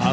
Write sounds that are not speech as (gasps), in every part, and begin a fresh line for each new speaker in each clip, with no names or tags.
I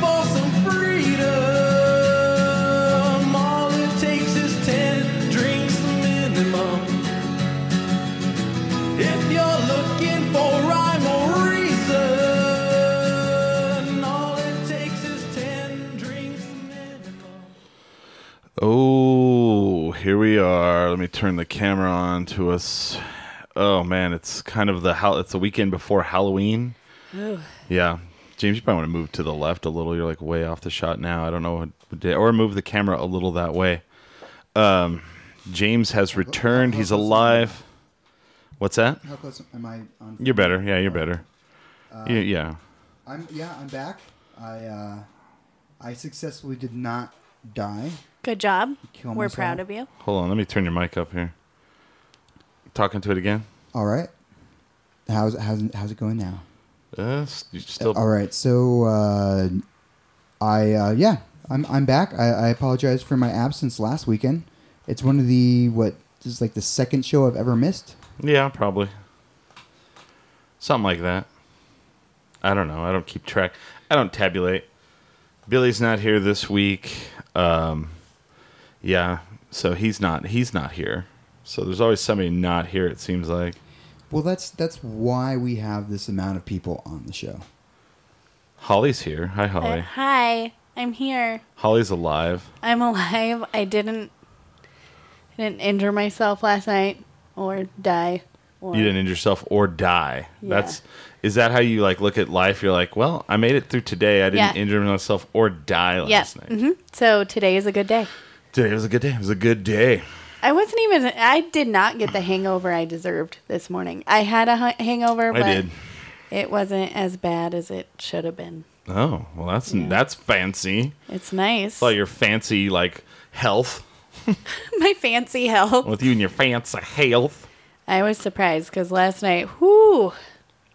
for some freedom, all it takes is 10 drinks minimum. If you're looking for rhyme or reason, all it takes is 10 drinks minimum.
Oh, here we are. Let me turn the camera on to us. Oh man, it's kind of the how it's the weekend before Halloween. Yeah. James, you probably want to move to the left a little. You're like way off the shot now. I don't know what or move the camera a little that way. Um James has returned. He's alive. What's that?
How close am I on?
You're better. Yeah, you're better. Yeah, yeah.
I'm yeah, I'm back. I uh, I successfully did not die.
Good job.
Kill
We're
myself.
proud of you.
Hold on. Let me turn your mic up here. Talking to it again.
All right. How's how's how's it going now?
Uh, s- you still
All right. So uh, I uh, yeah, I'm I'm back. I, I apologize for my absence last weekend. It's one of the what this is like the second show I've ever missed.
Yeah, probably. Something like that. I don't know. I don't keep track. I don't tabulate. Billy's not here this week. Um, yeah, so he's not he's not here. So there's always somebody not here. It seems like.
Well, that's that's why we have this amount of people on the show.
Holly's here. Hi,
Uh,
Holly.
hi, I'm here.
Holly's alive.
I'm alive. I didn't I didn't injure myself last night or die. Or
You didn't injure yourself or die.
Yeah.
That's is that how you like look at life? You're like, well, I made it through today. I didn't
Yeah.
injure myself or die last
Yeah.
night.
hmm So today is a good day.
Today was a good day. It was a good day.
I wasn't even. I did not get the hangover I deserved this morning. I had a hu- hangover, but
I did.
it wasn't as bad as it should have been.
Oh well, that's that's fancy.
It's nice.
All your fancy like health
(laughs) My fancy health.
with you and your fancy health.
I was surprised because last night, whoo,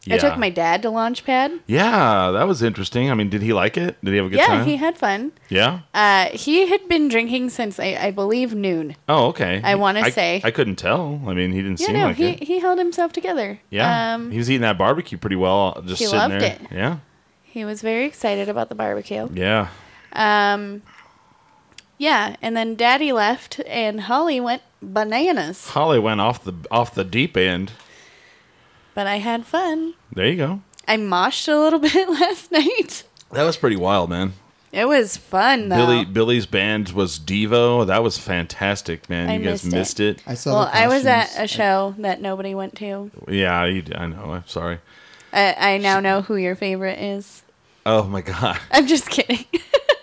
I took my dad to Launchpad.
Yeah, that was interesting. I mean, did he like it? Did he have a good
yeah,
time?
he had fun.
yeah.
Uh, he had been drinking since I, I believe noon.
Oh, okay.
I wanna
to
say-
I couldn't tell. I mean, he didn't
Yeah,
seem
no,
like
he,
it.
he held himself together.
Yeah,
um,
he was eating that barbecue pretty well. Just
He
sitting
loved
there.
it.
Yeah,
he was very excited about the barbecue.
yeah.
Um, yeah, and then Daddy left, and Holly went bananas.
Holly went off the off the deep end.
But I had fun.
There you go.
I moshed a little (laughs) bit last night.
That was pretty wild, man.
It was fun though.
Billy Billy's band was Devo. That was fantastic, man.
I
you guys
missed
missed
it.
it.
I saw.
well,
the
I was at a
costumes.
show that nobody went to.
Yeah, you, I know. I'm sorry.
I, I now know who your favorite is.
Oh my god.
I'm just kidding.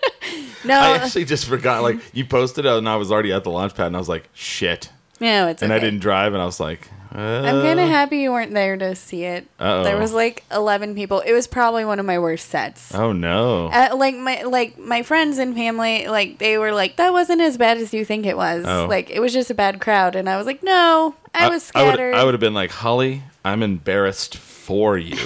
(laughs) no,
I actually just forgot. Like you posted it, and I was already at the launch pad, and I was like, "Shit!"
no, it's.
And I
okay.
didn't drive, and I was like, uh,
I'm kind of happy you weren't there to see it.
Uh-oh.
There was like 11 people. It was probably one of my worst sets.
"Oh no!"
Uh, like my like my friends and family, like they were like, "That wasn't as bad as you think it was."
Oh.
Like it was just a bad crowd, and I was like, "No, I, was scattered."
I would have been like, "Holly, I'm embarrassed for
(laughs)
you."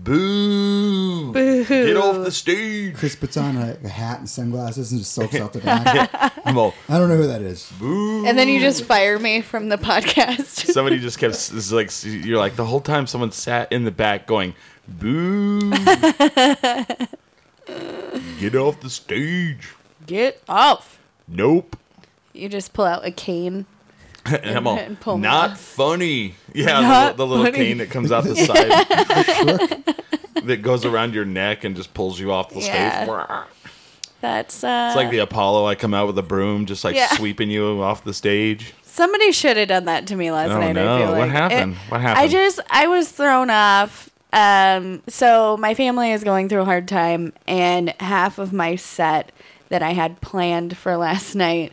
Boo! Boo! Get off the
(laughs)
stage!
Chris puts on a, a hat and sunglasses and just soaks out the back. (laughs)
I'm all,
I don't know who that is.
Boo!
and then (laughs) you just fire me from the (laughs) podcast.
Somebody just kept s- is like, "You're like the whole time." Someone sat in the back going,
(laughs)
"Boo! Get off the stage!"
Get off!
Nope.
You just pull out a cane.
And I'm all,
and pull 'em
not
off."
funny. Yeah,
Not
the, li- the little
funny.
cane that comes
(laughs)
out the side that goes around your neck and just pulls you off the
Yeah.
stage.
That's uh.
It's like the Apollo. I come out with a broom, just like
Yeah.
sweeping you off the stage.
Somebody should have done that to me last
Oh,
night.
no.
I feel
What
like.
happened? What happened?
I just I was thrown off. Um, so my family is going through a hard time, and half of my set that I had planned for (laughs) last night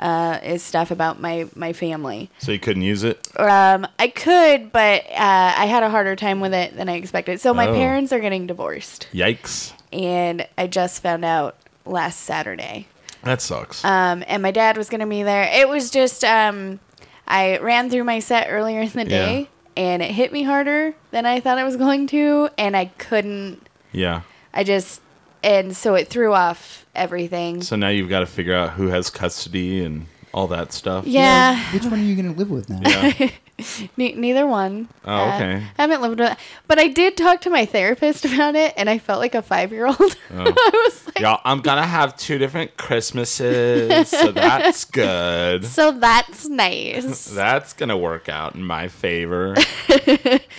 uh, is stuff about my my family.
So you couldn't use it.
Um, I could, but uh, I had a harder time with it than I expected. So my
Oh.
parents are getting divorced,
Yikes.
and I just found out last Saturday
That sucks.
Uh. um, and my dad was going to be there. It was just, um, I ran through my set earlier in the
Yeah.
day and it hit me harder than I thought it was going to and I couldn't
Yeah.
I just and so it threw off everything.
So now you've got to figure out who has custody and all that stuff.
yeah.
Which one are you going to live with now?
Yeah.
Ne- neither one. Uh,
Oh, okay.
I haven't lived with, but I did talk to my therapist (laughs) about it, and I felt like a five-year-old.
Oh.
(laughs) I was like,
Y'all, I'm gonna have two different Christmases, so
(laughs)
that's good.
so that's nice.
That's gonna work out in my
(laughs)
favor.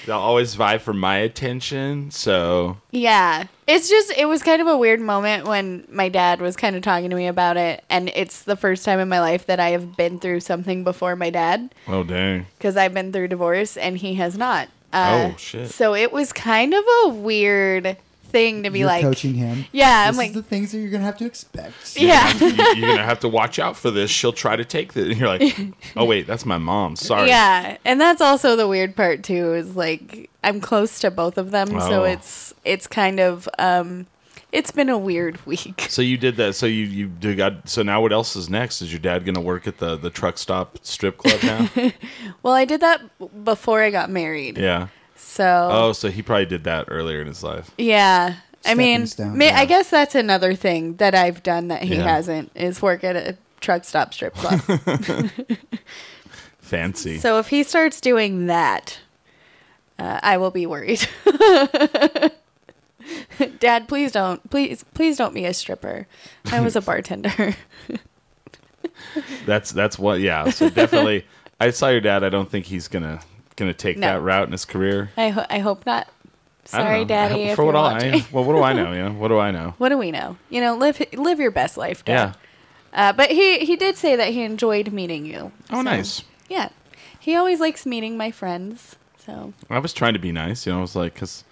They'll always vie for my attention, so
yeah, it's just it was kind of a weird moment when my dad was kind of talking to me about it, and it's the first time in my life that I have been through something before my dad.
oh dang.
because I've been through divorce and he has not. Uh,
Oh, shit.
So it was kind of a weird thing to be
You're
like,
coaching him.
yeah, I'm
this
like,
is the things that you're going to have to expect.
yeah,
you, are gonna have to watch out for this. She'll try to take this. And you're
(laughs)
like, oh wait, that's my mom. Sorry.
yeah, and that's also the weird part too is like I'm close to both of them,
Oh.
so it's it's kind of um, it's been a weird (laughs) week.
So you did that. So you you do got. So now what else is next? Is your dad gonna work at the the truck stop strip club now?
(laughs) Well, I did that b- before I got married,
yeah.
so
Oh, so he probably did that earlier in his life.
yeah. I
Stepping
mean,
stone,
ma-
yeah.
I guess that's another thing that I've done that he
Yeah.
hasn't is work at a truck stop strip club.
(laughs) Fancy.
So if he starts doing that, uh, I will be worried. (laughs) Dad, please don't. Please, please don't be a stripper.
(laughs)
I was a bartender.
that's that's what. Yeah. So
(laughs)
definitely, I saw your dad. I don't think he's gonna gonna take
No.
that route in his career.
I, ho- I hope not.
I don't
Sorry,
know. I
Daddy.
hope-
if
for
you're
what all
watching.
I (laughs) well, what do I know? Yeah. What do I know?
(laughs) What do we know? You know, live live your best life,
Yeah.
Dad. Uh, but he he did say that he enjoyed meeting you.
Oh,
So,
nice.
Yeah, he always likes meeting my friends. So
I was trying to be nice. You know, I was like, because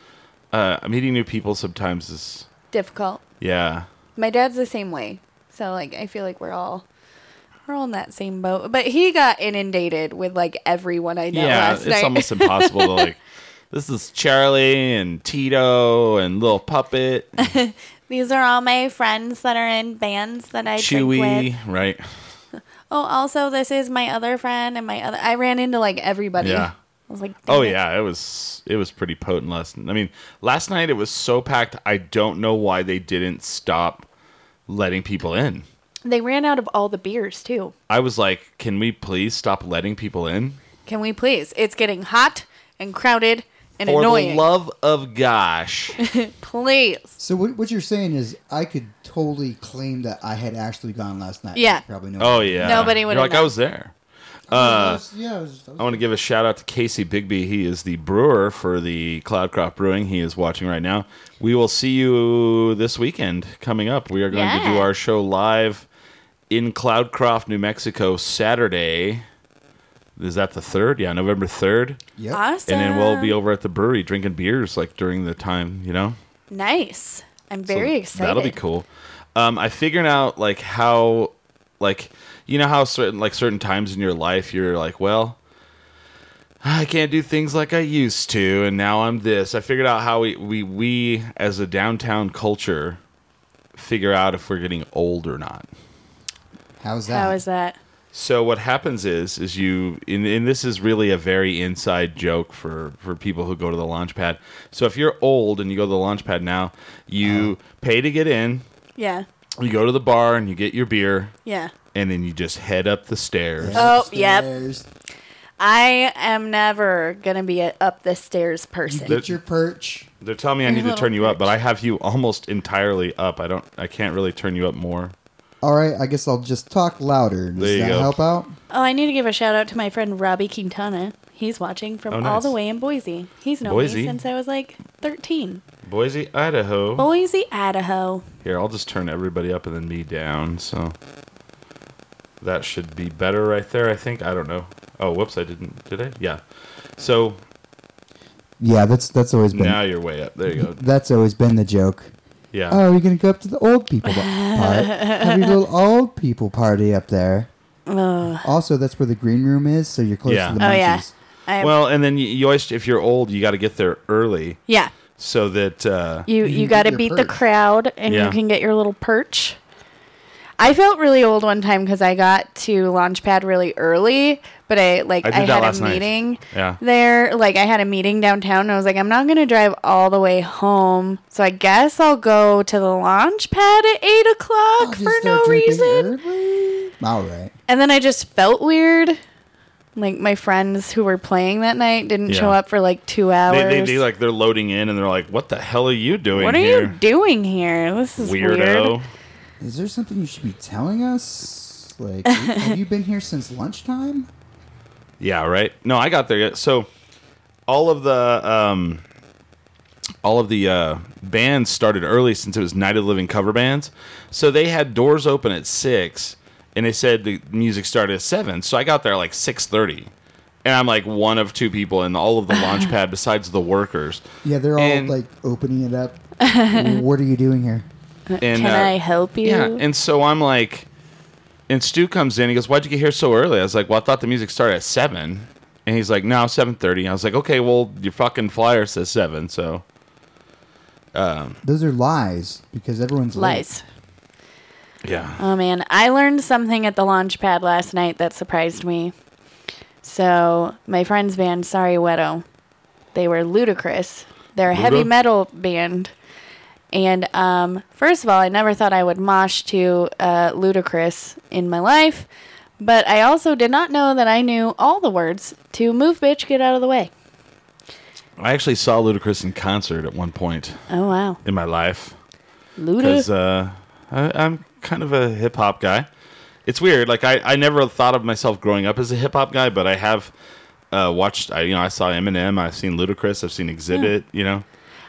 uh, meeting new people sometimes is
difficult.
yeah.
my dad's the same way so like i feel like we're all we're all in that same boat but he got inundated with like everyone i know
yeah,
last
it's
night
almost impossible to like. This is Charlie and Tito and Little Puppet,
(laughs) these are all my friends that are in bands that i drink
Chewy,
with
right?
oh also this is my other friend and my other i ran into like everybody
Yeah.
i was like
Oh
"Damn it."
yeah, it was it was pretty potent last. I mean, last night it was so packed. I don't know why they didn't stop letting people in.
they ran out of all the beers too
I was like, can we please stop letting people in?
can we please it's getting hot and crowded and
For the
annoying
love of
(laughs)
gosh,
please
So what, what you're saying is I could totally claim that I had actually gone last night.
Yeah.
Probably no.
oh yeah,
Nobody
You're
would've
like I
known.
was there.
I was- yeah. I was- I was-
I want to give a shout out to Casey Bigby. He is the brewer for the Cloudcrop Brewing. He is watching right now. We will see you this weekend coming up. We are going to do
Yeah.
our show live in Cloudcroft, New Mexico, Saturday. Is that the third? Yeah, November third.
yep.
awesome
And then we'll be over at the brewery drinking beers like during the time, you know?
nice i'm
So
very excited
That'll be cool. Um, I figured out like how, like you know how certain like certain times in your life you're like, well, I can't do things like I used to, and now I'm this. I figured out how we we we as a downtown culture figure out if we're getting old or not.
How's that?
how is that
So what happens is, is you, and, and this is really a very inside joke for for people who go to the launch pad. So if you're old and you go to the launch pad now, you
Uh-huh.
pay to get in,
yeah
you go to the bar and you get your beer
yeah
and then you just head up the stairs
Oh, yep.
Upstairs,
I am never gonna be a up the stairs person.
The-
Get your perch.
they're telling me i need to turn you up but i have you almost entirely up i don't i can't really turn you up more
All right. I guess I'll just talk louder. Does
There you
that
go.
help out?
oh, I need to give a shout out to my friend Robbie Quintana. He's watching from
Oh,
all
nice.
the way in Boise. He's known
Boise.
me since I was like 13.
boise idaho
Boise, Idaho.
here i'll just turn everybody up and then me down so that should be better right there i think i don't know oh whoops i didn't did i yeah so
Yeah. That's that's always been
now you're way up there you
(laughs)
go
that's always been the joke.
yeah
Oh, you're gonna go up to the old people
(laughs)
ba- part. Have your little old people party up there. Also, that's where the green room is, so you're close
Yeah.
to the
Oh,
munchies.
yeah. I,
well and then you, you always if you're old you got to get there early
yeah.
so that uh
You,
can
you,
get
gotta
your
beat the
perch.
crowd and
Yeah.
you can get your little perch. I felt really old one time because I got to Launchpad really early, but I like
I
I,
did that
had
last
a
night.
meeting
Yeah.
there. Like I had a meeting downtown, and I was like, I'm not gonna drive all the way home, so I guess I'll go to the Launchpad at eight o'clock
I'll just
for
start
no
Oh, drinking
reason.
early. All right.
And then I just felt weird. Like my friends who were playing that night didn't
Yeah.
show up for like two
They,
hours.
they, they like they're loading in and they're like, "What the hell are you doing
what are
here,
you doing here? This is
weirdo?"
weird.
Is there something you should be telling us? Like,
(laughs)
have you been here since lunchtime?
Yeah, right. No, I got there yet. So all of the um, all of the uh, bands started early since it was Night of the Living cover bands. So they had doors open at six, and they said the music started at seven. So I got there at like six thirty, and I'm like one of two people in all of
(sighs)
the launch pad besides the workers.
Yeah, they're all
And-
like opening it
(laughs)
up. what are you doing here?
And,
Can
uh,
I help you?
Yeah, and so I'm like, and Stu comes in. He goes, "Why'd you get here so early?" I was like, "Well, I thought the music started at 7. And he's like, "No, 7.30. I was like, "Okay, well, your fucking flyer says 7, so
Those are lies because everyone's late.
Lies.
yeah."
Oh man, I learned something at the launch pad last night that surprised me. So my friend's band, Sorry Wedo, they were ludicrous. They're a heavy
Luda?
metal band, and um, first of all, I never thought I would mosh to uh, ludicrous in my life, but I also did not know that I knew all the words to "Move, bitch, get out of the way."
I actually saw Ludacris in concert at one point
Oh wow,
in my life because
Luda.
uh, I- I'm kind of a hip hop guy. It's weird. Like I, I never thought of myself growing up as a hip hop guy, but I have uh, watched. I, you know, I saw Eminem. I've seen Ludacris. I've seen Exhibit.
Hmm.
You know.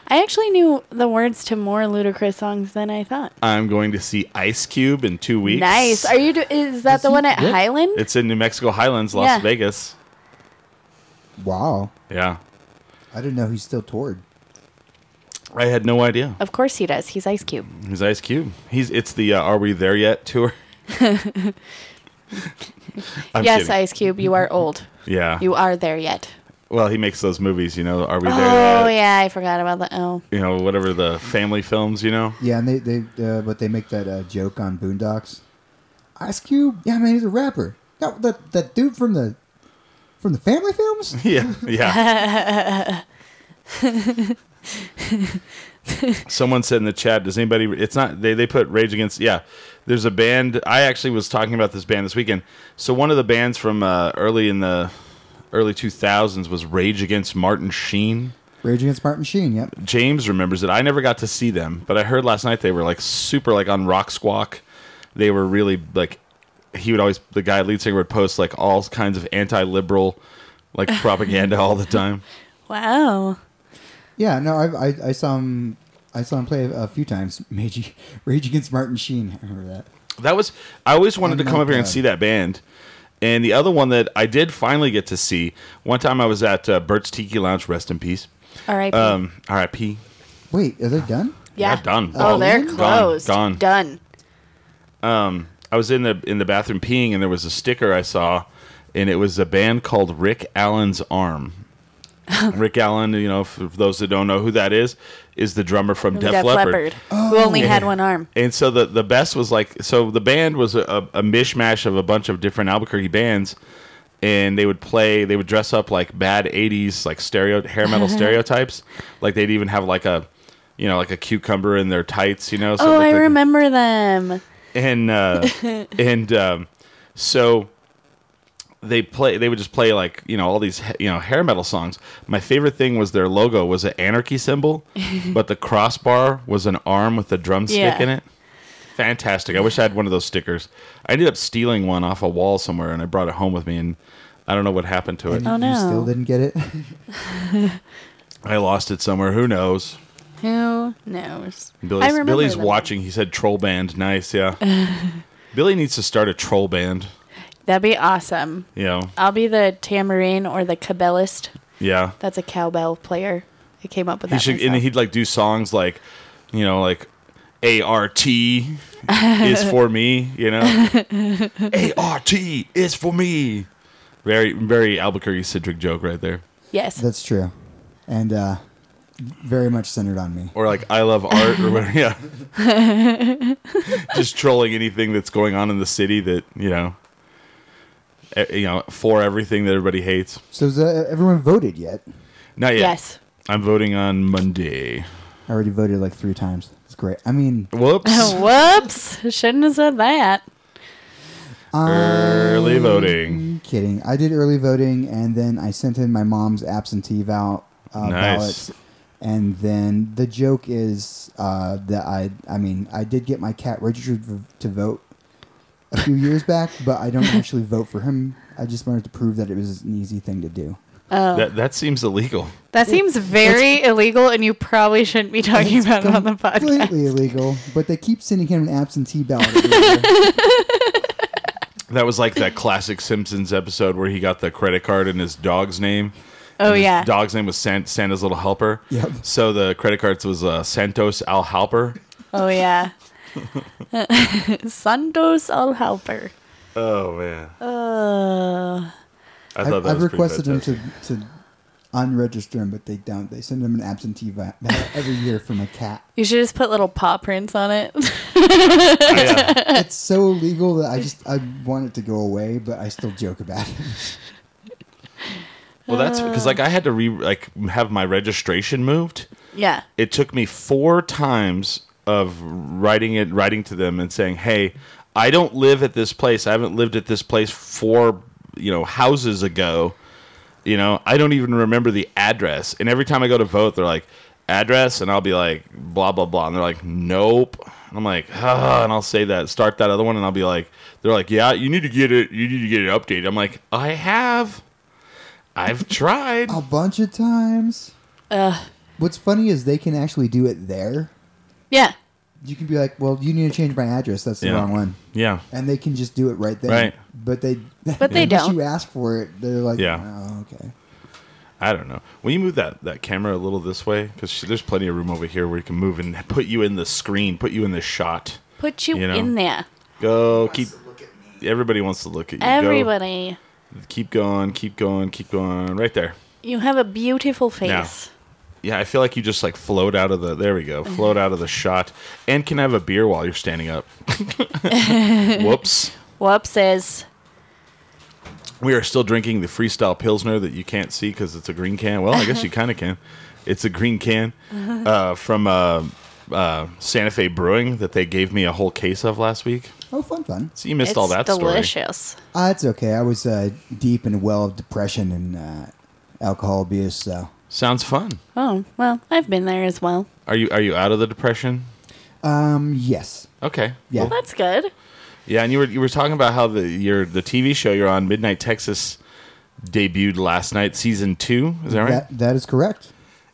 I actually knew the words to more ludicrous songs than I thought.
I'm going to see Ice Cube in two weeks.
Nice. Are you? Do- is that the
he
one at
good?
Highland?
It's in New Mexico Highlands, Las
Yeah.
Vegas.
Wow.
Yeah.
I didn't know he still toured.
I had no idea.
Of course he does. He's Ice Cube.
He's Ice Cube. He's it's the uh, Are We There Yet
(laughs)
tour. I'm
yes,
kidding. Ah.
Ice Cube, you are old.
Yeah.
You are there yet.
well, he makes those movies, you know. Are we there?
Oh
yet?
yeah, I forgot about that. Oh,
You know, whatever the family films, you know.
Yeah, and they they uh, but they make that uh, joke on Boondocks. Ice Cube. Yeah, man, he's a rapper. No, that that dude from the from the family films.
Yeah, yeah. Someone said in the chat, does anybody it's not they they put Rage Against yeah. There's a band I actually was talking about this band this weekend. So one of the bands from uh, early in the early 2000s was Rage Against Martin Sheen.
Rage Against Martin Sheen. Yep.
James remembers it. I never got to see them, but I heard last night they were like super like on Rock Squawk. They were really like he would always the guy lead singer would post like all kinds of anti-liberal like propaganda all the time.
wow.
Yeah. No, I I, I saw him. I saw him play a, few times. (laughs) Magi, Rage Against Martin Sheen. I remember that.
That was I always wanted to
And
come up here and
Mudbound.
see that band. And the other one that I did finally get to see one time I was at uh, Bert's Tiki Lounge, rest in peace.
All right.
Um, R.I.P.
Wait, are they done?
yeah.
yeah, done.
Oh,
Oh,
they're
done,
closed.
done.
Done.
I was in the in the bathroom peeing, and there was a sticker I saw, and it was a band called Rick Allen's Arm. (laughs) Rick Allen, you know, for those that don't know who that is, is the drummer from Def,
Def
Leppard.
Leppard, who only had one arm.
And so the the best was like so the band was a, a mishmash of a bunch of different Albuquerque bands, and they would play. They would dress up like bad '80s like stereo hair
(laughs)
metal stereotypes. Like they'd even have like a, you know, like a cucumber in their tights. You know. So it
Oh,
looked
I
like-
remember them.
and
(laughs)
uh, and um, so they play they would just play like you know all these he- you know hair metal songs my favorite thing was their logo was an anarchy
(laughs)
symbol but the crossbar was an arm with a drumstick
Yeah.
in it fantastic i wish i had one of those stickers i ended up stealing one off a wall somewhere and i brought it home with me and i don't know what happened to it
And
Oh,
You
no.
still didn't get
(laughs)
it. (laughs)
i lost it somewhere who knows
Who knows? I
billy's,
remember
billy's
them.
watching he said troll band nice
(laughs)
yeah billy needs to start a troll band
That'd be awesome.
you know
I'll be the tambourine or the cabellist.
yeah
That's a cowbell player. I came up with
He
that.
should, and
myself.
he'd like do songs like, you know, like ART is for me, you (laughs) know? ART is for me. Very, very Albuquerque Citric joke right there.
yes.
That's true. And uh, very much centered on me.
or like I love art or whatever. Yeah, (laughs) just trolling anything that's going on in the city that you know, e- you know, for everything that everybody hates.
So has uh, everyone voted yet?
Not yet.
Yes.
I'm voting on Monday.
I already voted like three times. It's great. I mean,
Whoops. (laughs)
Whoops. Shouldn't have said that.
Early voting.
I'm kidding. I did early voting, and then I sent in my mom's absentee val- uh,
Nice.
ballots. And then the joke is uh, that I, I mean, I did get my cat registered v- to vote a few years back, but I don't actually vote for him. I just wanted to prove that it was an easy thing
(laughs)
to do.
That that seems illegal.
That seems very illegal, and you probably shouldn't be talking
It's
about it on the podcast.
Completely illegal, but they keep sending him an absentee
(laughs)
ballot. every year.
That was like that classic Simpsons episode where he got the credit card in his dog's name.
Oh,
And his
yeah.
dog's name was San- Santa's little helper.
Yep.
So the credit cards was uh, Santos Al Helper.
Oh, (laughs) yeah. Santos Al Helper.
Oh man,
Uh,
I thought
I've,
that was
I've
pretty
requested him
fantastic.
to, to unregister him, but they don't. They send him an absentee va- ballot every year from a cat.
you should just put little paw prints on it.
Oh, (laughs) yeah.
It's so illegal that I just I want it to go away, but I still joke about it. (laughs)
Well, that's because like I had to re like have my registration moved.
(laughs) yeah.
It took me four times of writing it, writing to them, and saying, "Hey, I don't live at this place. I haven't lived at this place four, you know, houses ago. You know, I don't even remember the address." And every time I go to vote, they're like, "Address," and I'll be like, "Blah blah blah," and they're like, "Nope." And I'm like, ah, and I'll say that, start that other one, and I'll be like, they're like, yeah, you need to get it, you need to get it updated. I'm like, I have, I've tried.
A bunch of times.
Ugh.
What's funny is they can actually do it there.
Yeah.
You can be like, well, you need to change my address. That's the
Yeah.
wrong one.
Yeah.
And they can just do it right there.
Right.
But they, (laughs)
But they
unless
don't.
you ask for it, they're like,
Yeah.
oh, okay.
I don't know. Will you move that, that camera a little this way? Because there's plenty of room over here where you can move and put you in the screen, put you in the shot.
Put you,
You know?
in there.
Go keep. Everybody wants to look at you.
Everybody,
Go, keep going, keep going, keep going. Right there.
you have a beautiful face.
Yeah, I feel like you just like float out of the. There we go. Float out of the shot, and can have a beer while you're standing up. (laughs) Whoops.
Whoopses.
We are still drinking the freestyle pilsner that you can't see because it's a green can. Well, I
(laughs)
guess you kind of can. It's a green can uh, from uh, uh, Santa Fe Brewing that they gave me a whole case of last week.
Oh, fun, fun.
So you missed
It's
all that story.
delicious.
Uh, it's okay. I was uh, deep in a well of depression and uh, alcohol abuse, so.
Sounds fun.
Oh, well, I've been there as well.
Are you are you out of the depression?
Um, yes.
Okay.
Yeah.
That's good.
Yeah, and you were you were talking about how the your the TV show you're on Midnight Texas debuted last night, season two. Is that right?
That, that is correct.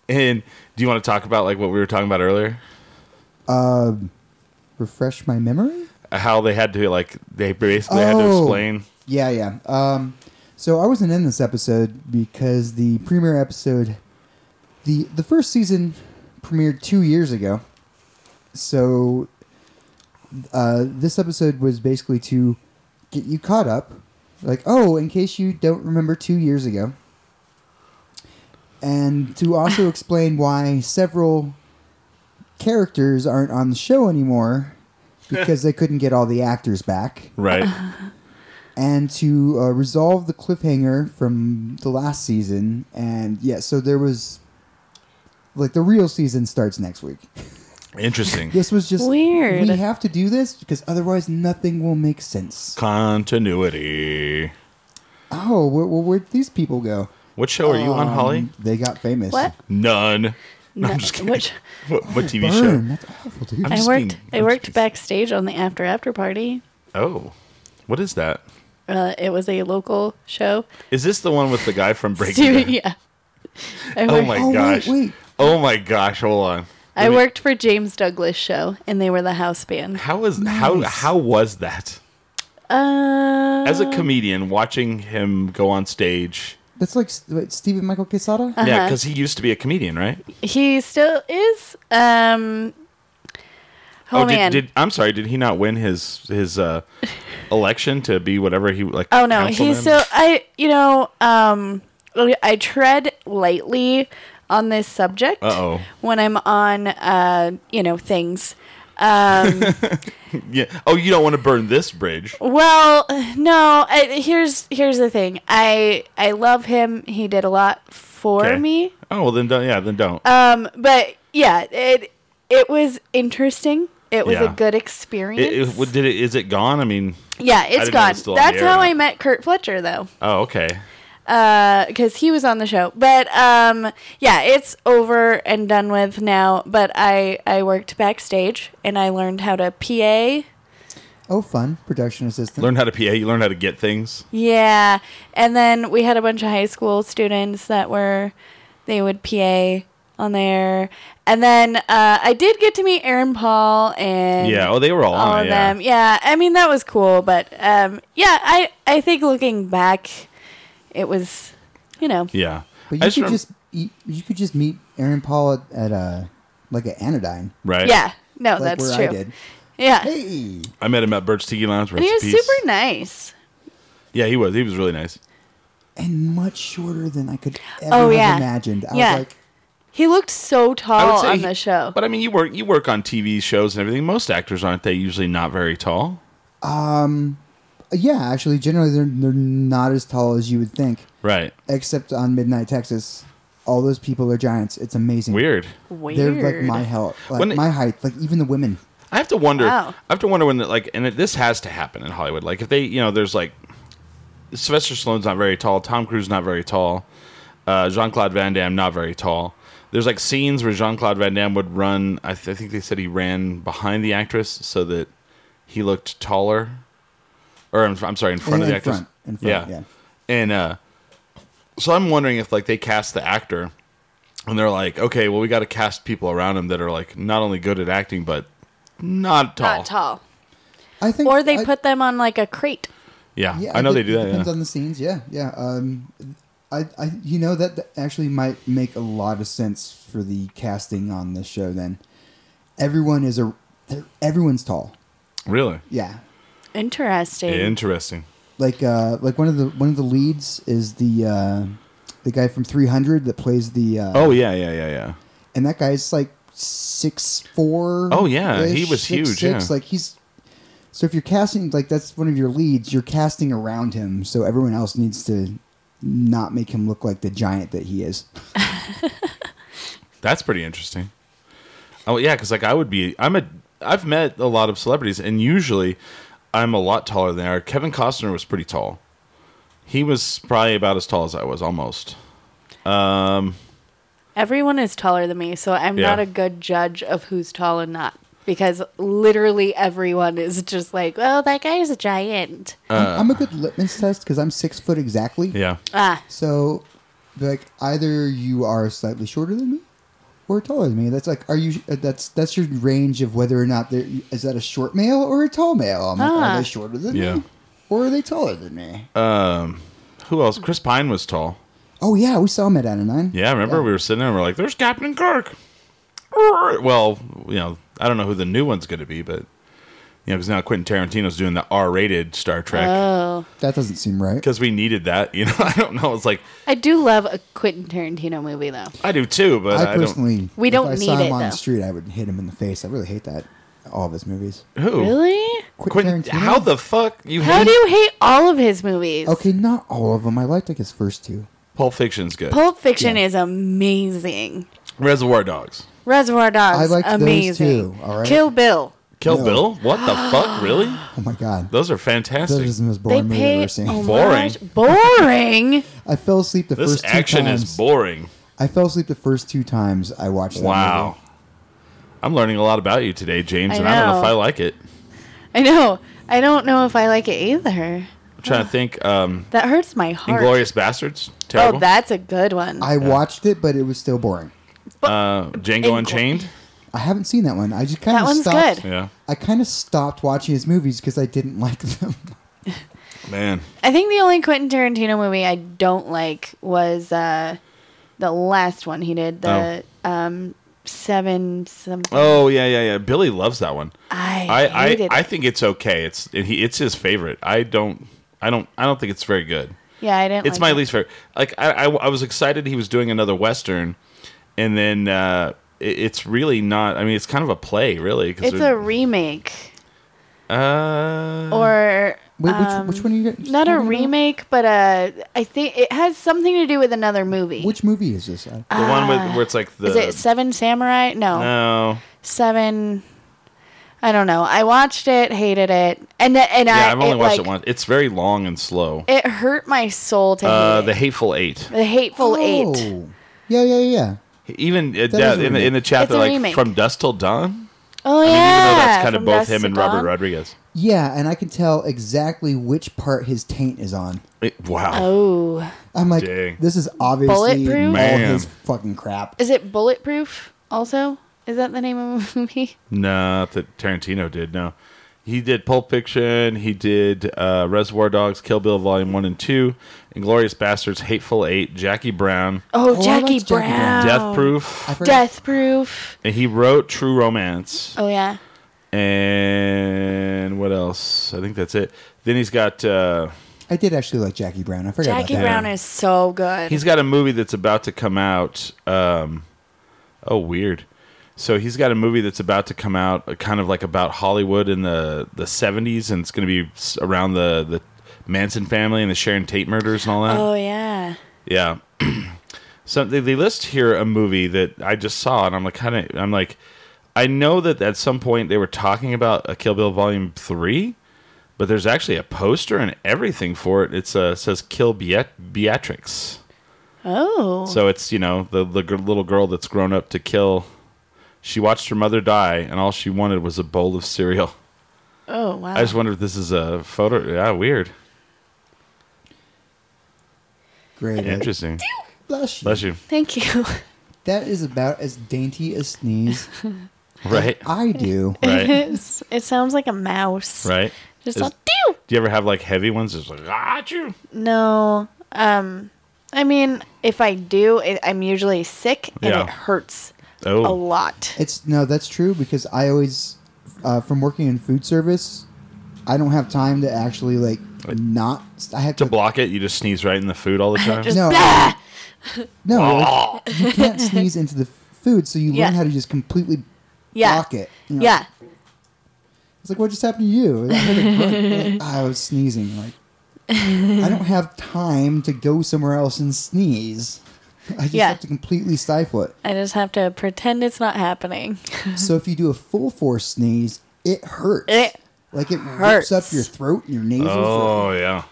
And do you want to talk about like what we were talking about earlier?
Refresh my memory?
How they had to like they basically had to
Oh.
explain.
Yeah, yeah. Um, so I wasn't in this episode because the premiere episode, the the first season, premiered two years ago. So uh, this episode was basically to get you caught up, like oh, in case you don't remember two years ago, and to also explain why several characters aren't on the show anymore because they couldn't get all the actors back
(laughs)
Right.
and to uh, resolve the cliffhanger from the last season. And yeah, so there was like the real season starts next week.
Interesting.
This was just We
Weird.
have to do this because otherwise nothing will make sense.
Continuity.
Oh, well, well where'd these people go?
What show are you on,
Um,
Holly?
They got famous.
What?
None. (laughs) No,
No,
I'm just kidding.
which-
what, what TV
Burn.
show?
That's awful, dude.
I'm
I
just
worked.
being-
I
I'm
worked
just-
backstage on the after after party.
Oh, what is that?
Uh, it was a local show.
Is this the one with the guy from Breaking
(laughs) Stu-
Bad?
yeah. I
(laughs) Oh
worked,
my
Oh, wait,
gosh.
wait.
Oh my gosh. Hold on.
I
Let me-
worked for James Douglas show, and they were the house band.
How was how
Nice.
how was that?
Uh,
As a comedian, watching him go on stage.
That's like S- what, Stephen Michael Quesada.
Yeah, 'cause Yeah,
Uh-huh.
because he used to be a comedian, right?
he still is. Um, oh,
did,
man.
did I'm sorry, did he not win his his uh, election to be whatever he like?
Oh no,
councilman?
he's so I you know um I tread lightly on this subject
Uh-oh.
when I'm on, uh, you know, things. Um,
Yeah. Oh, you don't want to burn this bridge.
well, no. I, here's here's the thing. I I love him. He did a lot for
Okay.
me.
Oh, well, then don't. Yeah, then don't.
Um, but yeah, it it was interesting. It was
Yeah.
a good experience.
It- it- what- did it? Is it gone? I mean. I
yeah, it's
didn't know it
gone.
was still on the
That's
air or
how
not.
I met Kurt Fletcher, though.
Oh, okay.
because he was on the show. But um, yeah, it's over and done with now. But I I worked backstage and I learned how to PA.
Oh, fun. Production assistant.
Learn how to PA. You learn how to get things.
Yeah, and then we had a bunch of high school students that were they would PA on there, and then uh, I did get to meet Aaron Paul and
Yeah. Oh, they were all,
all
on.
of
it, yeah.
them. Yeah, I mean that was cool, but um, yeah, I I think looking back, it was, you know,
Yeah.
But you
I
could
remem-
just you, you could just meet Aaron Paul at, at a like an anodyne.
right.
yeah, no,
Like
Oh, that's
where
true.
I did.
Yeah.
Hey.
I met him at Bird's Tiki Lounge.
And he was
rest in peace.
super nice.
Yeah, he was. He was really nice.
And much shorter than I could ever
Oh,
have
yeah.
imagined. I
Yeah.
was like,
He looked so
I would
tall
say
Oh, on
he-
the show.
But I mean, you work you work on TV shows and everything. Most actors aren't they usually not very tall,
yeah, actually, generally they're they're not as tall as you would think,
right?
except on Midnight Texas. All those people are giants. It's amazing.
Weird.
Weird.
They're like my height, like
When it-
my height, like even the women.
I have to wonder.
Wow.
I have to wonder when the, like, and it, this has to happen in Hollywood. Like, if they, you know, there's like, Sylvester Stallone's not very tall. Tom Cruise not very tall. Uh, Jean Claude Van Damme not very tall. There's like scenes where Jean Claude Van Damme would run. I, th- I think they said he ran behind the actress so that he looked taller. Or I'm, I'm sorry, in front of the
In- in
actress.
front, in front, yeah.
And uh, so I'm wondering if like they cast the actor, and they're like, okay, well we got to cast people around him that are like not only good at acting but not tall.
Not tall.
I think,
Or they
I-
put them on like a crate.
Yeah,
Yeah,
I know they
think
do
it
that.
Depends
yeah.
on the scenes. Yeah, yeah. Um, I, I, you know, that, that actually might make a lot of sense for the casting on this show. Then everyone is a, they're- everyone's tall.
Really
Yeah,
Interesting.
interesting.
like, uh, like one of the one of the leads is the, uh, the guy from Three Hundred that plays the, uh,
Oh yeah, yeah, yeah, yeah.
and that guy's like six four.
Oh, yeah, he was huge, yeah.
Like he's. So if you're casting like that's one of your leads, you're casting around him, so everyone else needs to not make him look like the giant that he is.
That's pretty interesting. Oh yeah, because like I would be. I'm a. I've met a lot of celebrities, and usually, I'm a lot taller than they are. Kevin Costner was pretty tall. He was probably about as tall as I was, almost.
Everyone is taller than me, so I'm
Yeah.
not a good judge of who's tall and not. Because literally everyone is just like, well, that guy is a giant.
Uh.
I'm, I'm a good litmus test because I'm six foot exactly.
Yeah.
ah,
So, like either you are slightly shorter than me, or taller than me. That's like, are you? uh, That's that's your range of whether or not there is that a short male or a tall male. I'm like,
Ah.
are they shorter than
Yeah.
me, or are they taller than me?
Who else? Chris Pine was tall.
Oh yeah, we saw him at Anodyne.
Yeah, remember we were sitting there and we're like, "There's Captain Kirk." Arr! Well, you know, I don't know who the new one's going to be, but you know, because now Quentin Tarantino's doing the R-rated Star Trek
oh.
That doesn't seem right.
because we needed that. You know, (laughs) I don't know. It's like
I do love a Quentin Tarantino movie, though.
I do too, but I,
I personally,
We don't
if I
need
saw him
it,
on
though.
the street, I would hit him in the face. I really hate that. All of his movies.
don't. Who?
Really?
Quentin,
Tarantino?
how the fuck you
How
hate
do you hate all of his movies?
Okay, not all of them. I liked like his first two.
Pulp Fiction's good.
Pulp Fiction
Yeah.
is amazing.
Reservoir Dogs.
Reservoir Dogs,
I liked those
amazing.
too, all right?
Kill Bill.
Kill
No.
Bill? What the fuck? Really?
Oh my god,
Those are
those
fantastic.
are the most
They
boring movie I've
pay
ever seen.
homage- Boring. (laughs)
I fell asleep the
this
first two
action
times.
is boring.
I fell asleep the first two times I watched. That
Wow.
movie.
I'm learning a lot about you today, James,
I
and I don't know if
know.
I like it.
I know. I don't know if I like it either.
I'm trying to think. Um,
That hurts my heart.
Inglorious Bastards.
oh,
Terrible.
that's a good one.
I watched it, but it was still boring.
uh, Django
Ingl-
Unchained.
I haven't seen that one. I just kind
that
of
one's
stopped.
good.
Yeah.
I kind of stopped watching his movies because I didn't (laughs) like them.
Man.
I think the only Quentin Tarantino movie I don't like was uh, the last one he did, the um, Seven something.
Oh yeah, yeah, yeah. Billy loves that one.
I
I I,
hated
I
it.
think it's okay. It's it, he, it's his favorite. I don't I don't I don't think it's very good.
Yeah, I didn't.
It's
like
my
it.
least favorite. Like I, I I was excited he was doing another western, and then uh, it, it's really not. I mean, it's kind of a play, really. 'cause
It's a
they're-
remake
uh,
or
Mm. Wait, which,
um,
which one are you? guys
not
talking
a
about?
remake, but a I think it has something to do with another movie.
Which movie is this? I-
the one with, where it's like the
uh, is it Seven Samurai? No,
no.
Seven. I don't know. I watched it, hated it, and th- and I
Yeah, I've only
it,
watched
like,
it once. It's very long and slow.
It hurt my soul to
Uh,
hate
the
it.
Hateful Eight.
the hateful eight.
Oh. Yeah, yeah, yeah.
Even uh,
is a
in, the,
remake.
in the chat,
It's
they're
a
like
remake.
from Dust Till Dawn.
Oh
I mean,
yeah,
even though that's kind of
From
both
Dusk
him
to
and Robert
Dawn.
Rodriguez.
Yeah, and I can tell exactly which part his taint is on.
It- wow.
Oh,
I'm like,
Dang.
this is obviously
Bulletproof?
all
Man.
his fucking crap.
is it Bulletproof? Also, is that the name of the movie?
Not that Tarantino did. No, he did Pulp Fiction. He did uh, Reservoir Dogs, Kill Bill Volume One and Two, Inglorious Bastards, Hateful Eight, Jackie Brown,
Oh,
Oh,
I
Jackie,
liked Jackie Brown.
Brown.
Death Proof.
I forgot-
Death Proof.
And he wrote True Romance.
Oh yeah.
And what else? I think that's it. Then he's got uh,
I did actually like Jackie Brown. I forgot
Jackie
about that.
Brown is so good.
he's got a movie that's about to come out. Um, oh, weird. So he's got a movie that's about to come out, uh, kind of like about Hollywood in the the seventies, and it's going to be s- around the the Manson family and the Sharon Tate murders and all that.
oh yeah.
Yeah. (clears throat) so they, they list here a movie that I just saw, and I'm like, kind of, I'm like, I know that at some point they were talking about a Kill Bill Volume Three, but there's actually a poster and everything for it. It's uh, says Kill Beat- Beatrix,
Oh.
so it's you know the the gr- little girl that's grown up to kill. She watched her mother die, and all she wanted was a bowl of cereal.
oh wow.
I just wonder if this is a photo. Yeah, weird,
Great.
interesting.
Bless you.
Bless you.
Thank you. (laughs)
That is about as dainty a sneeze
Right,
I do.
right,
It's- it sounds like a mouse.
right.
Just
Is-
all, "Dew!"
Do you ever have like heavy ones? It's like ah, you.
No. Um. I mean, if I do, it, I'm usually sick and
Yeah.
it hurts a
Oh,
lot.
It's no, that's true because I always, uh, from working in food service, I don't have time to actually like not. I have
to
to,
block it, you just sneeze right in the food
(laughs)
all the time. (laughs) Oh,
Just
No.
blah!
No,
(laughs)
like, you can't sneeze into the food, so you
Yeah.
learn how to just completely
Yeah.
block it. you know?
Yeah.
It's like, what just happened to you? I, heard
(laughs)
a grunt. Like, I was sneezing. Like, I don't have time to go somewhere else and sneeze. I just
Yeah.
have to completely stifle it.
I just have to pretend it's not happening.
So if you do a full force sneeze, it hurts.
It
like it rips
hurts.
up your throat and your nasal.
oh
(laughs)
yeah,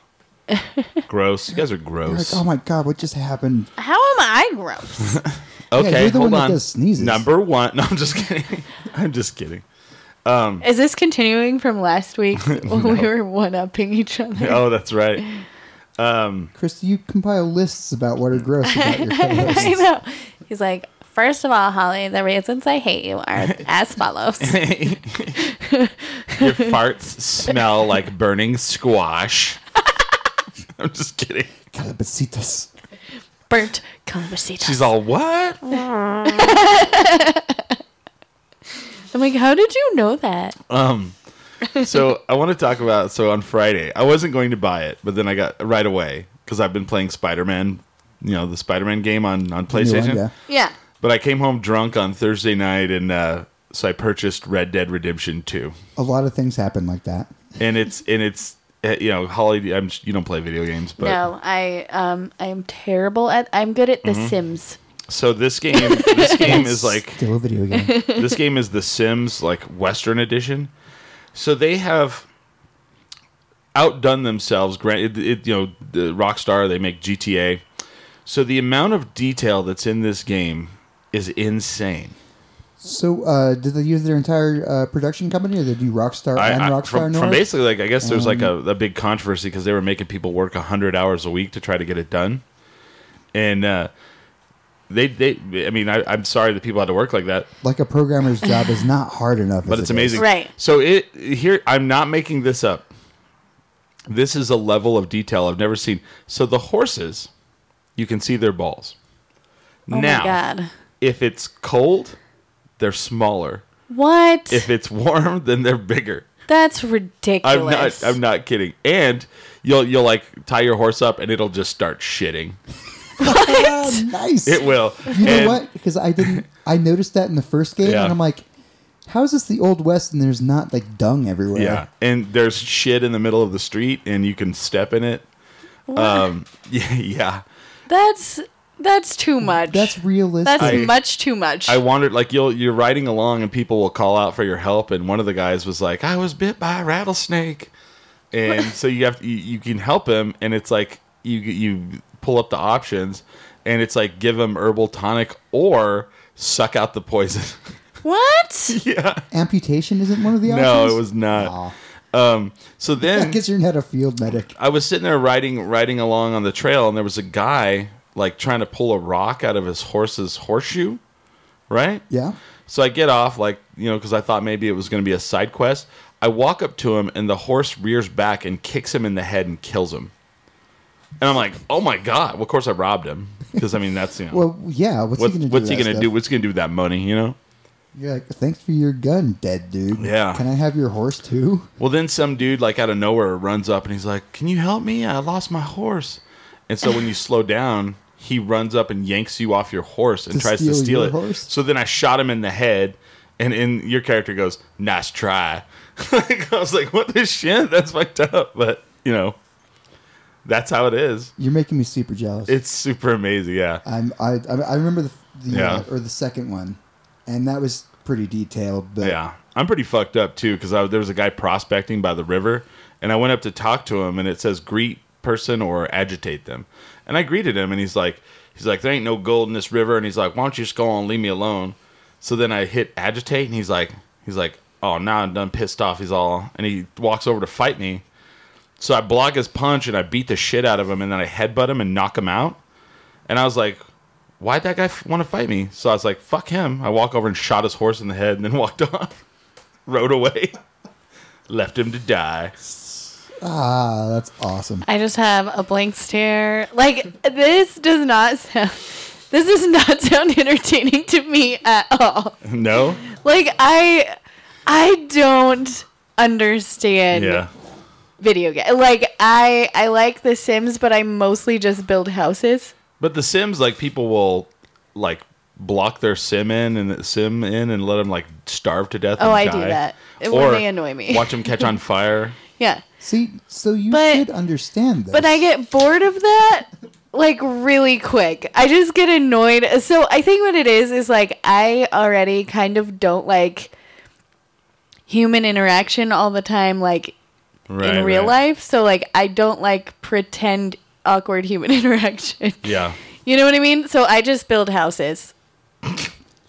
gross. You guys are
You're like,
gross.
oh my god, what just happened?
How am I
(laughs)
gross?
okay,
"Oh you're the
hold
one that
on.
does sneezes.
Number one. (laughs) No, I'm just kidding. I'm just kidding.
Is this continuing from
(laughs)
last week when we were one upping each other?
Oh, that's right.
Chris, you compile lists about what are gross about
(laughs)
your
I
co-hosts.
know. He's like, first of all, Holly, the reasons I hate
(laughs)
you are as follows.
Your farts smell like burning squash. (laughs) I'm just kidding.
Calabasitas.
Burnt conversation.
She's all what?
I'm like, how did you know that?
so I want to talk about. So on Friday, I wasn't going to buy it, but then I got right away because I've been playing Spider Man, you know, the Spider Man game on on
New one,
PlayStation.
yeah.
Yeah.
But I came home drunk on Thursday night, and uh, so I purchased Red Dead Redemption Two,
A lot of things happen like that.
and it's and it's uh, you know, Holly, I'm, you don't play video games, but
no, I um I am terrible at I'm good at the
Mm-hmm.
Sims.
so this game, this game is like
Still a video
(laughs)
game.
this game is The Sims like Western edition. So they have outdone themselves. Granted, it, it, you know, the Rockstar they make GTA. So the amount of detail that's in this game is insane.
so, uh, did they use their entire uh, production company, or they do Rockstar
I-
and
I-
Rockstar
from,
North?
from basically like I guess there's like a, a big controversy because they were making people work hundred hours a week to try to get it done, and uh, they they I mean I, I'm sorry that people had to work like that,
like a programmer's job is not hard enough.
but
as
it's
it is.
amazing.
Right.
So it here I'm not making this up. This is a level of detail I've never seen. So the horses, you can see their balls.
Oh
now,
my god.
if it's cold, they're smaller.
What?
If it's warm, then they're bigger.
That's
I'm
ridiculous.
not. I'm not kidding. And you'll you'll like tie your horse up, and it'll just start shitting. (laughs)
Ah, nice.
It will.
You know
And-
what? Because I didn't. I noticed that in the first game,
Yeah.
and I'm like, "How is this the old west and there's not like dung everywhere?"
Yeah, and there's shit in the middle of the street, and you can step in it. Um, (laughs) yeah, yeah.
That's that's too much.
that's realistic.
that's
I-
much too much.
I wondered, like you'll you're riding along, and people will call out for your help, and one of the guys was like, "I was bit by a rattlesnake," and so you have you, you can help him, and it's like you you pull up the options, and it's like give him herbal tonic or suck out the poison. (laughs)
what?
yeah,
Amputation isn't one of the options.
no, it was not.
Aw.
Um, so
(laughs) I
then
guess you're not a field medic.
I was sitting there riding riding along on the trail, and there was a guy like trying to pull a rock out of his horse's horseshoe, right?
Yeah.
So I get off, like you know, because I thought maybe it was going to be a side quest. I walk up to him, and the horse rears back and kicks him in the head and kills him. And I'm like, oh my god! Well, of course I robbed him because I mean that's you know
Well, yeah. What's
what's
he gonna do?
what's he
with
gonna
that
do?
stuff?
What's he gonna do with that money? You know.
You're like, thanks for your gun, dead dude.
Yeah.
Can I have your horse too?
Well, then some dude like out of nowhere runs up and he's like, "Can you help me? I lost my horse." And so when you slow down, he runs up and yanks you off your horse and
To
tries to
steal
steal
your
it.
horse?
So then I shot him in the head, and in your character goes, "Nice try." (laughs) like, I was like, "What the shit? That's fucked up." But you know, that's how it is.
You're making me super jealous.
It's super amazing. Yeah,
I'm, I, I I remember the, the uh,
Yeah.
or the second one, and that was pretty detailed. But
yeah. I'm pretty fucked up too because there was a guy prospecting by the river, and I went up to talk to him, and it says greet person or agitate them, and I greeted him, and he's like, he's like, there ain't no gold in this river, and he's like, why don't you just go on, leave me alone? So then I hit agitate, and he's like, he's like, oh now I'm done pissed off. He's all, and he walks over to fight me, so I block his punch and I beat the shit out of him, and then I headbutt him and knock him out, and I was like. Why'd that guy f- want to fight me? So I was like, fuck him. I walk over and shot his horse in the head and then (laughs) walked off rode away, (laughs) left him to die.
ah, that's awesome.
I just have a blank stare. Like this does not sound. This does not sound (laughs) entertaining to me at all. (laughs)
No?
Like I, I don't understand
Yeah.
video game. Like I, I like The Sims, but I mostly just build houses.
But the Sims, like, people will, like, block their sim in and sim in and let them, like, starve to death.
Oh,
and
I do
die.
that. It- when they annoy me.
watch them catch
(laughs)
on fire.
Yeah,
See, so you
But-
should understand this.
but I get bored of that like really quick. I just get annoyed. So I think what it is is like I already kind of don't like human interaction all the time. Like
Right,
in real
right.
life. So like I don't like pretend awkward human (laughs) interaction.
Yeah.
You know what I mean? So I just build houses. (laughs) so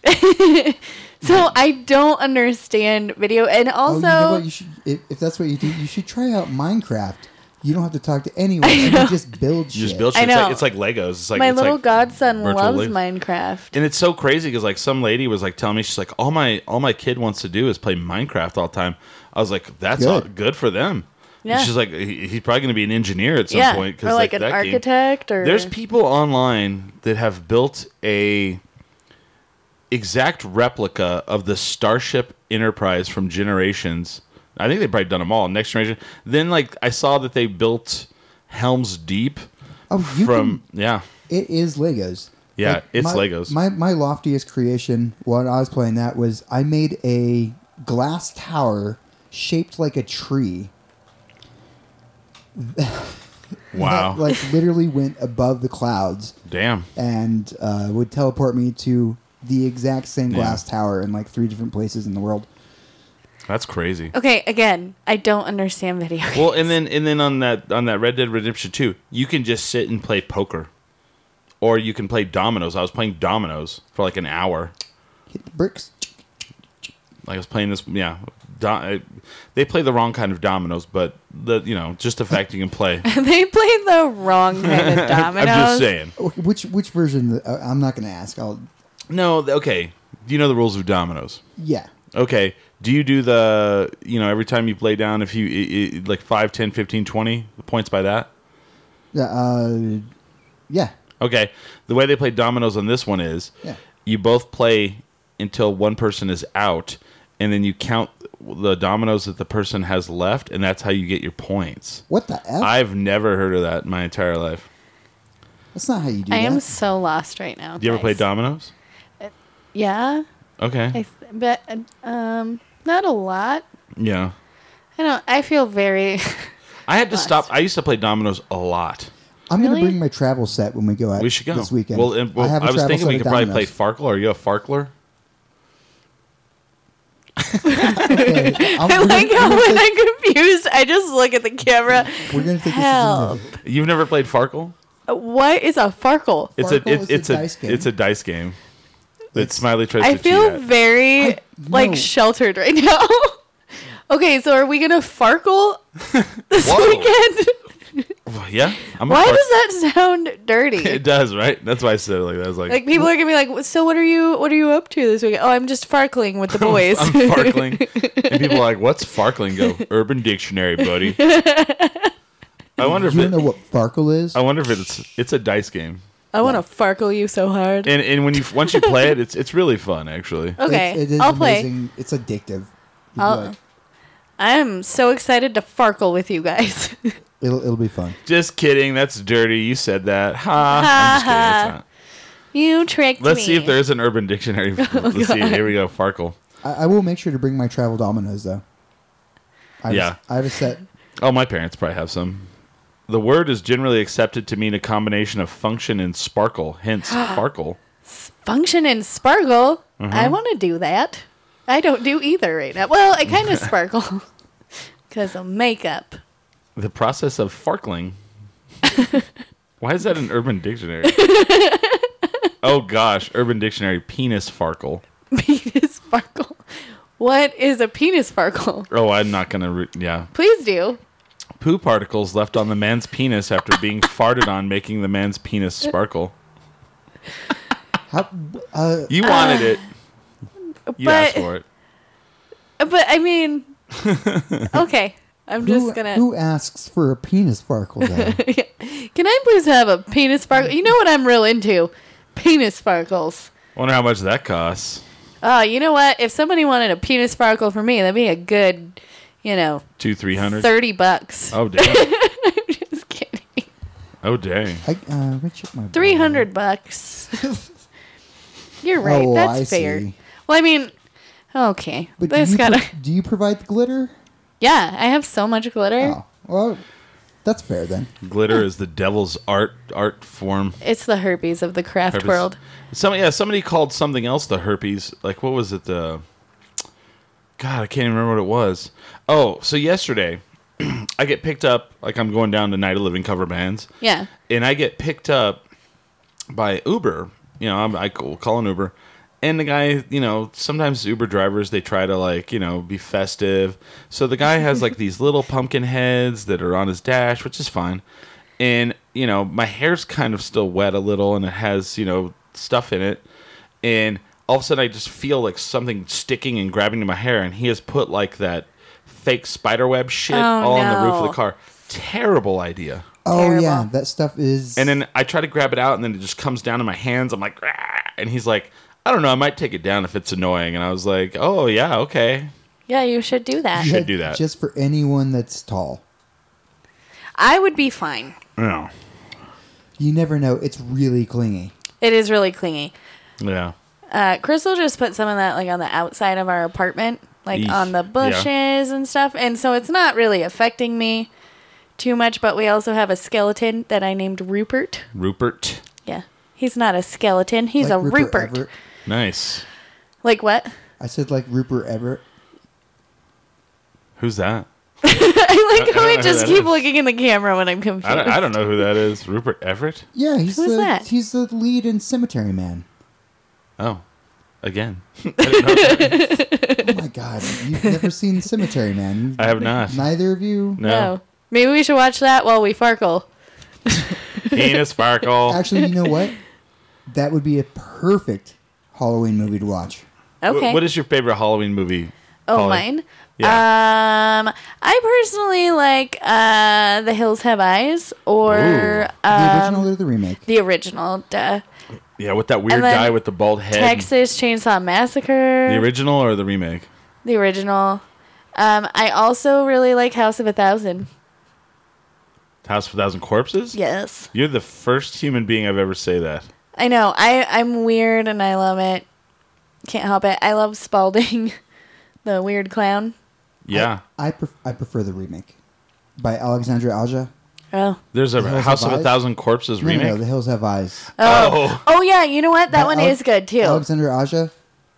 I don't understand video and
Oh,
also
you know what? You should, if, if that's what you do, you should try out Minecraft. You don't have to talk to
(laughs)
anyone. and you just build shit.
You just build
I
shit. It's like,
know.
it's like Legos. It's like,
my
it's
little
like,
godson
virtual
loves
life.
Minecraft.
And it's so crazy because like some lady was like telling me she's like all my all my kid wants to do is play Minecraft all the time. I was like that's
Good.
all, good for them. And
Yeah.
she's like he, he's probably going to be an engineer at some
yeah,
point
or like, an
that game-
architect or
There's people online that have built a exact replica of the Starship Enterprise from Generations. I think they've probably done them all. Next Generation. Then like I saw that they built Helm's Deep
oh, you
from yeah.
can, it is Legos.
Yeah, it's
my,
Legos.
My my loftiest creation when I was playing that was I made a glass tower shaped like a tree.
Wow.
That, like literally went above the clouds
Damn.
and uh, would teleport me to the exact same glass tower in like three different places in the world.
That's crazy.
Okay, again, I don't understand video. games.
Well, and then and then on that on that Red Dead Redemption 2, you can just sit and play poker. Or you can play dominoes. I was playing dominoes for like an hour.
Hit the bricks.
Like I was playing this, yeah. Do, I- they play the wrong kind of dominoes, but the you know just the fact you can play.
(laughs) they play the
(laughs)
wrong kind of
I'm
dominoes.
just saying.
Okay, which which version? Uh, I'm not gonna ask. I'll
No, th- okay. Do you know the rules of dominoes?
yeah.
Okay. Do you do the you know every time you play down if you i i like 5, 10, 15, 20 points by that?
Yeah, Uh, yeah.
Okay. The way they play dominoes on this one is
Yeah.
you both play until one person is out, and then you count the dominoes that the person has left, and that's how you get your points.
What the f?
I've never heard of that in my entire life.
That's not how you do
I
that.
am so lost right now.
Do you ever play
guys.
dominoes?
Yeah,
Okay.
I th- but um, not a lot.
yeah.
I don't. I feel very. (laughs)
I had to
Lost.
stop. I used to play dominoes a lot.
I'm going to
Really?
bring my travel set when we go out
We should go
this weekend.
Well, and, well I, was thinking we
at
could probably play
Domino's.
Farkle. Are you a Farkler?
Okay, I'm-
I
we're
(laughs) like
gonna-
how when I'm confused, I just look at the camera.
We're gonna think
Hell,
this is
You've never played Farkle?
what is a farkle?
It's a
Farkle
it,
is a
it's a,
dice game.
it's a dice game. That
It's-
Smiley tries
I
to
feel
cheat at.
very
I-
like
no.
sheltered right now. (laughs) okay, so are we
(laughs)
gonna farkle this
Whoa.
weekend?
Well, yeah, I'm a
Why
Farkle.
does that
(laughs)
sound
It
dirty?
does, right? That's why I said it like that. I was like,
Like people are gonna be like, so what are you what are you up to this weekend? Oh, I'm just farkling with the boys.
(laughs) I'm farkling. and (laughs) people are like, what's farkling? Go, Urban Dictionary, buddy. I wonder
a,
if
you don't
it,
know what Farkle is?
I wonder if it's it's a dice game.
(laughs) I want to farkle you so hard.
And and when you once you play it, it's it's really fun actually.
okay,
It's- it is
I'll play.
amazing. It's addictive. You'd be
I'll-
like-
I'm so excited to farkle with you guys. (laughs)
it'll it'll be fun.
Just kidding, that's dirty. You said that. Ha. I'm just kidding, it's not.
you tricked
Let's
me.
see if there is an urban (laughs) dictionary. Let's see. Here we go, Farkle.
I, I will make sure to bring my travel dominoes though. I
Yeah.
just, I have a set.
Oh, my parents probably have some. The word is generally accepted to mean a combination of function and sparkle, (gasps) hence Farkle.
function and sparkle. I want to do that. I don't do either right now. Well, I kind of sparkle because of makeup. (laughs)
The process of farkling. Why is that an urban dictionary? oh gosh, urban dictionary penis farkle.
Penis sparkle. What is a penis sparkle?
Oh, I'm not going to re- yeah.
Please do.
Poo particles left on the man's penis after being farted on making the man's penis sparkle.
How, uh,
You wanted it. You asked
but-
for it.
But I mean, okay. I'm
who,
just gonna. (laughs)
who asks for a penis Farkle though?
Can I please have a penis sparkle? You know what I'm real into? Penis sparkles.
Wonder how much that costs.
Oh, you know what? If somebody wanted a penis sparkle for me, that'd be a good, you know,
Two, three hundred.
thirty bucks.
Oh dang.
I'm (laughs) just kidding.
Oh dang.
I, uh, let me check my wallet.
Three hundred bucks. (laughs) You're right.
Oh,
That's
I
fair.
see.
Well, I mean, okay.
But do
That's
you, pro-
gotta.
do you provide the glitter?
(laughs) yeah, I have so much glitter.
Oh, well, that's fair then.
Glitter is the devil's art art form.
It's the herpes of the craft
Herpes.
world.
Some yeah, somebody called something else the herpes. Like what was it the God, I can't even remember what it was. Oh, so yesterday (clears throat) I get picked up like I'm going down to Night of Living cover bands
Yeah.
and I get picked up by Uber. You know, I'm, I call call an Uber, and the guy, you know, sometimes Uber drivers they try to like, you know, be festive. So the guy has
(laughs)
like these little pumpkin heads that are on his dash, which is fine. And you know, my hair's kind of still wet a little, and it has you know stuff in it. And all of a sudden, I just feel like something sticking and grabbing to my hair, and he has put like that fake spider web shit
Oh,
all on the roof of
no.
the car. Terrible idea.
Oh yeah,
Terrible.
that stuff is.
And then I try to grab it out, and then it just comes down in my hands. I'm like, "Ah," and he's like, I don't know, I might take it down if it's annoying. And I was like, oh, yeah, okay.
Yeah, you should do that.
should do that.
just for anyone that's tall.
I would be fine.
No.
You never know. It's really clingy.
It is really clingy.
Yeah.
Uh, Crystal just put some of that like on the outside of our apartment, like
Eesh.
on the
Yeah.
bushes and stuff, and so it's not really affecting me too much. But we also have a skeleton that I named Rupert.
Rupert.
Yeah, he's not a skeleton; he's
Like
a Rupert.
Everett.
Nice.
Like what?
I said like Rupert Everett.
Who's that?
(laughs) I like
I- I
how
don't
I,
know who
just
that
keep
is.
looking in the camera when I'm confused.
I don't, I don't know who that is. Rupert Everett?
Yeah, he's
Who's
the
that?
he's the lead in Cemetery Man.
Oh, again. I, didn't know that.
Oh
(laughs)
my god, you've never seen Cemetery Man. You-
I have
(laughs)
not.
Neither of you.
No.
No. Maybe we should watch that while we farkle.
Penis sparkle.
Actually, you know what? That would be a perfect Halloween movie to watch.
Wh-
Okay.
What is your favorite Halloween movie?
oh,
Holly?
mine.
Yeah.
Um, I personally like uh, The Hills Have Eyes
Ooh.
or
The
uh,
original or the remake?
the original, duh.
yeah, with that weird
and then
guy with the bald head.
Texas Chainsaw Massacre.
The original or the remake?
The original. Um, I also really like House of a Thousand.
House of a Thousand Corpses?
Yes.
You're the first human being I've ever say that.
I know. I, I'm weird and I love it. Can't help it. I love Spalding, (laughs) the weird clown.
Yeah.
I pref- I prefer the remake by Alexandra Aja.
Oh.
There's a
Hills Have
House of a
Eyes?
Thousand Corpses
No, no,
remake.
no, The Hills Have Eyes.
oh.
(laughs) Oh, yeah. You know what? That
But
one
Alex-
is good too.
Alexandra Aja,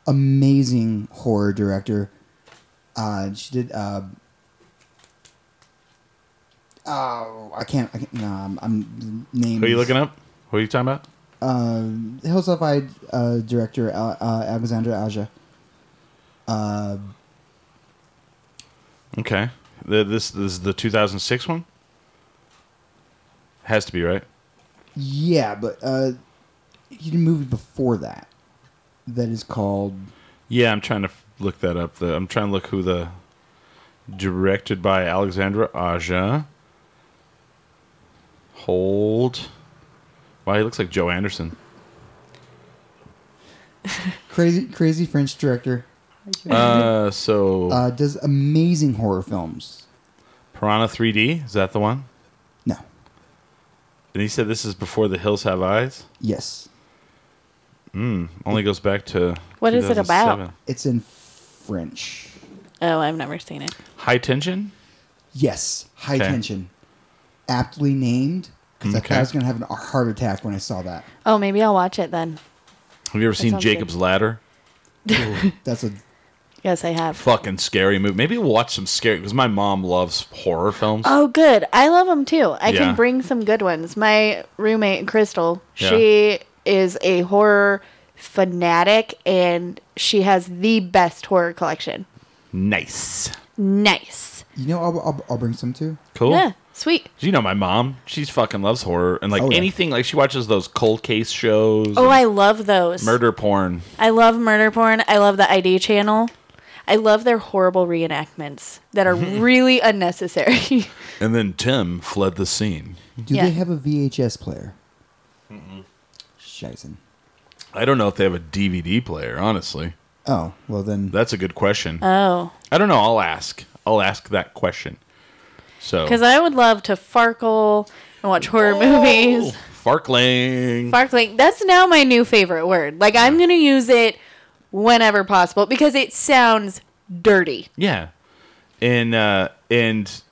amazing horror director. Uh, she did. Uh, oh, I can't. I can't no, I'm, I'm names.
Who are you looking up? Who are you talking about?
Um, the Hills Have Eyes uh, director Al- uh, Alexandra Aja. Uh,
Okay. The, this, this is the 2006 one? Has to be, right?
yeah, but uh, he did a movie before that that is called.
Yeah, I'm trying to f- look that up. The, I'm trying to look who the. Directed by Alexandra Aja. Hold. Wow, he looks like Joe Anderson.
Crazy, crazy French director
Uh, so
uh, does amazing horror films.
Piranha 3D is that the one?
No,
And he said this is before the Hills Have Eyes.
yes,
Only goes back to
What is it about?
2007.
it's in French.
Oh, I've never seen it.
High tension.
Yes, high
Okay.
tension, aptly named because I thought
Okay.
I was gonna have an- a heart attack when I saw that.
Oh, maybe I'll watch it then.
Have you ever seen
sounds good.
Jacob's Ladder?
That's a
Yes, I have.
Fucking scary movie. Maybe we'll watch some scary because my mom loves horror films.
Oh, good. I love them too. I
Yeah.
can bring some good ones. My roommate, Crystal,
Yeah.
she is a horror fanatic and she has the best horror collection.
Nice.
Nice.
you know I'll, I'll, I'll bring some too.
Cool.
Yeah, sweet.
You know my mom. She's fucking loves horror and like
Oh, yeah.
anything. Like she watches those cold case shows.
Oh,
and
I love those.
murder porn.
I love murder porn. I love the ID channel. I love their horrible reenactments
(laughs)
that are really unnecessary. (laughs)
And then Tim fled the scene.
Do
Yeah.
they have a VHS player? Scheißen.
I don't know if they have a DVD player. Honestly,
Oh well, then
that's a good question.
oh.
I don't know. I'll ask. I'll ask that question. So
Because I would love to farkle and watch horror
Oh.
movies.
Farkling.
Sparkling. That's now my new favorite word. Like I'm gonna use it whenever possible because it sounds dirty.
yeah, and uh, and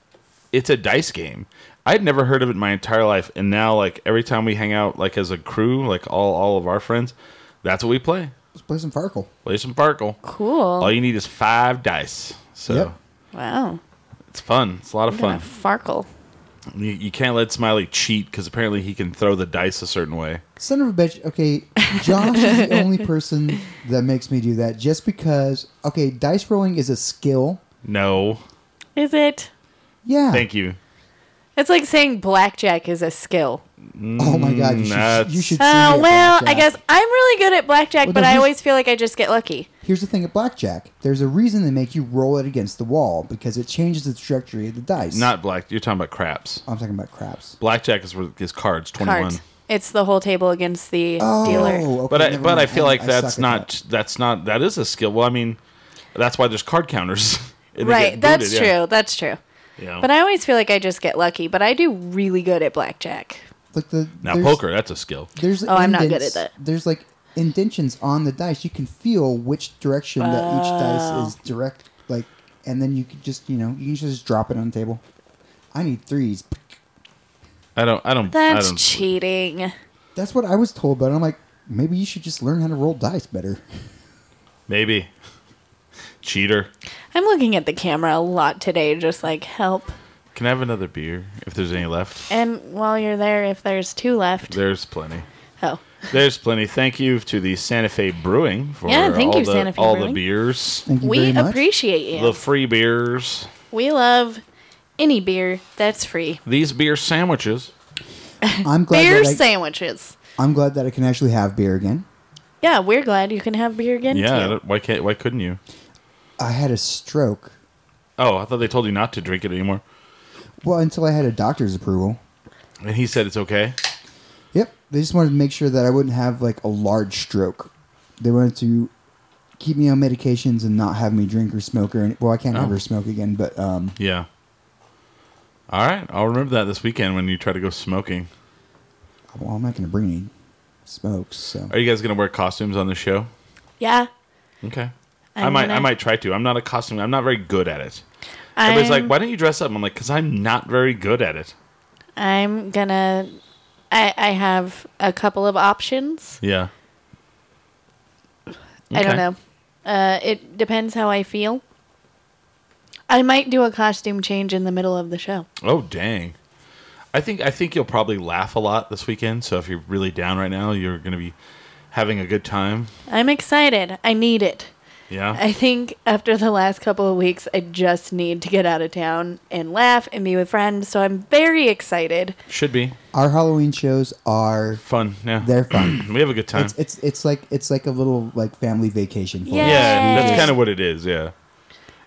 it's a dice game. I'd never heard of it in my entire life, and now like every time we hang out, like as a crew, like all all of our friends, that's what we play.
let's play some Farkle.
Play some Farkle. All
Cool.
you need is five dice. So
Yep.
Wow.
it's fun. It's a lot of
I'm gonna
fun.
farkle.
You, you can't let Smiley cheat because apparently he can throw the dice a certain way.
Son of a bitch. Okay, Josh is
(laughs)
the only person that makes me do that just because. Okay, dice rolling is a skill.
No,
Is it?
Yeah.
thank you.
It's like saying blackjack is a skill.
Oh my god, you should,
that's-
you should see me
Oh
at
well, I
blackjack.
guess I'm really good at blackjack,
Well,
but
no,
I
he's-
always feel like I just get lucky.
Here's the thing at blackjack. There's a reason they make you roll it against the wall because it changes the trajectory of the dice. Oh,
Not black. You're talking about craps.
I'm talking about craps.
Blackjack is where is cards. Twenty one.
Cards. It's the whole table against the
Oh.
dealer.
Oh, okay,
But I,
never
but
mind.
I feel like
I
that's
suck at
not
that.
that's not that is a skill. Well, I mean, that's why there's card counters. (laughs) and they
Right.
get
That's
booted, yeah. Oh.
true. That's true.
Yeah.
But I always feel like I just get lucky, but I do really good at blackjack.
Like the,
now
there's-
poker, that's a skill.
There's
Oh, I'm not good
indents-
at that.
There's like indentions on the dice. You can feel which direction that each dice is
Oh.
direct. Like, and then you could just you know you can just drop it on the table. I need threes.
I don't I don't I
That's
don't
cheating.
That's what I was told, but I'm like, maybe you should just learn how to roll dice better.
maybe cheater.
I'm looking at the camera a lot today, just like help.
Can I have another beer if there's any left?
And while you're there, if there's two left,
There's plenty.
oh,
There's plenty. Thank you to the Santa Fe Brewing for
Yeah, thank
all
you,
the
Santa Fe
all the
Brewing.
beers,
Thank you
we
very much.
appreciate you.
the free beers,
we love any beer that's free.
these beer sandwiches.
I'm glad.
beer
that I,
sandwiches.
I'm glad that I can actually have beer again.
Yeah, we're glad you can have beer again.
Yeah, I
too.
don't- why can't why couldn't you?
I had a stroke.
Oh, I thought they told you not to drink it anymore.
Well, until I had a doctor's approval.
And he said it's okay.
Yep. They just wanted to make sure that I wouldn't have like a large stroke. They wanted to keep me on medications and not have me drink or smoke or any, well, I can't
Oh.
ever smoke again, but um,
Yeah. All right, I'll remember that this weekend when you try to go smoking.
Well, I'm not going to bring any smokes. So
Are you guys gonna wear costumes on the show?
Yeah.
Okay. i
I'm
might
gonna-
I might try to. I'm not a costume. I'm not very good at it.
I'm,
Everybody's like, "Why don't you dress up?" I'm like, "Cause I'm not very good at it."
I'm gonna. I, I have a couple of options.
Yeah.
I don't
Okay.
know. Uh, it depends how I feel. I might do a costume change in the middle of the show.
Oh dang! I think I think you'll probably laugh a lot this weekend. So if you're really down right now, you're gonna be having a good time.
I'm excited. I need it.
Yeah.
I think after the last couple of weeks, I just need to get out of town and laugh and be with friends. So I'm very excited.
Should be
our Halloween shows are
fun. Yeah.
they're
(clears throat)
fun.
we have a good time.
it's, it's it's like it's like a little like family vacation for us.
yeah,
Yay.
that's kind of what it is. Yeah.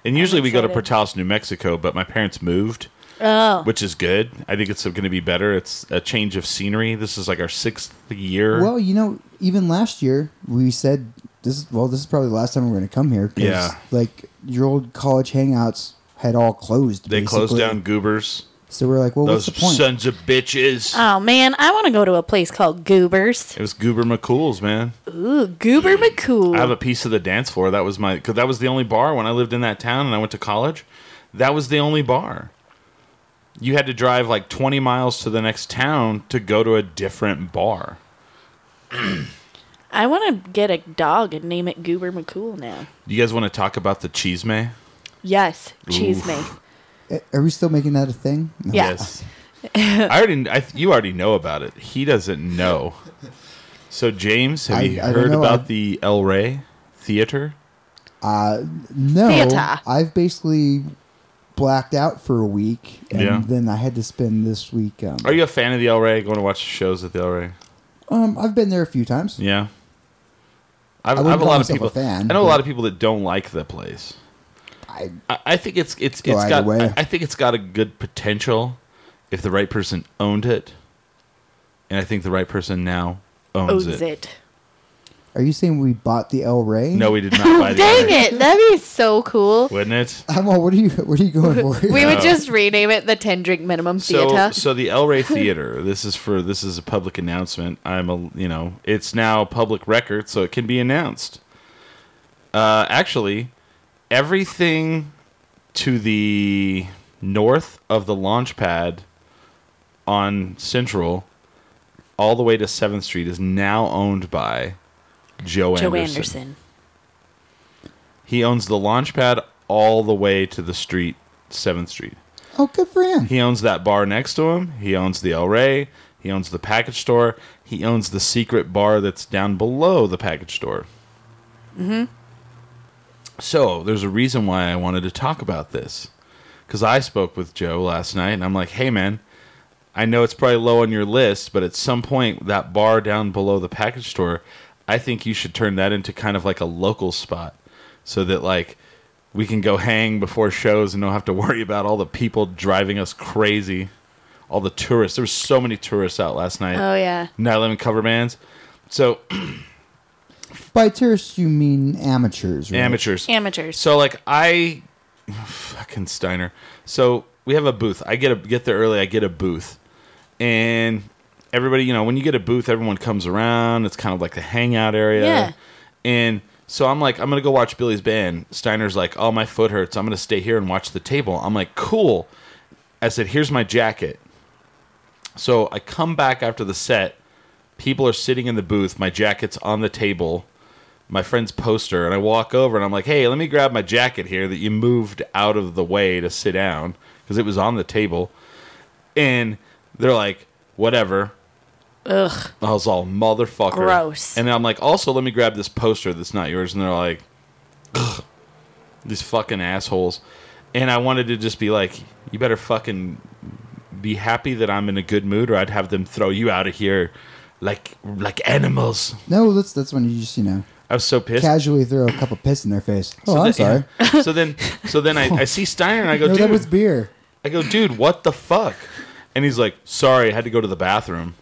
And usually we go to
excited.
Portales, New Mexico, but my parents moved.
Oh,
which is good. I think it's going to be better. It's a change of scenery. This is like our sixth year.
Well, you know, even last year we said this is well, this is probably the last time we're going to come here. 'cause,
Yeah.
like your old college hangouts had all closed.
they closed
basically.
down Goobers.
So we're like, well,
Those
what's the point?
sons of bitches.
oh man, I want to go to a place called Goobers.
it was Goober McCool's, man.
Ooh, Goober McCool.
I have a piece of the dance floor. That was my because that was the only bar when I lived in that town and I went to college. That was the only bar. You had to drive like 20 miles to the next town to go to a different bar.
I want to get a dog and name it Goober McCool now.
You guys want to talk about the cheese may?
Yes, cheese me.
Are we still making that a thing? No.
Yeah.
(laughs) I already, I, th- you already know about it. He doesn't know. So James, have
I-
you
I don't
heard
know.
about
I-
the El Rey Theater?
Uh, No,
Theater.
I've basically blacked out for a week, and
Yeah.
then I had to spend this week. Um,
Are you a fan of the El Rey? Going to watch shows at the El Rey?
um, I've been there a few times.
Yeah. I've,
I
I
wouldn't
have a
call
lot of
myself
people.
a fan,
I know a
but-
lot of people that don't like the place.
I,
I, I think it's it's
Go
it's
either
got.
way.
I, I think it's got a good potential if the right person owned it, and I think the right person now owns,
Owns
it.
it.
are you saying we bought the El Rey?
No, we did
(laughs)
not buy the El
Dang
Rey.
it, that'd be so cool.
Wouldn't it?
I'm all, what are you? What are you going for? here?
(laughs) We would just rename it the Ten Drink Minimum
So,
Theater.
so the El
(laughs)
Rey Theater. This is for this is a public announcement. I'm a you know it's now public record, so it can be announced. Uh, actually, everything to the north of the launch pad on Central, all the way to Seventh Street, is now owned by Joe,
Joe
Anderson.
Anderson.
He owns the launch pad all the way to the street, Seventh Street.
(laughs) oh, good for him.
He owns that bar next to him. He owns the El Rey. He owns the package store. He owns the secret bar that's down below the package store. Mm-hmm. So there's a reason why I wanted to talk about this, because I spoke with Joe last night, and I'm like, "Hey, man, I know it's probably low on your list, but at some point, that bar down below the package store, I think you should turn that into kind of like a local spot so that, like, we can go hang before shows and don't have to (laughs) worry about all the people driving us crazy, all the tourists. There were so many tourists out last night.
Oh yeah.
Night Lemon cover bands. So,
By tourists, you mean amateurs, right?
amateurs.
Amateurs.
So like I (sighs) fucking Steiner. So we have a booth. I get a get there early. I get a booth, and everybody, you know, when you get a booth, everyone comes around. It's kind of like the hangout area.
Yeah.
And so I'm like, I'm gonna go watch Billy's band. Steiner's like, oh my foot hurts. I'm gonna stay here and watch the table. I'm like, cool. I said, here's my jacket. So I come back after the set. People are sitting in the booth. My jacket's on the table my friend's poster and I walk over and I'm like, hey, let me grab my jacket here that you moved out of the way to sit down because it was on the table. And they're like, whatever.
Ugh.
I was all motherfucker.
Gross.
And I'm like, also, let me grab this poster that's not yours. And they're like, "Ugh, these fucking assholes. And I wanted to just be like, you better fucking be happy that I'm in a good mood or I'd have them throw you out of here like like animals.
No, that's that's when you just you know
I was so pissed.
casually throw a cup of piss in their face. Oh, I'm
then-
sorry.
So then, so then I, I see Steiner and I go,
No,
dude.
that was beer.
I go, dude, what the fuck? And he's like, sorry, I had to go to the bathroom.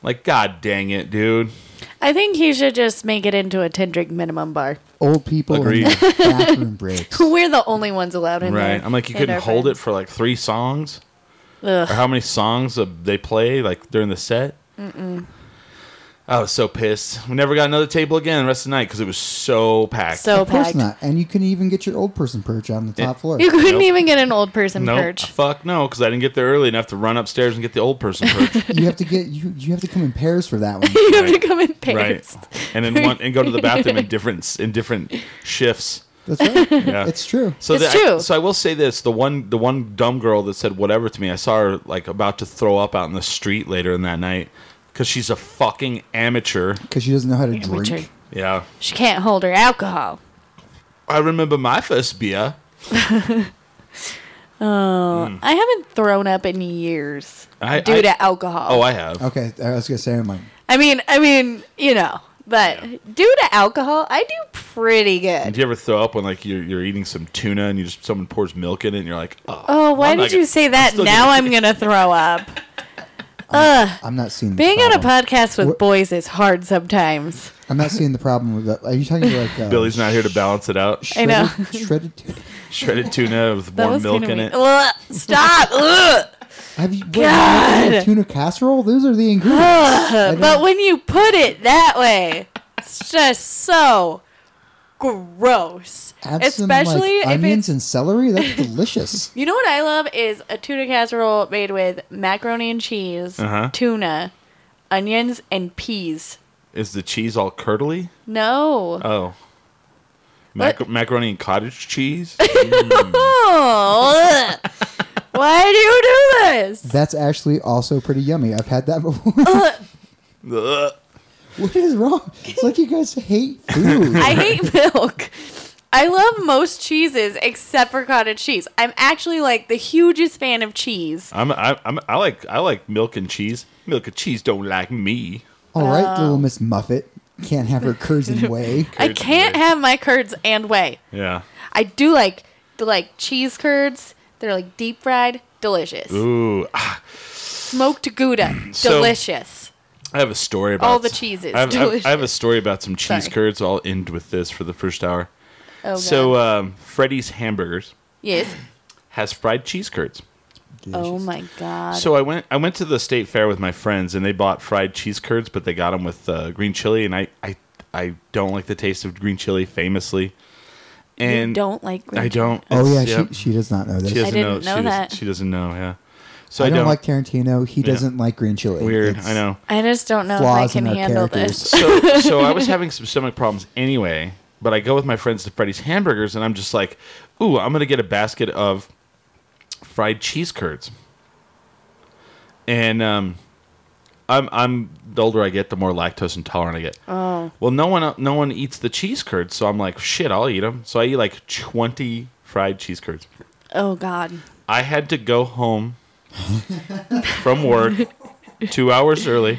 Like, god dang it, dude.
I think he should just make it into a ten drink minimum bar.
Old people
Agreed.
and bathroom
(laughs)
breaks.
(laughs) We're the only ones allowed in there.
Right? I'm like, you
And
couldn't
our
hold it
friends.
for like three songs.
Ugh.
or how many songs uh, they play like during the set. Mm-mm. I was so pissed. We never got another table again the rest of the night because it was so packed.
Of
So
course
packed.
not. And you couldn't even get your old person perch on the top
(laughs)
floor.
You couldn't
Nope.
even get an old person
no,
perch.
fuck no, because I didn't get there early enough to run upstairs and get the old person perch.
You have to get you. You have to come in pairs for that one.
(laughs) you have
Right.
to come in pairs.
right, and then one, and go to the
(laughs)
bathroom in different in different shifts.
That's right.
Yeah.
It's true.
So
It's
that I-
true.
so I will say this: the one the one dumb girl that said whatever to me, I saw her like about to throw up out in the street later in that night because she's a fucking amateur.
Because she doesn't know how to
Amateur.
drink.
Yeah,
She can't hold her alcohol.
I remember my first beer.
I haven't thrown up in years
Hmm. I-
due
I-
to alcohol.
Oh, I have.
Okay, I was gonna say I'm like,
I mean, I mean, you know, but due to alcohol, I do pretty good.
Did you ever throw up when like you're you're eating some tuna and you just someone pours milk in it and you're like, oh,
Oh, why
I'm not
did you
gonna-
say that?
still
now
gonna-
I'm gonna throw up.
I'm not seeing the
Being on
Oh.
problem.
a podcast with
What-
boys is hard sometimes.
I'm not seeing the problem with that. Are you talking about like uh,
Billy's not here to balance it out.
I know.
shredded- Shredded. tuna?
Shredded tuna with
That
warm
was
milk
kinda weird.
in it.
Ugh,
(laughs)
stop. Ugh.
Have you? What, you making a tuna casserole. Those are the ingredients.
Ugh. But when you put it that way, it's just so gross.
Add some
Especially
like,
if
onions
it's
and celery.
(laughs)
That's delicious.
You know what I love is a tuna casserole made with macaroni and cheese,
Uh-huh.
tuna, onions, and peas.
Is the cheese all curdly?
No.
Oh,
What?
Mac- macaroni and cottage
(laughs)
cheese.
Oh, ugh. why do you do this?
That's actually also pretty yummy. I've had that (laughs) before.
Oh.
Ugh.
what is wrong? It's like you guys hate food.
(laughs) (laughs) I hate milk. I love most cheeses except for cottage cheese. I'm actually like the hugest fan of cheese.
I'm, I, I'm I like I like milk and cheese. Milk and cheese don't like me.
All right, little Miss Muffet. Can't have her curds
(laughs)
in way.
I
Curds and
can't
whey.
have my curds and whey.
Yeah.
I do like the like cheese curds. They're like deep fried, delicious.
Ooh, ah,
Smoked gouda,
(clears throat) So-
delicious.
I have a story about
All the cheeses.
I have, I
(laughs)
have- I have a
Delicious.
story about some cheese
Sorry.
curds. I'll end with this for the first hour.
Oh, God.
so, um, Freddy's Hamburgers
yes.
has fried cheese curds.
Oh my god.
So I went I went to the state fair with my friends and they bought fried cheese curds, but they got them with uh, green chili, and I, I I don't like the taste of green chili, famously. And
you don't like green
I don't.
Oh yeah,
it's- yep.
she, she does not know this.
She doesn't
didn't
she
know
doesn't-
that.
she doesn't know. Yeah. So
I,
I,
don't, like Tarantino. He
Yeah.
doesn't like green chili.
weird.
It's
I know.
I just don't know if I
Flaws in
can
our
handle
characters.
(laughs) so
this.
so I was having some stomach problems anyway, but I go with my friends to Freddy's Hamburgers and I'm just like, "Ooh, I'm going to get a basket of fried cheese curds." And um I'm I'm the older I get, the more lactose intolerant I get. Oh. Well, no one no one eats the cheese curds, so I'm like, "Shit, I'll eat them." So I eat like 20 fried cheese curds.
Oh god.
I had to go home from work two hours early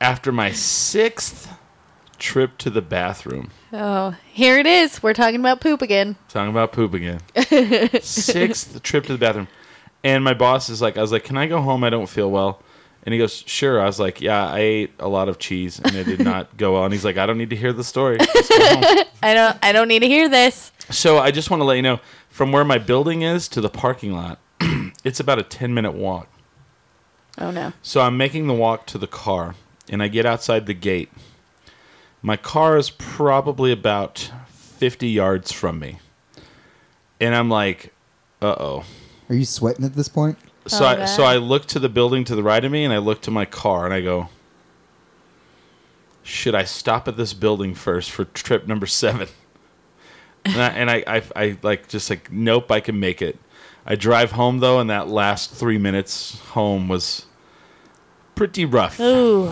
after my sixth trip to the bathroom.
Oh, here it is. We're talking about poop again.
Talking about poop again. sixth trip to the bathroom. And my boss is like, I was like, can I go home? I don't feel well. And he goes, sure. I was like, yeah, I ate a lot of cheese and it did not go well. And he's like, I don't need to hear the story. Just go home.
I don't I don't need to hear this.
So I just want to let you know from where my building is to the parking lot, (clears throat) it's about a 10 minute walk.
Oh no.
So I'm making the walk to the car, and I get outside the gate. My car is probably about 50 yards from me. And I'm like, uh oh.
Are you sweating at this point?
So,
Oh,
I, so
God.
I look to the building to the right of me, and I look to my car, and I go, should I stop at this building first for trip number seven? (laughs) And I, and I, I, I like just like, nope, I can make it. I drive home though, and that last three minutes home was pretty rough.
Ooh.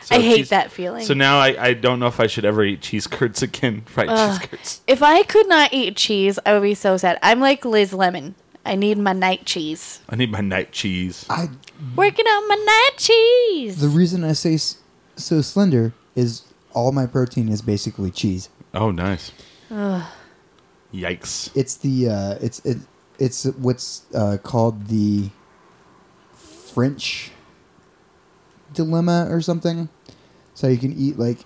So
I hate
cheese-
that feeling.
So now I, I don't know if I should ever eat cheese curds again. (laughs) Fried cheese curds.
If I could not eat cheese, I would be so sad. I'm like Liz Lemon. I need my night cheese.
I need my night cheese.
I
Mm.
Working on my night cheese.
the reason I say s- so slender is all my protein is basically cheese.
Oh, nice. Yikes.
It's the uh, it's it, it's what's uh, called the French dilemma or something. So you can eat like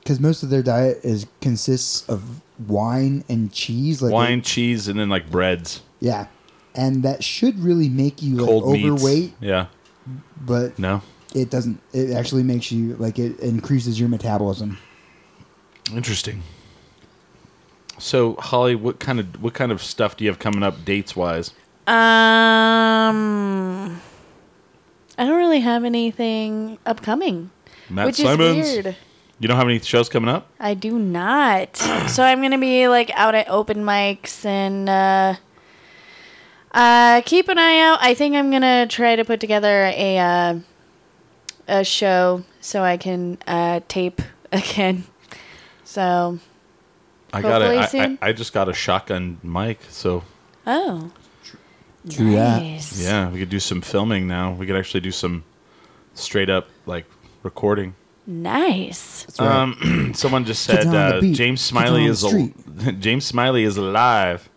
because most of their diet is consists of wine and cheese. Like
Wine, cheese, and then like breads.
yeah, and that should really make you like
Cold meats.
overweight,
Yeah.
but
No.
it doesn't. It actually makes you like it increases your metabolism.
Interesting. So Holly, what kind of what kind of stuff do you have coming up dates wise?
Um, I don't really have anything upcoming,
Matt
which
Simons.
is weird.
You don't have any shows coming up?
I
(coughs)
do not. so I'm gonna be like out at open mics and uh, uh, keep an eye out. I think I'm gonna try to put together a uh, a show so I can uh, tape (laughs) again. So
I got a,
Hopefully
I, I,
soon.
I just got a shotgun mic, so
oh,
True that.
nice.
yeah, we could do some filming now. We could actually do some straight up like recording.
nice.
That's right.
Um, (clears throat) someone just
Get
said
down on the
uh,
beat.
James
Get down
Smiley
on the
is al- (laughs) James Smiley is alive.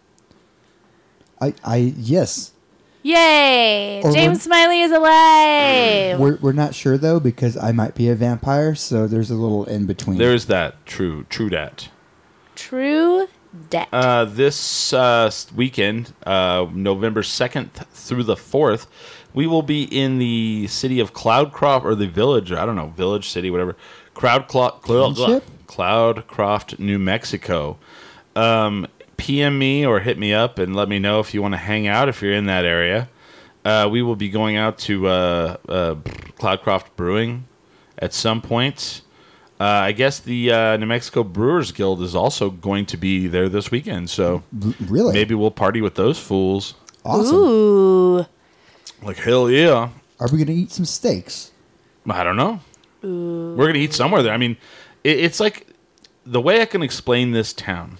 I, I yes.
Yay!
Or
James Smiley is alive.
We're, we're not sure though because I might be a vampire, so there's a little in between.
There's that true true dat.
True debt.
Uh, this uh, s- weekend, uh, November 2nd through the 4th, we will be in the city of Cloudcroft or the village, or I don't know, village, city, whatever. Crowdcroft,
Township?
Cloudcroft, New Mexico. Um, PM me or hit me up and let me know if you want to hang out if you're in that area. Uh, we will be going out to uh, uh, Cloudcroft Brewing at some point. Uh, I guess the uh, New Mexico Brewers Guild is also going to be there this weekend, so
R- really
maybe we'll party with those fools.
awesome.
Ooh.
Like hell yeah!
Are we gonna eat some steaks?
I don't know. We're gonna eat somewhere there. I mean, it, it's like the way I can explain this town.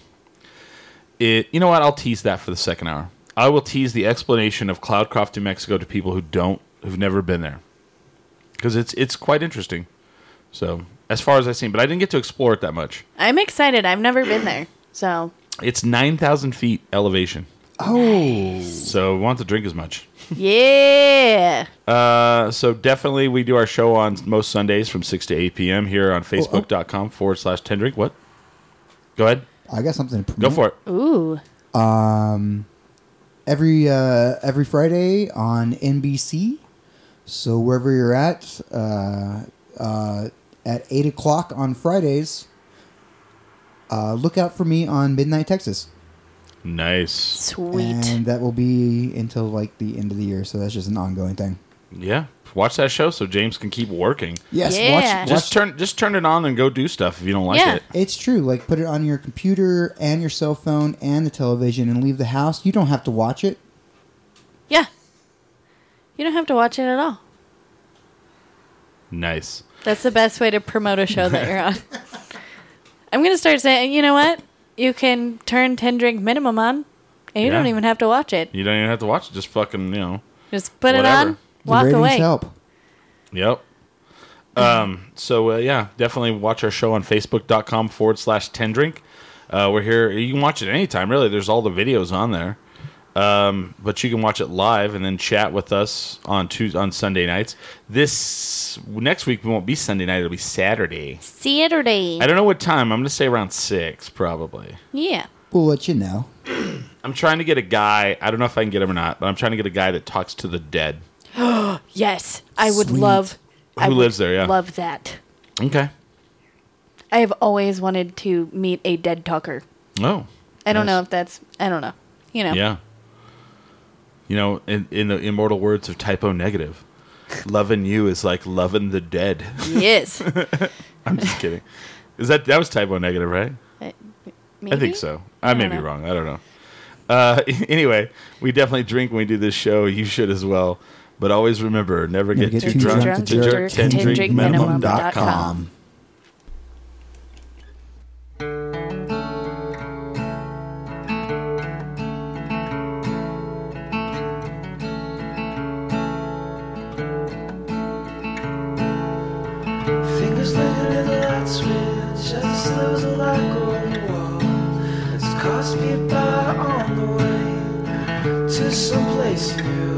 It, you know what? I'll tease that for the second hour. I will tease the explanation of Cloudcroft, New Mexico, to people who don't, who've never been there, because it's it's quite interesting. So as far as I've seen, but I didn't get to explore it that much.
I'm excited. I've never been there. So
It's nine thousand feet elevation,
Oh,
so we want to drink as much.
yeah.
Uh, so definitely, we do our show on most Sundays from six to eight p.m. here on Facebook.com forward slash Ten Drink. What? Go ahead,
I got something to
go
promote.
for it.
Ooh.
every uh, every Friday on NBC. So wherever you're at, uh, uh, at eight o'clock on Fridays, uh, look out for me on Midnight Texas,
Nice.
Sweet.
and that will be until like the end of the year. So that's just an ongoing thing.
Yeah, watch that show so James can keep working.
Yes,
Yeah.
watch, watch.
Just turn, just turn it on and go do stuff if you don't like
Yeah.
it.
it's true. Like put it on your computer and your cell phone and the television, and leave the house. You don't have to watch it.
yeah. You don't have to watch it at all.
Nice.
That's the best way to promote a show that
(laughs)
you're on. I'm going to start saying, you know what? You can turn 10 drink minimum on, and you
Yeah.
don't even have to watch it.
You don't even have to watch it. Just fucking, you know.
Just put
Whatever.
it on,
The
walk
ratings
away.
help.
Yep. Um, so uh, yeah, definitely watch our show on Facebook.com forward slash Ten Drink. Uh, we're here. You can watch it anytime, really. There's all the videos on there. Um, but you can watch it live and then chat with us on Tuesday, on Sunday nights. This next week we won't be Sunday night; it'll be Saturday.
Saturday.
I don't know what time. I'm going to say around six, probably.
Yeah.
We'll let you know.
I'm trying to get a guy. I don't know if I can get him or not, but I'm trying to get a guy that talks to the dead.
Yes. I would
Sweet.
love. I
Who
would
lives there, yeah.
Love that.
Okay.
I have always wanted to meet a dead talker.
Oh.
I don't
Nice.
know if that's. I don't know.
(laughs)
You know.
Yeah. You know, in, in the immortal words of typo negative, loving you is like loving the dead. (laughs)
Yes.
I'm just kidding. Is that that was typo negative, right? I think so. I, may
don't
be
know.
wrong. I don't know. Uh, (laughs) anyway, we definitely drink when we do this show. You should as well. But always remember, never get, too, drunk, to jerk,
jerk,
10 drink minimum
minimum
dot
dot
com.
com.
Fingers looking at the light switch as it slows the light go on the wall. As cars speed by on the way to someplace new.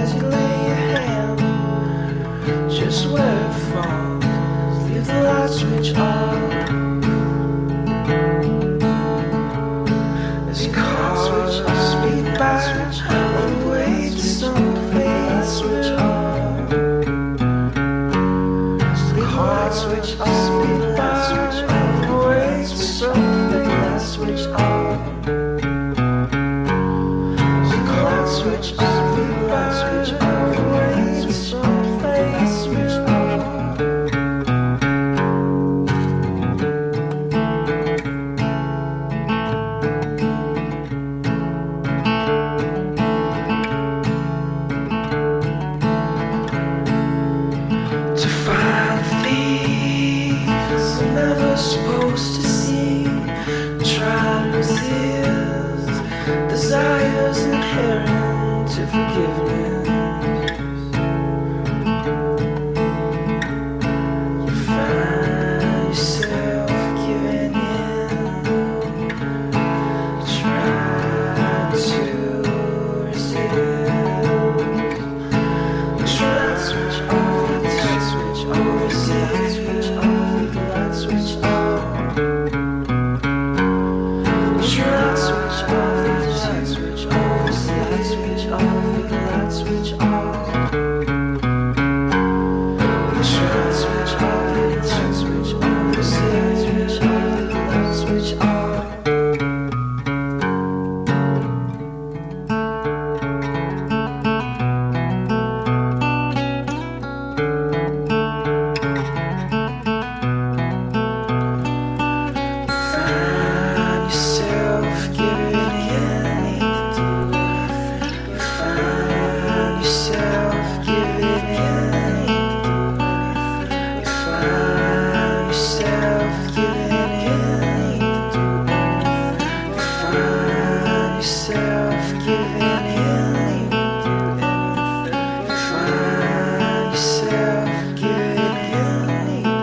As you lay your hand, just where it falls, leave the light switch on. As cars speed by switch on. You can't switch off. You can't switch off. You can't switch off. You can't switch off. to find things I'm never supposed to see. Try to resist desires inherent to forgiveness. You find yourself giving in. Try to resist. Switch off. Find yourself giving in. You find yourself giving in. You find yourself giving in. You find yourself giving in. You find yourself giving in. You find yourself giving in.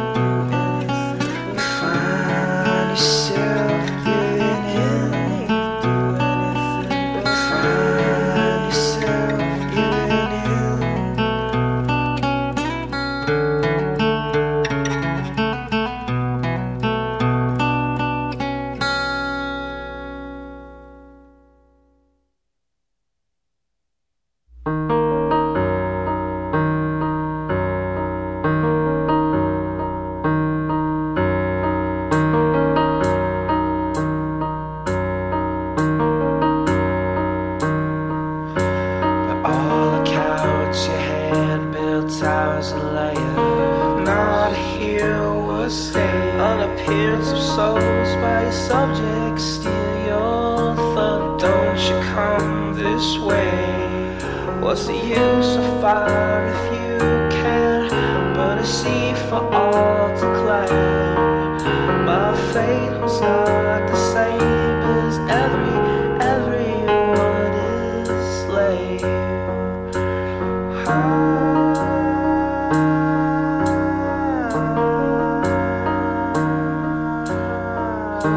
You find yourself giving in. all the couch you had built towers and layers. Not a hero was saved. An appearance of souls by your subjects. Steal your thunder. Don't you come this way. What's the use of fire if you can't burn a sea for all to climb? My fate was not the same as every, everyone is slave. Ah. Ah.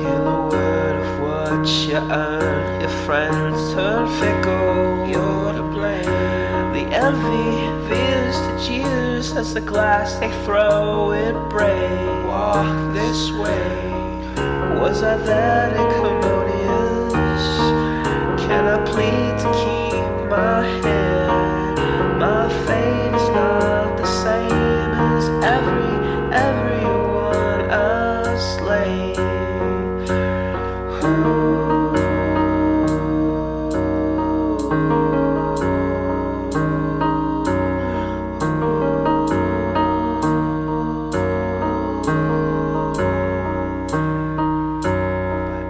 Hear the word of what you earn. Your friends turn fickle. You're to blame. The envy veers to jeers as the glass they throw it breaks. Walk this way. Was I that incommodious? Can I plead to keep my head? My fate is not the same as every everyone I slay.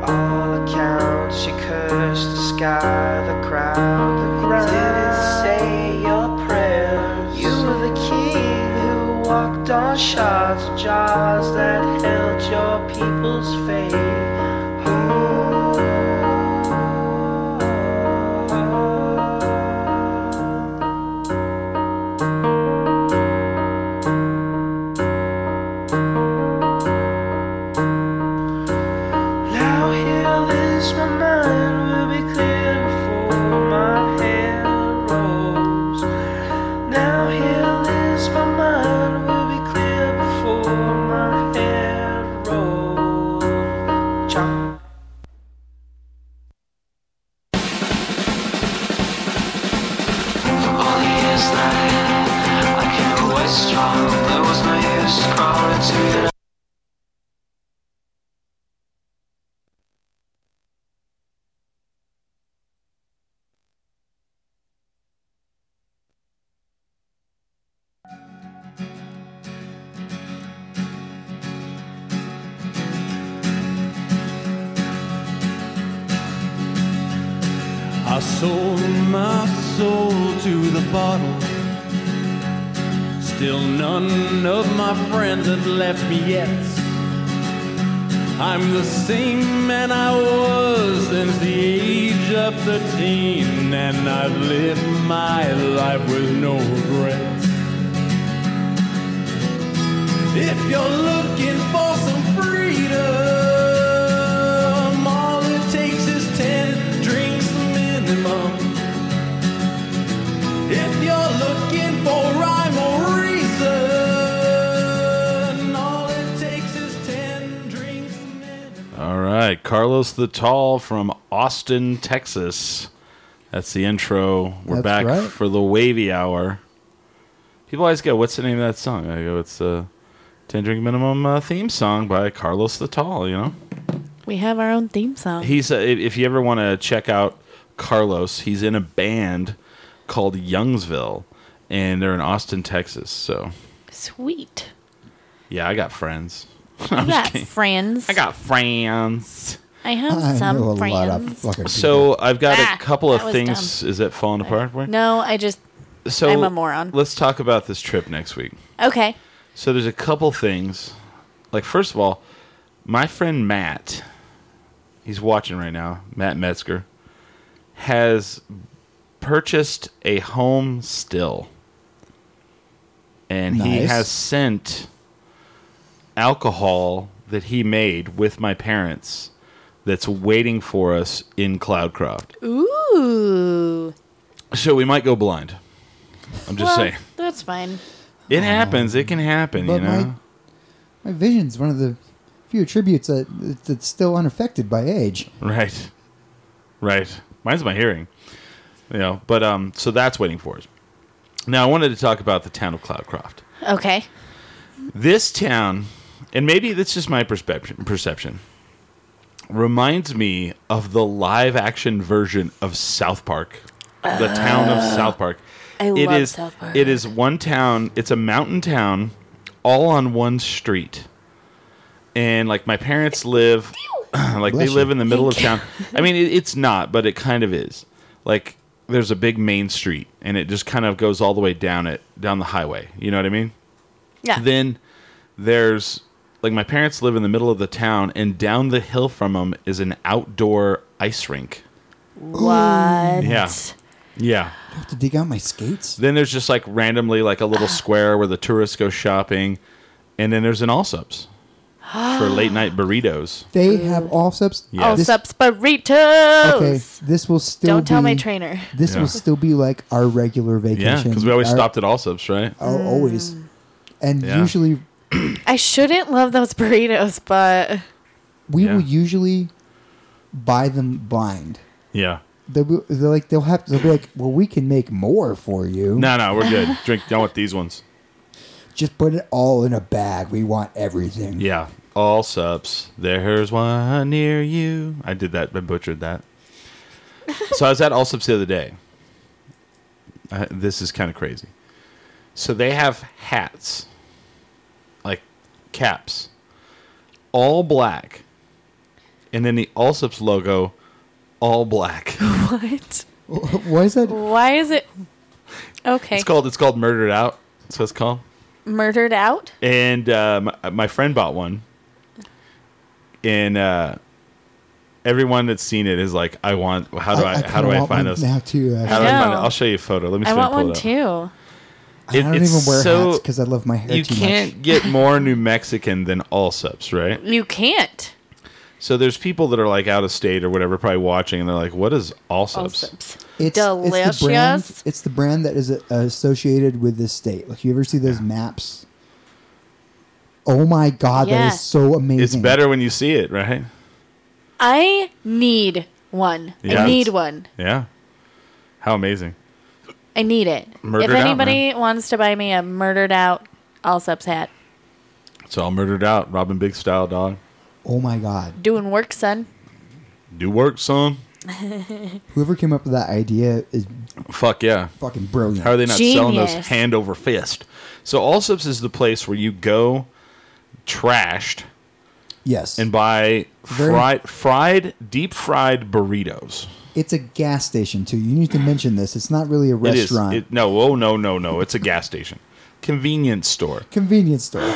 all accounts, you cursed the sky, the crowd, the ground. Didn't say your prayers. You were the king who walked on shards of jars that held your people's fate. Now hear this, my mind will be clear before my hair rolls. Now hear this, my mind will be clear before my hair rolls. Chomp. For all the years that I
sold my soul to the bottle. Still, none of my friends have left me yet. I'm the same man I was since the age of 13, and I've lived my life with no regrets. If you're looking for some freedom, all it takes is 10 drinks minimum. If you're looking for rhyme or reason, all it takes is 10 drinks minimum.
All right, Carlos the Tall from Austin, Texas. That's the intro. We're
That's
back
right.
for the Wavy Hour. People always go, "What's the name of that song?" I go, "It's uh, Ten Drink Minimum uh, theme song by Carlos the Tall." You know,
We have our own theme song.
he's uh, if if you ever want to check out Carlos, he's in a band called Youngsville, and they're in Austin, Texas. So
Sweet.
yeah, I got friends. (laughs)
I got friends.
I got friends.
I have
I
some
know a
friends.
lot of fucking people.
So I've got
Ah,
a couple
that
of
was
things. Is it falling apart? Where?
no, I just
So
I'm a moron.
Let's talk about this trip next week.
okay.
So there's a couple things. Like first of all, my friend Matt, he's watching right now. Matt Metzger has purchased a home still, and he
Nice.
has sent alcohol that he made with my parents. That's waiting for us in Cloudcroft.
Ooh.
So we might go blind. I'm
Well,
just saying.
That's fine.
It happens. It can happen, you
Oh. But
know?
my my vision's one of the few attributes that that's still unaffected by age.
Right. Right. Mine's my hearing. You know, but um so that's waiting for us. Now I wanted to talk about the town of Cloudcroft.
Okay.
This town, and maybe that's just my perception perception, reminds me of the live action version of South Park. The town of South Park.
Ah. I
It
love
is-
South Park.
It is one town, it's a mountain town, all on one street. And like my parents live (clears throat) like
Bless
they
you.
live in the middle of town. I mean, it, it's not, but it kind of is. Like there's a big main street, and it just kind of goes all the way down it down the highway. You know what I mean?
Yeah.
Then there's like my parents live in the middle of the town, and down the hill from them is an outdoor ice rink.
What?
Oh,
Yeah. Yeah.
I have to dig out my skates.
Then there's just like randomly like a little square where the tourists go shopping, and then there's an Allsup's for late night burritos.
They have offsets.
Yeah.
Oh,
All
This-
subs burritos.
Okay, this will still
Don't tell my
be-
trainer.
This
Yeah.
will still be like our regular vacation.
Yeah, because we always
Our-
stopped at Allsup's, right?
Oh, always. And
Yeah.
usually,
I shouldn't love those burritos, but (laughs)
we
Yeah.
will usually buy them blind.
Yeah.
They'll be, they're like they'll have they'll be like, well, we can make more for you.
No, no, we're good. Drink. Don't want these ones.
Just put it all in a bag. We want everything.
Yeah. All subs. There's one near you. I did that. I butchered that. so I was at All Subs the other day. Uh, this is kind of crazy. So they have hats, like caps, all black, and then the All Subs logo, all black. (laughs)
what?
(laughs) Why is that?
Why is it okay?
it's called. It's called Murdered Out. That's what it's called.
Murdered out?
and uh, my, my friend bought one and uh, everyone that's seen it is like i want how do i, how
kinda
do i
want
find
one
this
Now too.
how do
Actually.
I
I
find it?
know.
I'll show you a photo. Let me see
I
if I
want
can pull
one
it up.
too.
I don't
It-
even
it's
wear
so-
hats because I love my hair
You
too
can't
much.
get more New Mexican than Allsups, right?
You can't.
So there's people that are like out of state or whatever, probably watching, and they're like, "What is Allsups?"
Subs.
It's, It's the brand,
Oh, Delicious.
it's the brand that is uh, associated with this state. Like you ever see those maps? Oh my god, that
Yeah.
is so amazing.
It's better when you see it, right?
I need one.
Yeah.
I need one.
Yeah. How amazing!
I need it.
Murdered out,
if
man.
anybody wants to buy me a murdered out all subs hat,
It's all murdered out, Robin Big style, dog.
Oh my god.
doing work, son.
Do work, son.
Whoever came up with that idea is
Fuck yeah.
fucking brilliant.
How are they not selling those
Genius.
hand over fist? So Allsup's is the place where you go trashed
yes.
and buy
Very-
fried, fried, deep fried burritos.
It's a gas station too. You need to mention this. It's not really a
It is.
restaurant.
It- no, oh no, no, no. It's a gas station, convenience store,
Convenience store.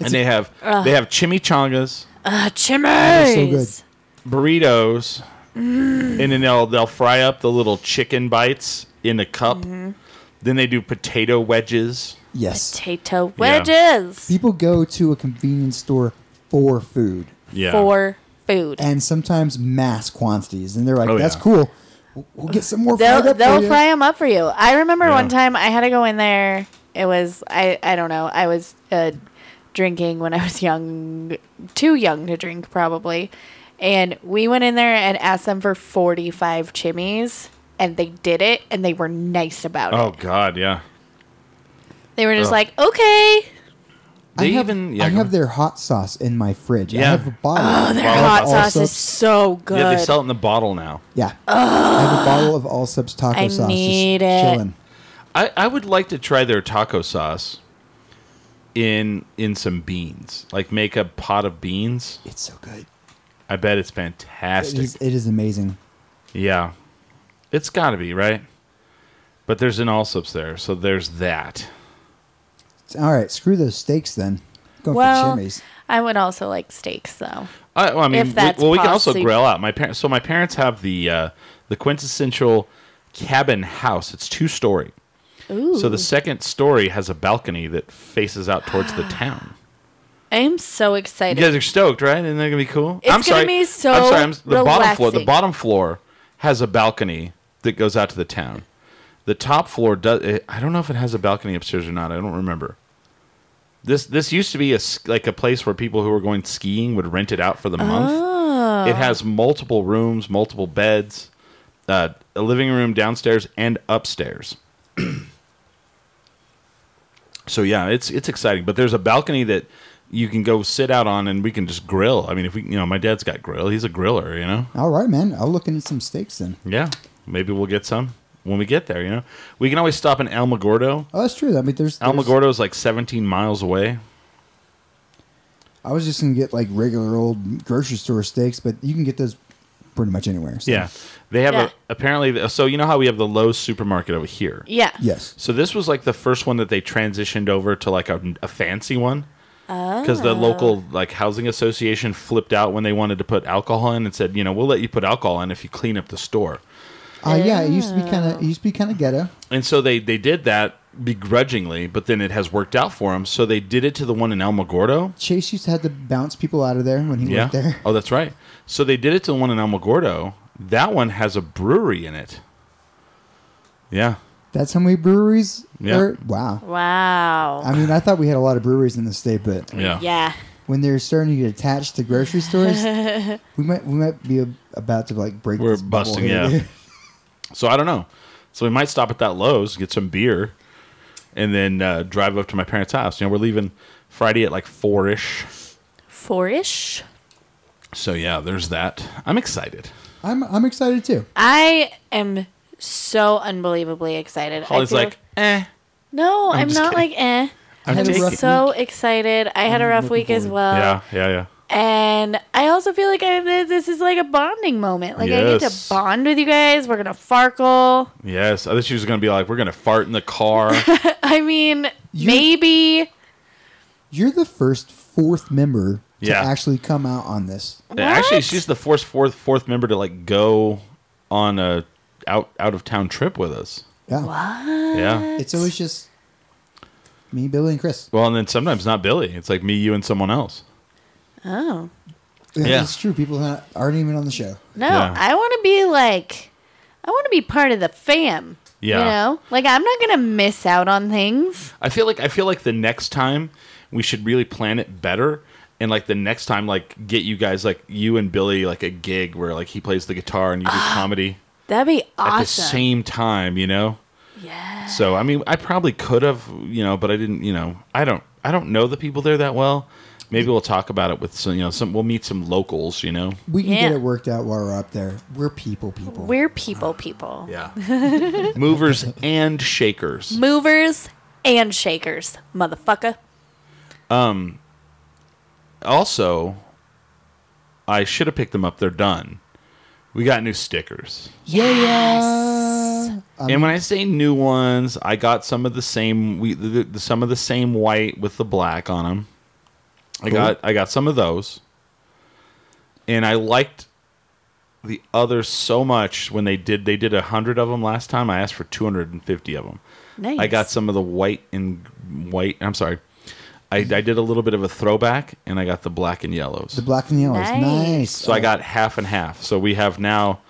and they have they have chimichangas,
Uh,
so good.
Chimers.
burritos, and then they'll they'll fry up the little chicken bites in a cup. Then they do potato wedges.
Yes.
Potato
Yeah.
wedges
People go to a convenience store for food
Yeah.
for food.
and sometimes mass quantities, and they're like,
Oh,
"That's
yeah.
cool. We'll, we'll get some more fried
They'll
up
they'll
for you."
fry them up for you. I remember
Yeah.
one time I had to go in there. It was I I don't know. I was uh, drinking when I was young, too young to drink probably, and we went in there and asked them for forty five chimneys, and they did it, and they were nice about
Oh
it.
God, yeah.
They were just
Ugh.
like, okay,
I
They
have,
even- yeah,
I
go
have
on.
their hot sauce in my fridge. I
Yeah.
have a bottle. Oh,
their
Well,
hot
but
sauce is so good.
Yeah, they sell it in the bottle now.
Yeah. I have a bottle of All Subs taco
I
sauce.
need
just
it.
Chilling.
I, I would like to try their taco sauce in in some beans. Like make a pot of beans.
It's so good.
I bet it's
It
fantastic.
is, it is amazing.
Yeah. It's got to be, right? But there's an Allsups there, so there's that.
All right, screw those steaks then. Go
well,
for chimneys.
I would also like steaks though.
I, well, I mean,
If
we-
that's
well, we can also
possi-
grill out. My parents, so my parents have the uh, the quintessential cabin house. It's two story.
Ooh,
So the second story has a balcony that faces out towards the town.
I'm so excited.
You guys are stoked, right? Isn't that gonna be cool?
It's
I'm
gonna
sorry.
be so
I'm sorry. I'm, s- the bottom floor. The
relaxing.
bottom floor has a balcony that goes out to the town. The top floor does. It, I don't know if it has a balcony upstairs or not. I don't remember. This this used to be a s- like a place where people who were going skiing would rent it out for the
Oh.
month. It has multiple rooms, multiple beds, uh, a living room downstairs and upstairs. So yeah, it's it's exciting. But there's a balcony that you can go sit out on, and we can just grill. I mean, if we, you know, my dad's got grill. He's a griller, you know.
All right, man. I'll look into some steaks then.
Yeah, maybe we'll get some when we get there. You know, we can always stop in Almagordo.
Oh, that's true. I mean, there's, there's
Almagordo's like 17 miles away.
I was just gonna get like regular old grocery store steaks, but you can get those pretty much anywhere. so-
Yeah, they have
Yeah.
a apparently. So you know how we have the Lowe's supermarket over here.
yeah.
Yes.
So this was like the first one that they transitioned over to like a, a fancy one. Because the local like housing association flipped out when they wanted to put alcohol in and said, you know, we'll let you put alcohol in if you clean up the store.
Uh, yeah. It used to be kind of. It used to be kind of ghetto.
And so they they did that begrudgingly, but then it has worked out for them. So they did it to the one in Elmagordo.
Chase used to have to bounce people out of there when he
Yeah.
worked there. (laughs)
Oh, that's right. So they did it to the one in Elmagordo. That one has a brewery in it. Yeah.
That's how many breweries.
Yeah.
Are? Wow.
Wow.
I mean, I thought we had a lot of breweries in the state, but
Yeah.
yeah.
when they're starting to get attached to grocery stores, we might we might be ab- about to like break.
We're
this bubble
busting,
here.
yeah. So I don't know. So we might stop at that Lowe's, get some beer, and then uh, drive up to my parents' house. You know, we're leaving Friday at like four ish.
Four-ish.
So yeah, there's that. I'm excited.
(laughs) I'm I'm excited too.
I am so unbelievably excited. I
Holly's
feel-
like, eh.
no,
I'm
I'm,
just
not
kidding.
like eh.
I had a
I'm
rough
so excited. I had a rough
looking
week as
forward.
well.
yeah, yeah, yeah.
And I also feel like I, th- this is like a bonding moment. Like I get
Yes.
to bond with you guys. We're gonna farkle.
Yes, I thought she was gonna be like, "We're gonna fart in the car."
I mean,
You-
maybe
You're the first fourth member to
Yeah.
actually come out on this.
Yeah, Actually,
What?
she's the fourth fourth fourth member to like go on a out out of town trip with us.
Yeah.
Yeah.
It's always just me, Billy, and Chris.
Well, and then sometimes not Billy. It's like me, you, and someone else.
Oh
Yeah.
It's true. People that aren't even on the show.
no,
Yeah.
I want to be like, I want to be part of the fam.
Yeah.
You know, like I'm not gonna miss out on things.
I feel like I feel like the next time we should really plan it better. And like the next time, like get you guys like you and Billy like a gig where like he plays the guitar and you do comedy
That'd be
at the
Ah, awesome.
same time, you know.
yeah.
So I mean, I probably could have, you know, but I didn't, you know, I don't, I don't know the people there that well. Maybe we'll talk about it with some, you know, some. We'll meet some locals, you know.
We can get
Yeah.
it worked out while we're up there. We're people, people.
We're people, people.
Yeah. Movers and shakers.
Movers and shakers, motherfucker.
Also, I should have picked them up. They're done. We got new stickers.
Yes.
and when I say new ones, I got some of the same we the, the, some of the same white with the black on them. I got I got some of those. And I liked the others so much when they did they did 100 of them last time. I asked for 250 of them.
Nice.
I got some of the white and white, I'm sorry. I, I did a little bit of a throwback and I got the black and yellows.
The black and yellows. Nice.
Nice.
So I
oh.
got half and half. So we have now,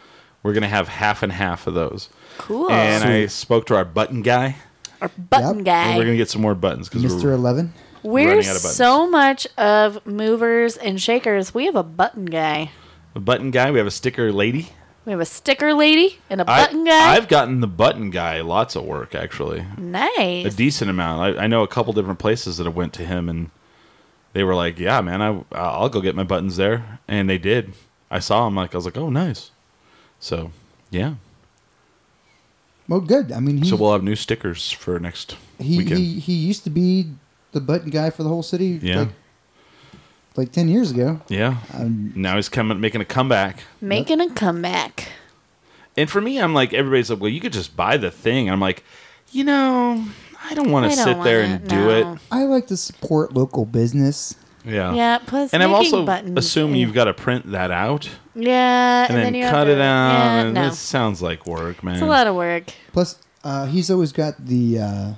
we're going to have half and half of those.
Cool.
And I spoke to our button guy.
button
Yep.
guy.
and we're going to get some more buttons because
Mr.
we're.
Uh, Eleven.
We're
running out of buttons.
so much of movers and shakers. We have a button guy.
A button guy. We have a sticker lady.
We have a sticker lady and a
I-
button guy.
I've gotten the button guy lots of work, actually. A
nice.
decent amount. I, I know a couple different places that have went to him and they were like, yeah, man, I, I'll go get my buttons there. And they did. I saw him. Like, I was like, oh, nice. So, yeah.
Well, good. I mean, he
So we'll have new stickers for next
he,
weekend.
he he used to be the button guy for the whole city.
Yeah.
Like, like ten years ago.
Yeah. now he's coming, making a comeback.
Making a comeback.
And for me, I'm like, everybody's like, well, you could just buy the thing. I'm like, you know, I don't want
I
to
don't
sit there
wanna-
and do
no.
it.
I like to support local business.
Yeah.
Yeah. Plus,
Oh. And I'm
making
also
buttons.
assume you've got to print that out
Yeah.
and, then,
you have
cut
to-
it out.
Yeah,
and
no.
this sounds like work, man.
It's a lot of work.
Plus, uh, he's always got the uh,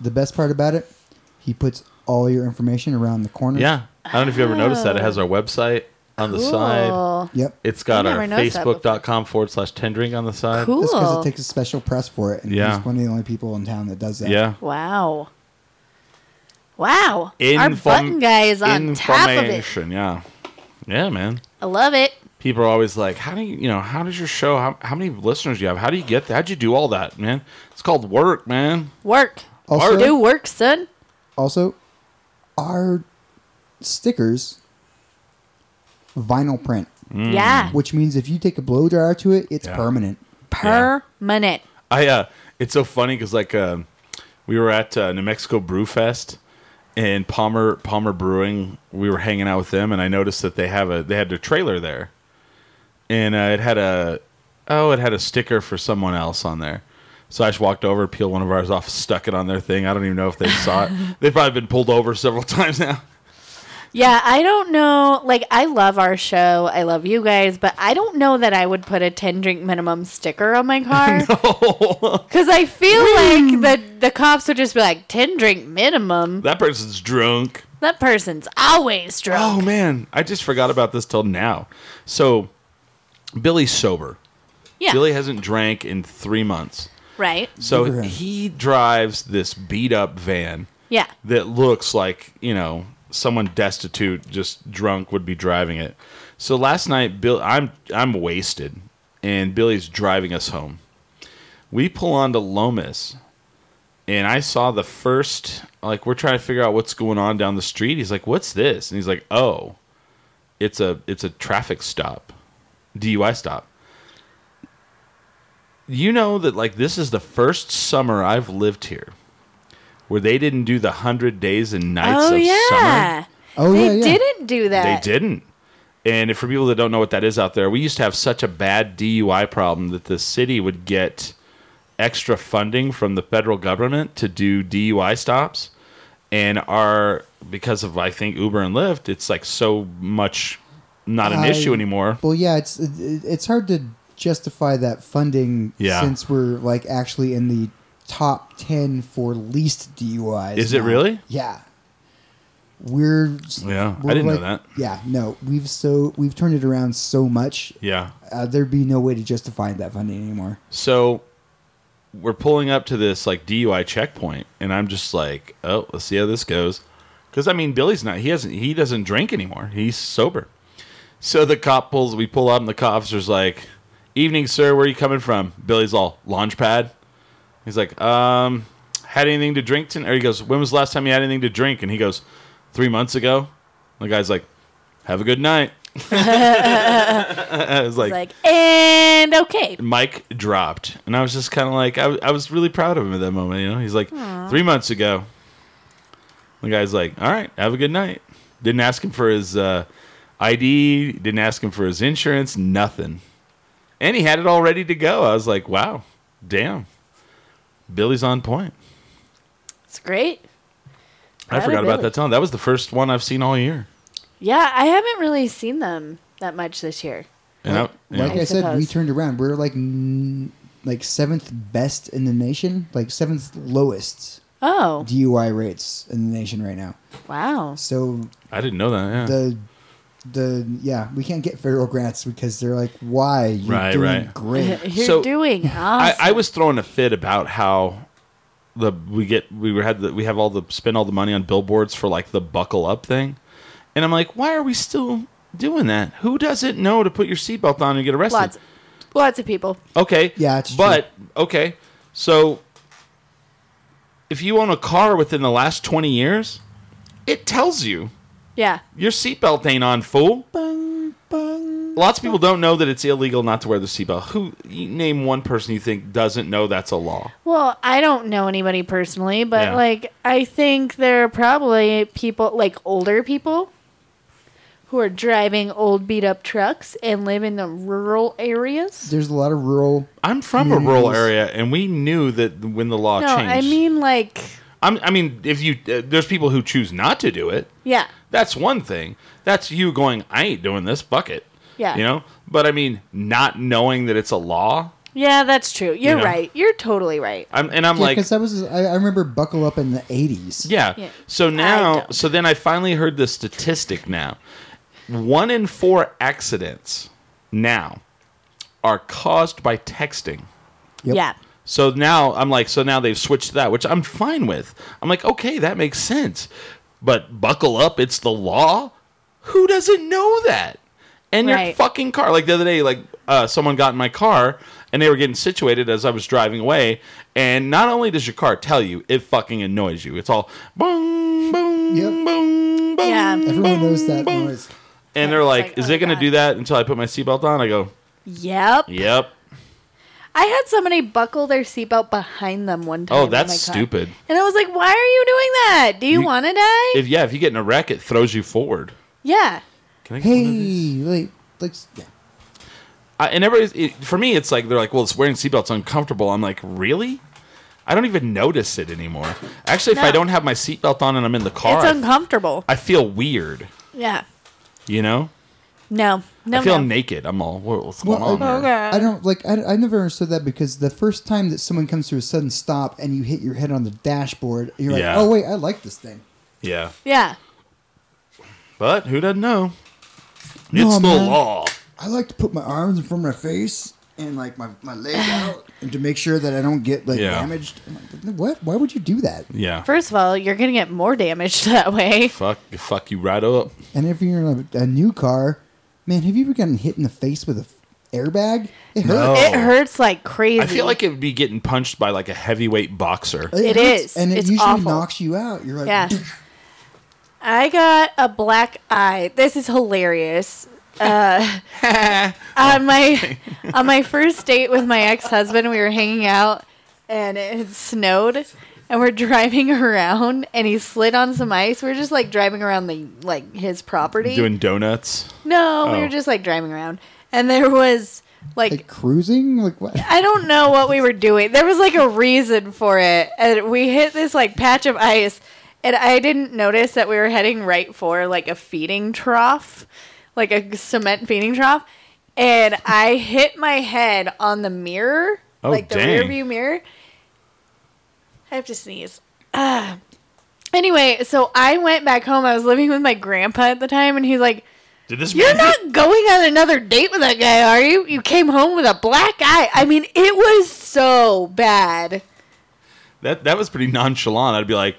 the best part about it. He puts all your information around the corner.
yeah. I don't know if you ever noticed that. It has our website on the side.
Cool.
Yep.
It's got
I
our
never noticed that before.
facebook.com forward slash tendrink on the side.
That's because
Cool.
it takes a special press for it, and
Yeah.
he's one of the only people in town that does that.
Yeah.
Wow. Wow. Our
Inform-
button guy is on top of it.
information. Yeah. Yeah, man.
I love it.
people are always like, "How do you, you know? How does your show? How, how many listeners do you have? How do you get that? How'd you do all that, man? It's called work, man.
Work.
Also,
Do work, son.
also, our stickers vinyl print,
Yeah.
which means if you take a blow dryer to it, it's
Mm-hmm. Yeah.
permanent.
Permanent.
I uh, it's so funny because like uh, we were at uh, New Mexico Brew Fest and Palmer Palmer Brewing. We were hanging out with them, and I noticed that they have a they had their trailer there, and uh, it had a oh it had a sticker for someone else on there. So I just walked over, peeled one of ours off, stuck it on their thing. I don't even know if they saw it. They've probably been pulled over several (laughs) times now.
Yeah, I don't know. Like, I love our show. I love you guys, but I don't know that I would put a 10 drink minimum sticker on
(laughs)
my car. Because I feel like the, the cops would just be like, 10 drink minimum.
That person's drunk.
That person's always
Oh
drunk.
man, I just forgot about this till now. So Billy's sober.
yeah.
Billy hasn't drank in three months.
Right.
Good
So
for him.
he drives this beat up van
Yeah.
that looks like, you know, someone destitute, just drunk would be driving it. So last night Bill I'm I'm wasted and Billy's driving us home. We pull onto Lomas and I saw the first like we're trying to figure out what's going on down the street. He's like, "What's this?" And he's like, "Oh, it's a it's a traffic stop, DUI stop." You know that like this is the first summer I've lived here where they didn't do the hundred days and nights
Oh,
of
yeah.
Oh
they
yeah, yeah.
didn't do
summer. They
that.
didn't. And for people that don't know what that is out there, we used to have such a bad DUI problem that the city would get extra funding from the federal government to do DUI stops. And our because of I think Uber and Lyft, it's like so much not an
I-
issue anymore.
Well, yeah, it's it, it's hard to justify that funding
Yeah.
since we're like actually in the top ten for least DUIs.
Is it really?
Yeah. We're
Yeah, I
we're
didn't know
like-
that.
Yeah, no, we've so we've turned it around so much.
Yeah.
Uh, there'd be no way to justify that funding anymore.
So we're pulling up to this like DUI checkpoint, and I'm just like, oh, let's see how this goes. Because I mean, Billy's not he hasn't he doesn't drink anymore. He's sober. So the cop pulls. We pull up, and the cop officer's like, "Evening, sir. Where are you coming from?" Billy's all launch pad. He's like, um, had anything to drink tonight? Or he goes, when was the last time you had anything to drink? And he goes, three months ago. And the guy's like, have a good night. (laughs) I was like,
Like, and okay.
Mike dropped, and I was just kind of like, I, w- I was really proud of him at that moment. You know, he's like, three months ago, the guy's like, all right, have a good night. Didn't ask him for his uh, ID, didn't ask him for his insurance, nothing. And he had it all ready to go. I was like, wow, damn. Billy's on point.
It's great.
I
Proud of
forgot about
Billy.
that song. That was the first one I've seen all year.
Yeah, I haven't really seen them that much this year.
And I- yeah.
Like I, said, we
suppose.
turned around. We're like n- like seventh best in the nation, like seventh lowest
Oh,
DUI rates in the nation right now.
wow.
So
I didn't know that. Yeah.
the the yeah, we can't get federal grants because they're like, why you're
Right,
doing
right.
great.
(laughs) You're
So,
doing
I,
awesome.
I was throwing a fit about how the we get we were had the, we have all the spend all the money on billboards for like the buckle up thing, and I'm like, why are we still doing that? Who doesn't know to put your seatbelt on and get arrested?
lots, lots of people.
Okay.
Yeah, it's
but okay. So if you own a car within the last 20 years, it tells you
Yeah,
your seatbelt ain't on, fool. Lots of people don't know that it's illegal not to wear the seatbelt. Who you name one person you think doesn't know that's a law?
Well, I don't know anybody personally, but
Yeah.
like I think there are probably people like older people who are driving old beat up trucks and live in the rural areas.
There's a lot of rural
I'm from a rural
Communities.
area, and we knew that when the law
No,
changed.
I mean like
I'm, I mean, if you uh, there's people who choose not to do it.
yeah.
That's one thing. That's you going, I ain't doing this bucket.
Yeah.
You know? But I mean, not knowing that it's a law.
Yeah, that's true. You're
know?
right. Youyou're totally right.
I'm, and I'm
Yeah,
like,
because I was I, I remember buckle up in the eighties.
yeah.
Yeah.
So now,
don't.
so then I finally heard the statistic now. One in four accidents now are caused by texting.
Yep.
Yeah.
So now I'm like, so now they've switched to that, which I'm fine with. I'm like, okay, that makes sense. But buckle up, it's the law. Who doesn't know that? And your
Right.
fucking car. Like the other day, like uh, someone got in my car and they were getting situated as I was driving away. And not only does your car tell you, it fucking annoys you. It's all boom, boom,
Yep.
boom, boom.
Yeah.
Everyone knows that
boom.
noise.
And they're
it's
like,
like,
is
oh
it going to
God.
do that until I put my seatbelt on? I go,
Yep.
yep.
I had somebody buckle their seatbelt behind them one time.
Oh,
in
that's
my car.
stupid.
And I was like, "Why are you doing that? Do you,
You-
want to die?"
If yeah, if you get in a wreck, it throws you forward.
yeah.
Can I get one
Hey,
of these?
like, like, yeah.
I, and everybody's it, for me it's like they're like well it's wearing seatbelts uncomfortable i'm like really i don't even notice it anymore actually if i
No.
don't have my seatbelt on and i'm in the car
It's
I-
uncomfortable.
I, feel weird
yeah.
you know
No. No.
i feel
no.
naked i'm all "Whoa, what's going
Well,
on
I,
there?"
I don't like. I, I never understood that because the first time that someone comes to a sudden stop and you hit your head on the dashboard, you're like,
Yeah.
"Oh wait, I like this thing."
yeah
yeah.
but who doesn't know it's
No,
the
man.
law
I like to put my arms in front of my face and like my my
(sighs)
leg out and to make sure that I don't get like
Yeah.
damaged. I'm like, what? Why would you do that?
yeah
First of all, you're gonna get more damaged (laughs) that way.
fuck fuck you right up
And if you're in a, a new car, man, have you ever gotten hit in the face with a f- airbag? It hurts.
It
Oh.
hurts like crazy.
i feel like it would be getting punched by like a heavyweight boxer
hurts,
It is.
and it
It's
usually
awful.
knocks you out. You're like,
Yeah. I got a black eye. This is hilarious.
(laughs)
Uh, on my on my first date with my ex husband, we were hanging out and it had snowed, and we're driving (laughs) around, and he slid on some ice. We are just like driving around the like his property.
doing donuts
no, we
Oh.
were just like driving around, and there was like
(sniffs) like cruising. Like what?
I don't know what we were doing. There was like a reason for it. And we hit this like patch of ice and I didn't notice that we were heading right for like a feeding trough, like a cement feeding trough. And I hit my head on the mirror,
Oh,
like the
dang.
rear view mirror. I have to sneeze. Ah. Anyway, so I went back home. I was living with my grandpa at the time, and he's like,
did this
(laughs) you're
man hit-
not going on another date with that guy, are you? You came home with a black eye. I mean, it was so bad.
that that was pretty nonchalant i'd be like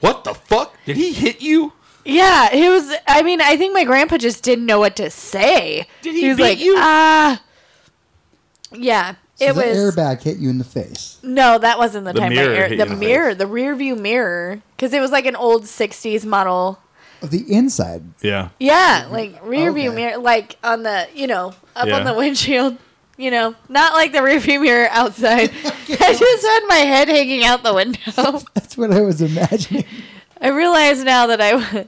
what the fuck did he hit you
Yeah, it was. I mean, I think my grandpa just didn't know what to say.
Did he
was
beat
like,
you?
Ah. yeah,
So
it
the
was.
airbag hit you in the face.
no, that wasn't the,
The
time.
mirror
my air,
hit you
the
in the
mirror, the rear view mirror, because it was like an old '60s model.
The inside.
yeah
Yeah,
Mm-hmm.
like rear view
Okay.
mirror, like on the you know up
Yeah.
on the windshield. You know, not like the rear view mirror
(laughs)
outside. I just had my head hanging out the window.
That's what I was (laughs) imagining.
I realize now that I, w-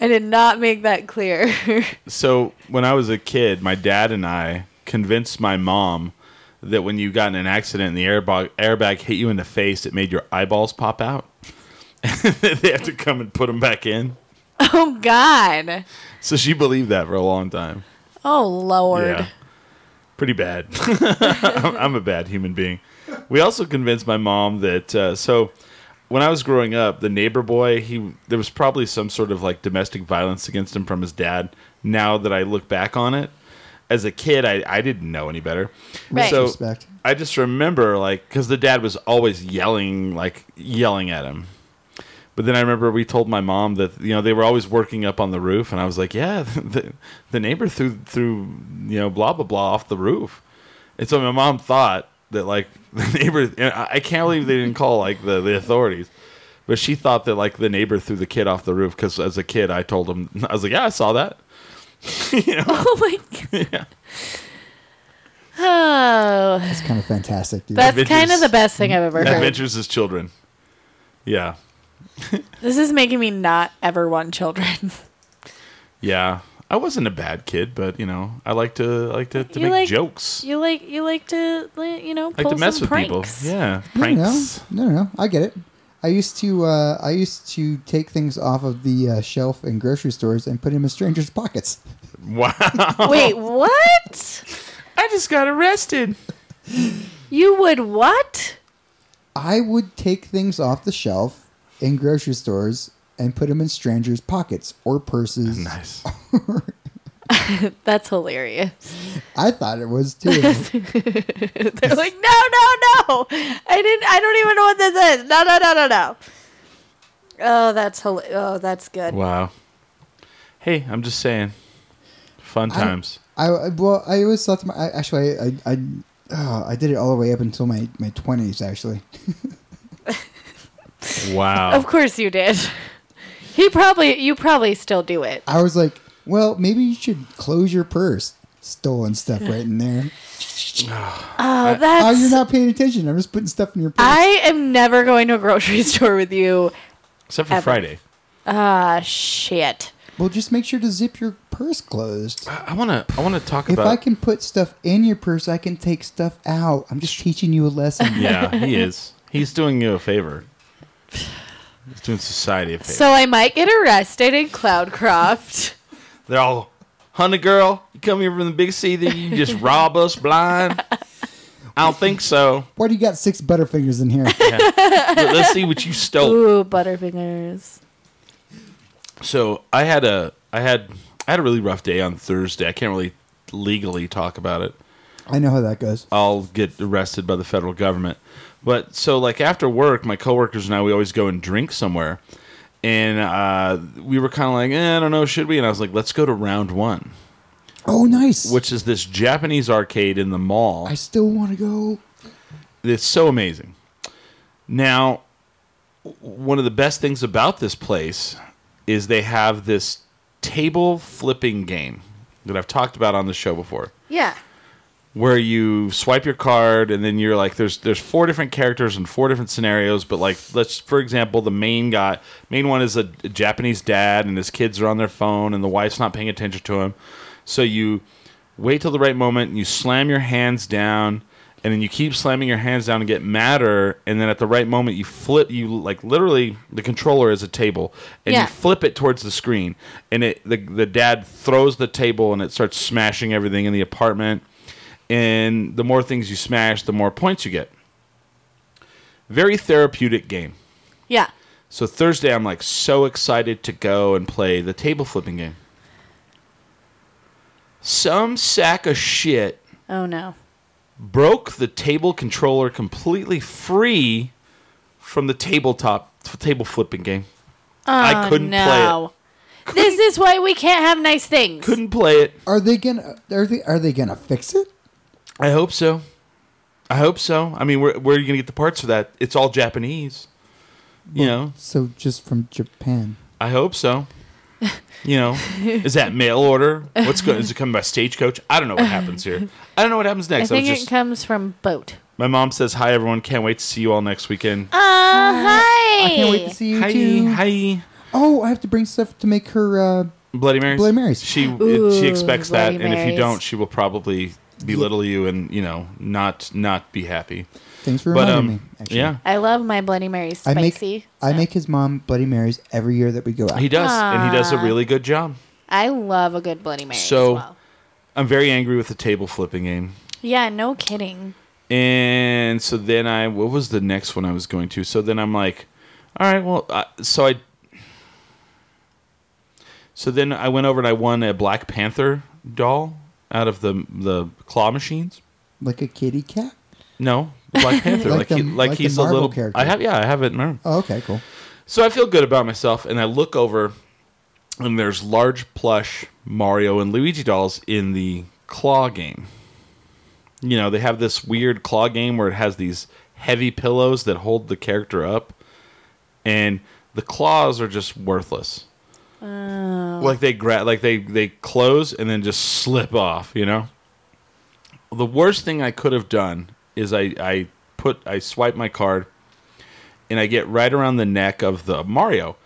I did not make that clear. (laughs)
So when I was a kid, my dad and I convinced my mom that when you got in an accident and the airbag airbag hit you in the face, it made your eyeballs pop out. (laughs) they have to come and put them back in.
Oh God.
So she believed that for a long time.
Oh Lord.
(laughs)
Yeah. Pretty bad. I'm, (laughs) I'm a bad human being. We also convinced my mom that uh, so when I was growing up, the neighbor boy, he there was probably some sort of like domestic violence against him from his dad. Now that I look back on it, as a kid, I, I didn't know any better.
Right.
So
Respect.
I just remember like because the dad was always yelling like yelling at him. But then I remember we told my mom that you know they were always working up on the roof, and I was like, "Yeah, (laughs) the, the neighbor threw threw you know blah blah blah off the roof," and so my mom thought that like (laughs) the neighbor. And I, I can't believe they didn't call like the, the authorities, but she thought that like the neighbor threw the kid off the roof because as a kid I told him (laughs) I was like, "Yeah, I saw that." you know?
Oh my God.
(laughs)
Oh,
It's kind of fantastic, dude.
that's kind
Adventures-
of the best thing I've ever heard.
Adventures as children. Yeah,
This is making me not ever want
(laughs)
children.
yeah. I wasn't a bad kid, but you know, I like to I like to, to
You
make
like-
jokes.
You like you like to like, you know
like
pull
to mess
some
with
pranks.
people. Yeah,
No, no,
pranks.
No, no, no. I get it. I used to uh, I used to take things off of the uh, shelf in grocery stores and put them in strangers' pockets.
Wow! (laughs)
(laughs) Wait, what?
I just got arrested.
You would what?
I would take things off the shelf in grocery stores and put them in strangers' pockets or purses.
(laughs) Nice.
That's hilarious.
I thought it
(laughs)
was
(laughs) (laughs)
too.
They're like, no, no, no. I didn't. I don't even know what this is. No, no, no, no, no. Oh, that's hila- oh, that's good.
Wow. Hey, I'm just saying. Fun times.
I I- well, I always thought to my I, actually I I I, uh, I did it all the way up until my my twenties actually.
Wow.
Of course you did. He probably you probably still do it.
I was like, well, maybe you should close your purse. Stolen stuff right in there.
Oh,
Oh,
that's.
you're not paying attention. I'm just putting stuff in your purse.
I am never going to a grocery (laughs) store with you.
Except for
ever.
Friday.
Ah, shit.
well, just make sure to zip your purse closed.
I I wanna. I wanna talk
If
about.
I can put stuff in your purse, I can take stuff out. I'm just teaching you a lesson.
(laughs) (laughs) Yeah, he is. He's doing you a favor. He's doing society a favor.
So I might get arrested in (laughs) Cloudcroft.
They're all, honey girl, you come here from the big city, you just rob us blind. I don't think so.
Why do you got six butterfingers in
(laughs)
here?
But let's see what you stole.
Ooh, Butterfingers.
So I had a I had I had a really rough day on Thursday. I can't really legally talk about it.
I know how that goes.
I'll get arrested by the federal government. But so like after work, my coworkers and I we always go and drink somewhere, and uh, we were kind of like, eh, I don't know, should we? And I was like, let's go to Round One,
Oh, nice.
which is this Japanese arcade in the mall.
I still want to go.
It's so amazing. Now, w- one of the best things about this place is they have this table flipping game that I've talked about on the show before.
Yeah.
Where you swipe your card and then you're like there's there's four different characters and four different scenarios, but like let's for example the main guy main one is a, a Japanese dad and his kids are on their phone and the wife's not paying attention to him. So you wait till the right moment and you slam your hands down and then you keep slamming your hands down and get madder and then at the right moment you flip you like literally the controller is a table and
Yeah.
you flip it towards the screen and it the, the dad throws the table and it starts smashing everything in the apartment and the more things you smash the more points you get very therapeutic game
Yeah.
so thursday i'm like so excited to go and play the table flipping game some sack of shit
Oh no.
broke the table controller completely free from the tabletop f- table flipping game.
Oh,
I couldn't play it.
Oh, This is why we can't have nice things.
Couldn't play it.
Are they gonna? Are they? Are they gonna fix it?
I hope so. I hope so. I mean, where, where are you going to get the parts for that? It's all Japanese. You know,
So just from Japan.
I hope so. You know, is that mail order? What's going? Is it coming by stagecoach? I don't know what happens here. I don't know what happens
I
next. I,
think
was just.
it comes from boat.
my mom says hi, everyone. Can't wait to see you all next weekend.
Uh, hi.
I can't wait to see you
hi,
too.
hi.
Oh, I have to bring stuff to make her. Uh,
Bloody Marys.
Bloody Marys.
She
Ooh,
she expects that,
Bloody
and if you
Marys.
don't, she will probably belittle you and you know not not be happy.
Thanks for
But
reminding
um,
me. Actually.
yeah,
I love my Bloody Mary
I
spicy.
make I make his mom Bloody Marys every year that we go out.
he does, and he does a really good job.
I love a good Bloody Mary.
So-
as well.
I'm very angry with the table flipping game.
yeah, no kidding.
And so then I, what was the next one I was going to? So then I'm like, all right, well, I, so I, so then I went over and I won a Black Panther doll out of the the claw machines.
like a kitty cat.
No, Black
(laughs)
Panther,
Like
like
the-
he, like,
like the
he's a
Marvel
little.
character.
I have yeah, I have it. in my room.
Oh, okay, cool.
So I feel good about myself, and I look over, and there's large plush Mario and Luigi dolls in the claw game. You know, they have this weird claw game where it has these heavy pillows that hold the character up, and the claws are just worthless.
Oh.
Like they gra- like they they close and then just slip off. You know. The worst thing I could have done is I I put I swipe my card and I get right around the neck of the Mario,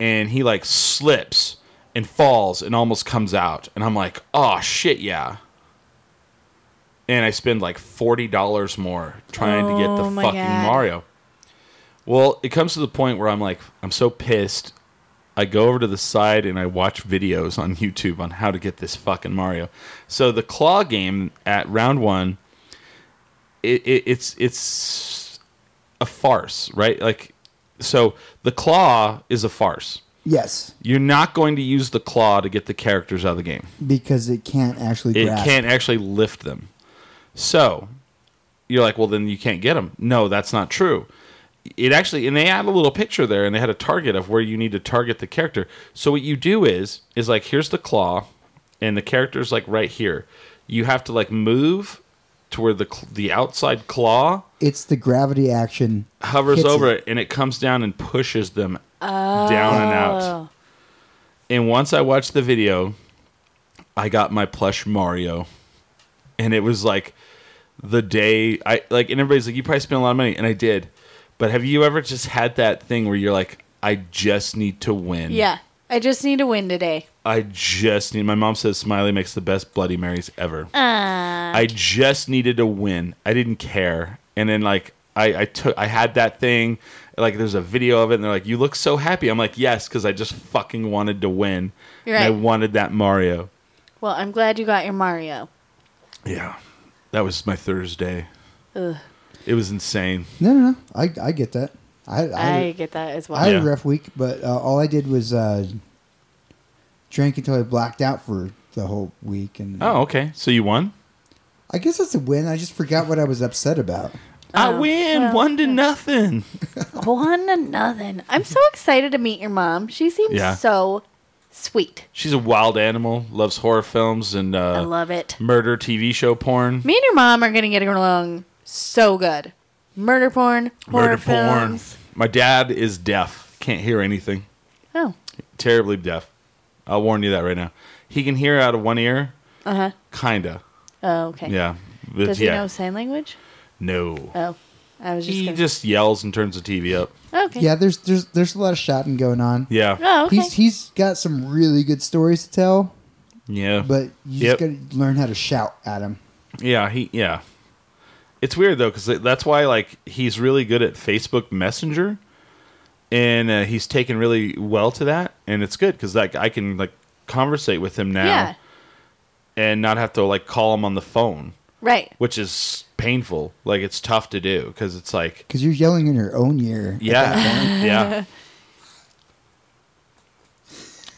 and he like slips and falls and almost comes out, and I'm like, oh shit, yeah. And I spend like forty dollars more trying to get
Oh,
the
my
fucking
God.
Mario. Well, it comes to the point where I'm like, I'm so pissed. I go over to the side and I watch videos on (laughs) YouTube on how to get this fucking Mario. So the claw game at round one, it, it, it's it's a farce, right? Like, so the claw is a farce.
Yes,
You're not going to use the claw to get the characters out of the game.
because it can't actually.
It
grasp.
can't actually lift them. So you're like, well, then you can't get them. No, that's not true. It actually, and they add a little picture there, and they had a target of where you need to target the character. So what you do is, is like, here's the claw, and the character's like right here. You have to like move to where the cl- the outside claw
It's the gravity action
hovers
hits
over it. and it comes down and pushes them down and out. And once I watched the video, I got my plush Mario, and it was like the day I like. And everybody's like, "You probably spent a lot of money," and I did. But have you ever just had that thing where you're like, "I just need to win."
Yeah, I just need a win today.
I just need. My mom says Smiley makes the best Bloody Marys ever.
Uh.
I just needed to win. I didn't care. And then like I, I took I had that thing. Like there's a video of it, and they're like, "You look so happy." I'm like, "Yes," because I just fucking wanted to win.
You're
And I
right.
wanted that Mario.
Well, I'm glad you got your Mario.
Yeah, that was my Thursday. It was insane.
No, no, no. I, I get that. I I,
I get that as well.
I had a
Yeah.
rough week, but uh, all I did was uh, drank until I blacked out for the whole week, and
Oh, okay. So you won.
I guess that's a win. I just forgot what I was upset about.
Oh,
I win one to nothing.
(laughs) One another. I'm so excited to meet your mom. She seems
Yeah.
so sweet.
She's a wild animal. Loves horror films and
I
uh,
love it.
murder TV show porn.
Me and your mom are gonna get along so good. Murder porn, horror
murder porn.
films.
My dad is deaf. Can't hear anything.
Oh,
Terribly deaf. I'll warn you that right now. He can hear out of one ear,
uh huh.
kinda.
Oh, okay.
Yeah. But
Does he
yeah.
know sign language?
No.
Oh, I was just.
he
gonna- Oh,
just yells and turns the TV up.
okay.
Yeah, there's there's there's a lot of shouting going on.
Yeah.
Oh, okay.
He's he's got some really good stories to tell,
Yeah.
but you
Yep.
just gotta learn how to shout at him.
yeah. He. Yeah. It's weird though, because that's why like he's really good at Facebook Messenger, and uh, he's taken really well to that, and it's good because like I can like conversate with him now,
Yeah.
and not have to like call him on the phone.
Right.
which is painful. Like it's tough to do because it's like
Because you're yelling in your own ear.
yeah,
(laughs)
yeah.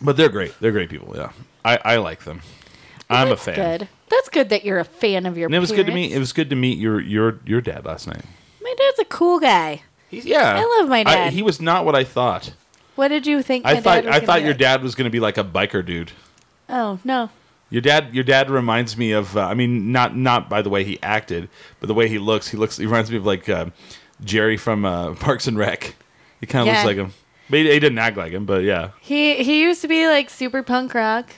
But they're great. They're great people. Yeah, I, I like them. I'm a
That's
fan.
Good. That's good that you're a fan of your.
And it was good to meet. It
parents.
was good to meet your your your dad last night.
My dad's a cool guy.
He's, yeah,
I love my dad.
he was not what I thought.
What did you think?
I
my
thought
dad was
I
gonna
thought
be
your
like?
dad was going to be like a biker dude.
Oh no.
Your dad, your dad reminds me of. Uh, I mean, not not by the way he acted, but the way he looks. He looks. He reminds me of like uh, Jerry from uh, (laughs) Parks and Rec. He kind of
Yeah.
looks like him. But he, he didn't act like him. But yeah,
He he used to be like super punk rock.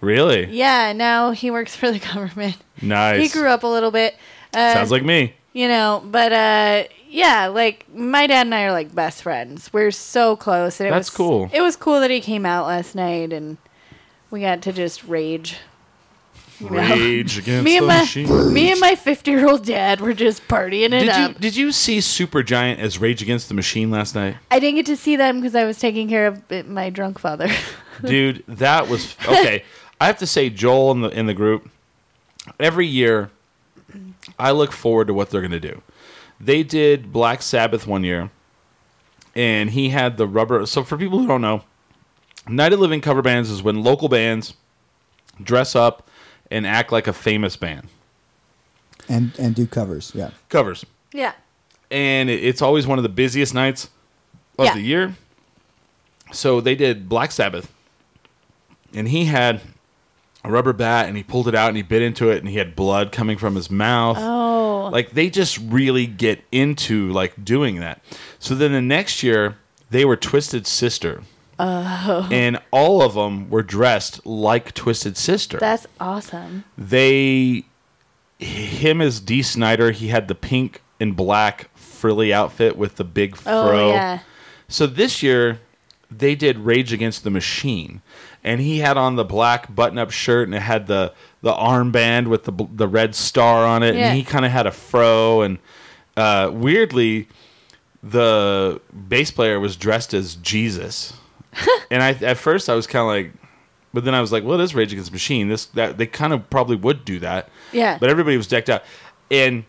really
Yeah. Now he works for the (laughs) government.
nice.
He grew up a little bit. Uh,
Sounds like me.
you know, but uh, yeah, like my dad and I are like best friends. We're so close. And it
That's
was,
cool.
It was cool that he came out last night and we got to just rage. (laughs)
Rage against
Me
the
and my
machine.
me and my fifty year old dad were just partying it
Did
up.
you did you see Supergiant as Rage Against the Machine last
(laughs)
night?
I didn't get to see them because I was taking care of uh, my drunk father. (laughs)
dude that was okay i have to say joel in the in the group every year i look forward to what they're going to do they did black sabbath one year and he had the rubber so for people who don't know night of living cover bands is when local bands dress up and act like a famous band
and and do covers. Yeah,
covers
yeah.
and it- it's always one of the busiest nights of
Yeah.
the year. So they did Black Sabbath, and he had a rubber bat, and he pulled it out, and he bit into it, and he had blood coming from his mouth.
Oh.
Like they just really get into like doing that. So then the next year they were Twisted Sister. Oh. And all of them were dressed like Twisted Sister
That's awesome.
they him as D Snyder, he had the pink and black frilly outfit with the big
Oh
fro.
yeah.
So this year they did Rage Against the Machine and he had on the black button-up shirt and it had the the armband with the bl- the red star on it
Yeah.
and he kind of had a fro and uh, weirdly the bass player was dressed as Jesus. and I at first I was kind of like but then I was like, well, it is Rage Against the Machine. This that they kind of probably would do that.
Yeah.
But everybody was decked out, and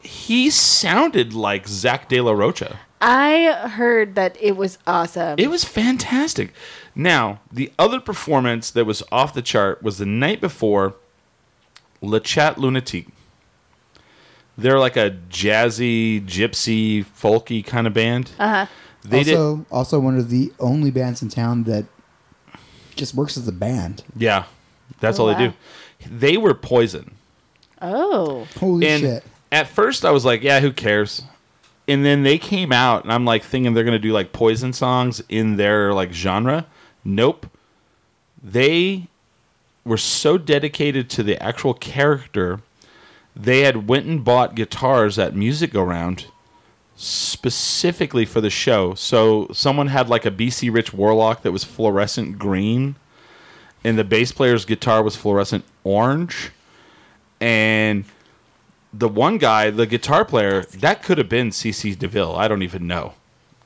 he sounded like Zach De La Rocha.
I heard that it was awesome.
It was fantastic. Now, the other performance that was off the chart was the night before Le Chat Lunatique. They're like a jazzy, gypsy, folky kind of band.
Uh-huh.
Uh huh. They
also also one of the only bands in town that just works as a band.
did, yeah, that's
Oh,
all they do.
wow.
They were Poison.
oh.
Holy
and
shit!
at first I was like, yeah, who cares? And then they came out and I'm like thinking they're going to do like poison songs in their like genre. Nope. They were so dedicated to the actual character. They had went and bought guitars at Music Go Round specifically for the show. So someone had like a BC Rich Warlock that was fluorescent green and the bass player's guitar was fluorescent orange and the one guy, the guitar player, that could have been CC DeVille. I don't even know.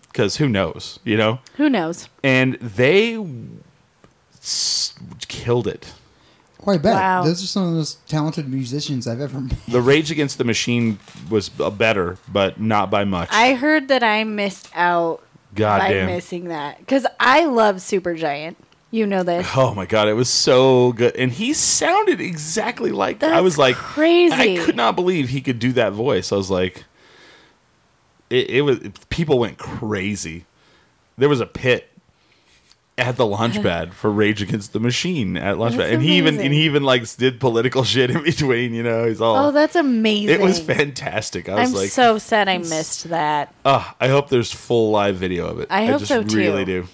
Because who knows, you know?
Who knows?
And they s- killed it.
Oh, I bet
Wow.
those are some of the most talented musicians I've ever met.
The Rage Against the Machine was uh, better, but not by much.
I heard that I missed out
God
by
damn.
missing that because I love Supergiant. You
(laughs)
know this.
Oh my god, it was so good, and he sounded exactly like that. I
That's
was like
crazy.
I could not believe he could do that voice. I was like, it, it was people went crazy. There was a pit at the launch pad for Rage Against the Machine at launch
That's
pad, and he even and
amazing.
he even like did political (laughs) shit in between. You know, he's all
Oh, that's amazing.
it was fantastic. I was
I'm
like,
so sad I missed that.
"Ah, I hope there's full live video of it.
I hope
just
so, too.
Really do.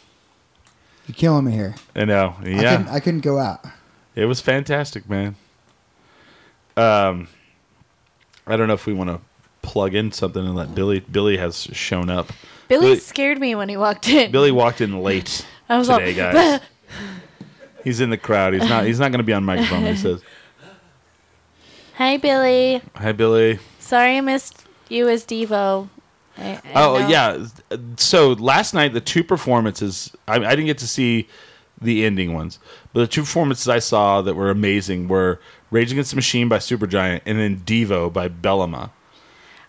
You're killing me here.
I know.
I
Yeah,
couldn't, I couldn't go out.
It was fantastic, man. Um, I don't know if we want to plug in something and let Billy. Billy has shown up.
Billy,
Billy-
scared me when he walked in.
Billy walked in late
I was
today,
all, (laughs)
guys. He's in the crowd. He's not. He's not going to be on microphone. He says,
Hi, Billy.
(laughs) "Hi, Billy."
Sorry I missed you as Devo. I, I
Oh
know.
yeah. So last night the two performances I, I didn't get to see the ending ones, but the two performances I saw that were amazing were "Rage Against the Machine" by Supergiant and then "Devo" by Bellama.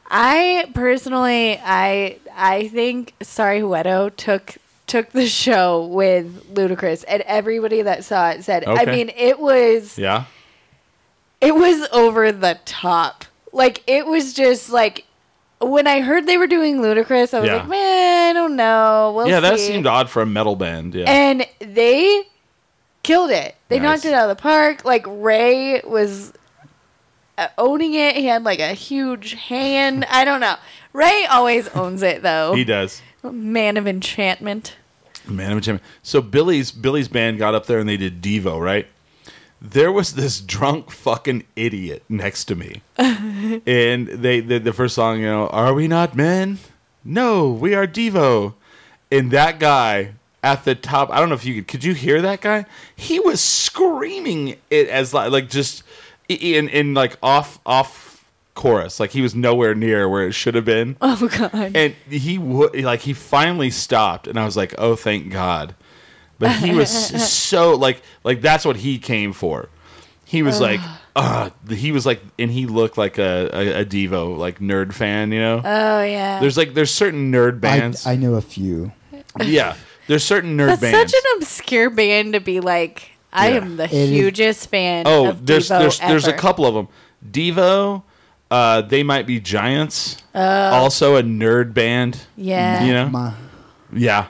I personally, I I think Sorry Hueto took took the show with Ludacris, and everybody that saw it said,
Okay.
I mean, it was
Yeah.
it was over the top. Like it was just like when I heard they were doing Ludacris, I was
Yeah.
like, man, I don't know. We'll
yeah, that
see."
seemed odd for a metal band. Yeah,
And they killed it. They
Nice.
knocked it out of the park. Like Ray was uh, owning it. He had like a huge hand. I don't know. Ray always owns it though.
he does.
Man of enchantment.
Man, I'm a champion. So Billy's Billy's band got up there and they did Devo, right? There was this (laughs) drunk fucking idiot next to
(laughs)
me, and they, they the first song, you know, "Are We Not Men?" No, we are Devo, and that guy at the top. I don't know if you could. Could you hear that guy? He was screaming it as like, like just i- in in like off off chorus. Like he was nowhere near where it should have been.
Oh God.
And he would like he finally stopped, and I was like, "Oh, thank God!" But he
(laughs)
was so like like that's what he came for. He was like, uh, he was like, and he looked like a, a, a Devo like nerd fan, you know.
Uh,
Oh yeah.
there's like there's certain nerd
I,
bands,
I know a few.
yeah. There's certain nerd
That's
bands.
such an obscure band to be like. I
Yeah.
am the
is-
hugest fan.
oh,
of
there's
Devo
there's there's a
ever.
couple of them. Devo, uh, they might be giants. also a nerd band.
Oh. Yeah.
You know.
My,
Yeah.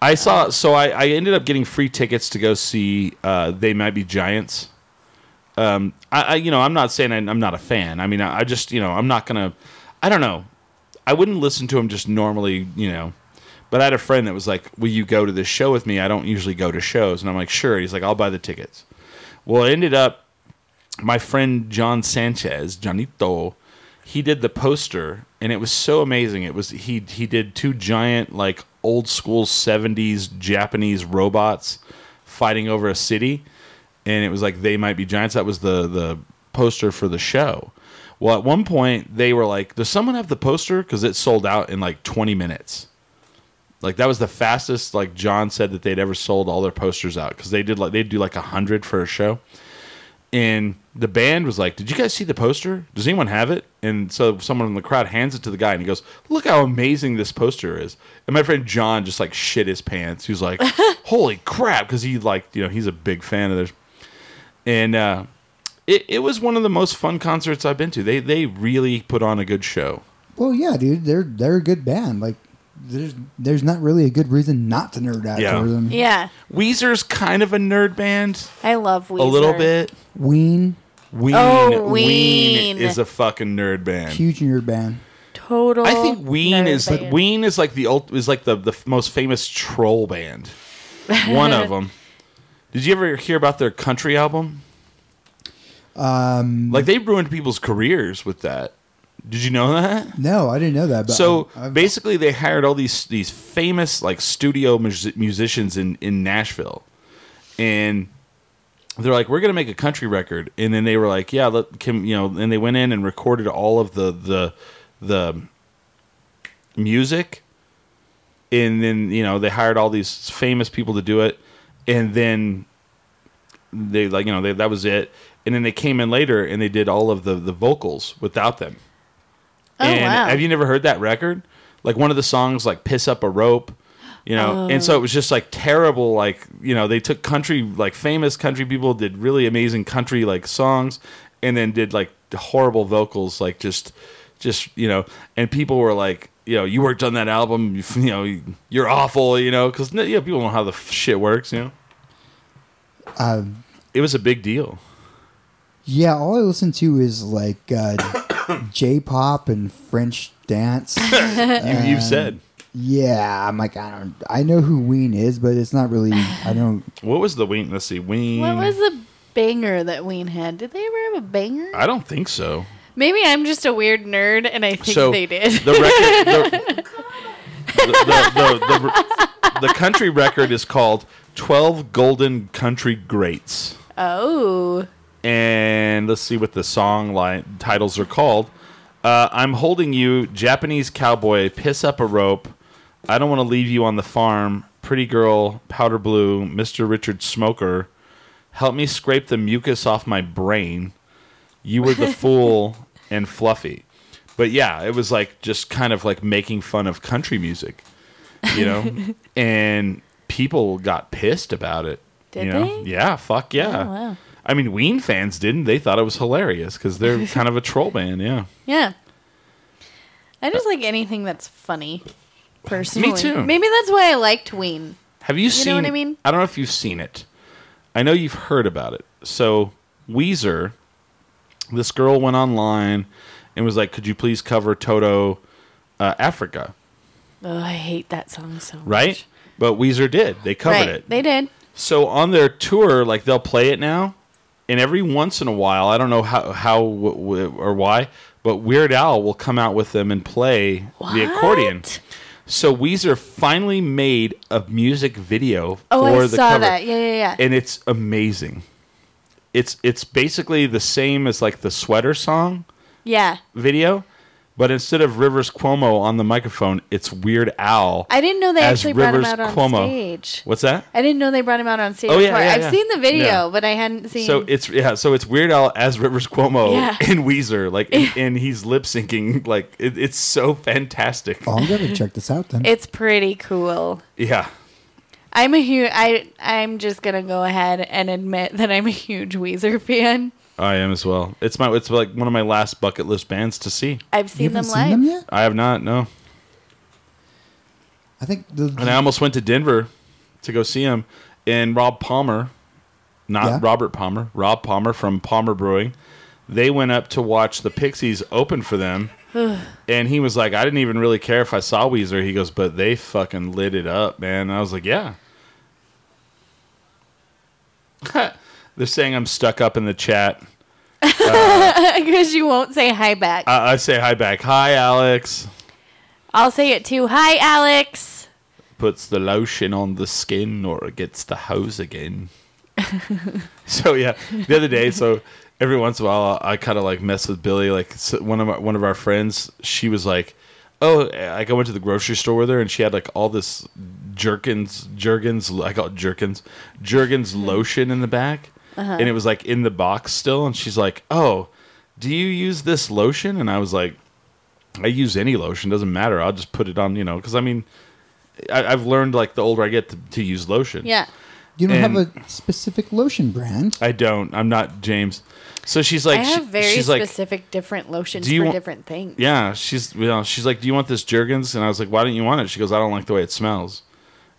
I saw, so I, I ended up getting free tickets to go see uh, They Might Be Giants. Um, I, I, you know, I'm not saying I, I'm not a fan. I mean, I, I just, you know, I'm not going to, I don't know. I wouldn't listen to them just normally, you know. But I had a friend that was like, Will you go to this show with me? I don't usually go to shows. And I'm like, Sure. He's like, I'll buy the tickets. Well, it ended up my friend John Sanchez, Janito, he did the poster and it was so amazing. It was he he did two giant like old school 70s Japanese robots fighting over a city and it was like they might be giants. That was the the poster for the show. Well, at one point they were like, "Does someone have the poster?" cuz it sold out in like 20 minutes. Like that was the fastest like John said that they'd ever sold all their posters out cuz they did like they'd do like 100 for a show and the band was like, "Did you guys see the poster? Does anyone have it?" And so someone in the crowd hands it to the guy, and he goes, "Look how amazing this poster is!" And my friend John just like shit his pants. He was
(laughs)
like, "Holy crap!" Because he like you know he's a big fan of theirs, and uh, it it was one of the most fun concerts I've been to. They they really put on a good show.
well, yeah, dude, they're they're a good band. Like, there's there's not really a good reason not to nerd out
Yeah.
toward them.
Yeah,
Weezer's kind of a nerd band,
I love Weezer.
a little bit.
Ween,
Ween,
Oh, Ween.
Ween is a fucking nerd band.
huge nerd band.
Total.
I think Ween
nerd
is like
band.
Ween is like the ult, is like the the f- most famous troll band.
(laughs)
One of them. Did you ever hear about their country album? Um, like they ruined people's careers with that. Did you know that?
No, I didn't know that. But
so
I- I've-
basically they hired all these these famous like studio mus- musicians in in Nashville and they're like we're going to make a country record and then they were like yeah let can you know and they went in and recorded all of the the the music and then you know they hired all these famous people to do it and then they like you know they, that was it and then they came in later and they did all of the the vocals without them
Oh,
and
wow.
have you never heard that record? Like one of the songs, like "Piss Up a Rope," you know. And so it was just like terrible. Like you know, they took country, like famous country people, did really amazing country like songs, and then did like horrible vocals, like just, just you know. And people were like, you know, you worked on that album, you, you know, you're awful, you know, because yeah, people don't know how the f- shit works, you know.
Um,
It was a big deal.
yeah, all I listen to is like uh, (coughs) J-pop and French dance.
You, you've said.
yeah, I'm like I don't. I know who Ween is, but it's not really. I
(laughs)
don't.
What was the Ween? Let's see, Ween.
What was the banger that Ween had? Did they ever have a banger?
I don't
(laughs)
think so.
Maybe I'm just a weird nerd, and I think they did. (laughs)
The record, the, the, the, the, the country record is called 12 Golden Country Greats.
oh,
And let's see what the song line, titles are called. Uh, I'm holding you, Japanese cowboy, piss up a rope. I don't want to leave you on the farm. Pretty girl, powder blue, Mr. Richard Smoker. Help me scrape the mucus off my brain. You were
(laughs)
the fool and fluffy. But yeah, it was like just kind of like making fun of country music,
(laughs)
you know? and people got pissed about it.
Did
you know?
they?
Yeah, fuck yeah.
Oh, wow.
I mean, Ween fans didn't. They thought it was hilarious
(laughs)
because they're kind of a troll band, yeah.
yeah. I just like anything that's funny. Personally,
too.
Maybe that's why I liked Ween.
Have you, seen?
know what I mean?
don't know if you've seen it. I know you've heard about it. So Weezer, this girl went online and was like, "Could you please cover Toto uh, Africa?"
Oh, I hate that song so much.
Right? But Weezer did. They covered
Right.
it.
They did.
So on their tour, like they'll play it now, and every once in a while, I don't know how how w- w- or why, but Weird Al will come out with them and play the accordion. So Weezer finally made a music video
Oh,
for
I
the
saw
cover.
that. Yeah, yeah, yeah.
and it's amazing. It's it's basically the same as like the sweater song
yeah.
video, but instead of Rivers Cuomo on the microphone, it's Weird Al.
I didn't know they
as
actually
Rivers
brought him out on
Cuomo.
stage.
What's that?
I didn't know they brought him out on stage.
Oh, yeah,
before.
yeah,
I've
yeah.
seen the video,
Yeah.
but I hadn't seen.
So it's yeah, so it's Weird Al as Rivers Cuomo
Yeah.
in Weezer, like, and, and he's lip syncing, like it, it's so fantastic.
Oh, I'm gonna check this out then.
it's pretty cool.
Yeah,
I'm a huge. I I'm just gonna go ahead and admit that I'm a huge Weezer fan.
I am as well. It's my it's like one of my last bucket list bands to see.
I've
you
seen
haven't
them
seen
live.
them yet?
I have not no,
I think the
and I almost went to Denver to go see him, and Rob Palmer, not
Yeah.
Robert Palmer, Rob Palmer from Palmer Brewing, they went up to watch the Pixies open for them. And he was like, I didn't even really care if I saw Weezer. He goes, but they fucking lit it up, man. And I was like, yeah. (laughs) They're saying I'm stuck up in the chat.
(laughs) Because you won't say hi back.
I, I say hi back. Hi, Alex.
I'll say it too. Hi, Alex.
puts the lotion on the skin or it gets the hose again. (laughs) so yeah, the other day, so every once in a while, I kind of like mess with Billy. Like so one of my, one of our friends, she was like, "Oh, like I went to the grocery store with her, and she had like all this jerkins, jerkins, I call it jerkins, jerkins lotion in the back, and it was like in the box still." And she's like, "Oh, do you use this lotion?" And I was like. I use any lotion, doesn't matter. I'll just put it on, you know, because I mean, I, I've learned like the older I get to, to use lotion.
Yeah.
you don't have
and-
a specific lotion brand.
I don't. I'm not James. So she's like,
I have
she-
very
she's like,
specific different lotions
Do you
for
want-
different things.
yeah. She's you know, she's like, do you want this Jergens? And I was like, why don't you want it? She goes, I don't like the way it smells.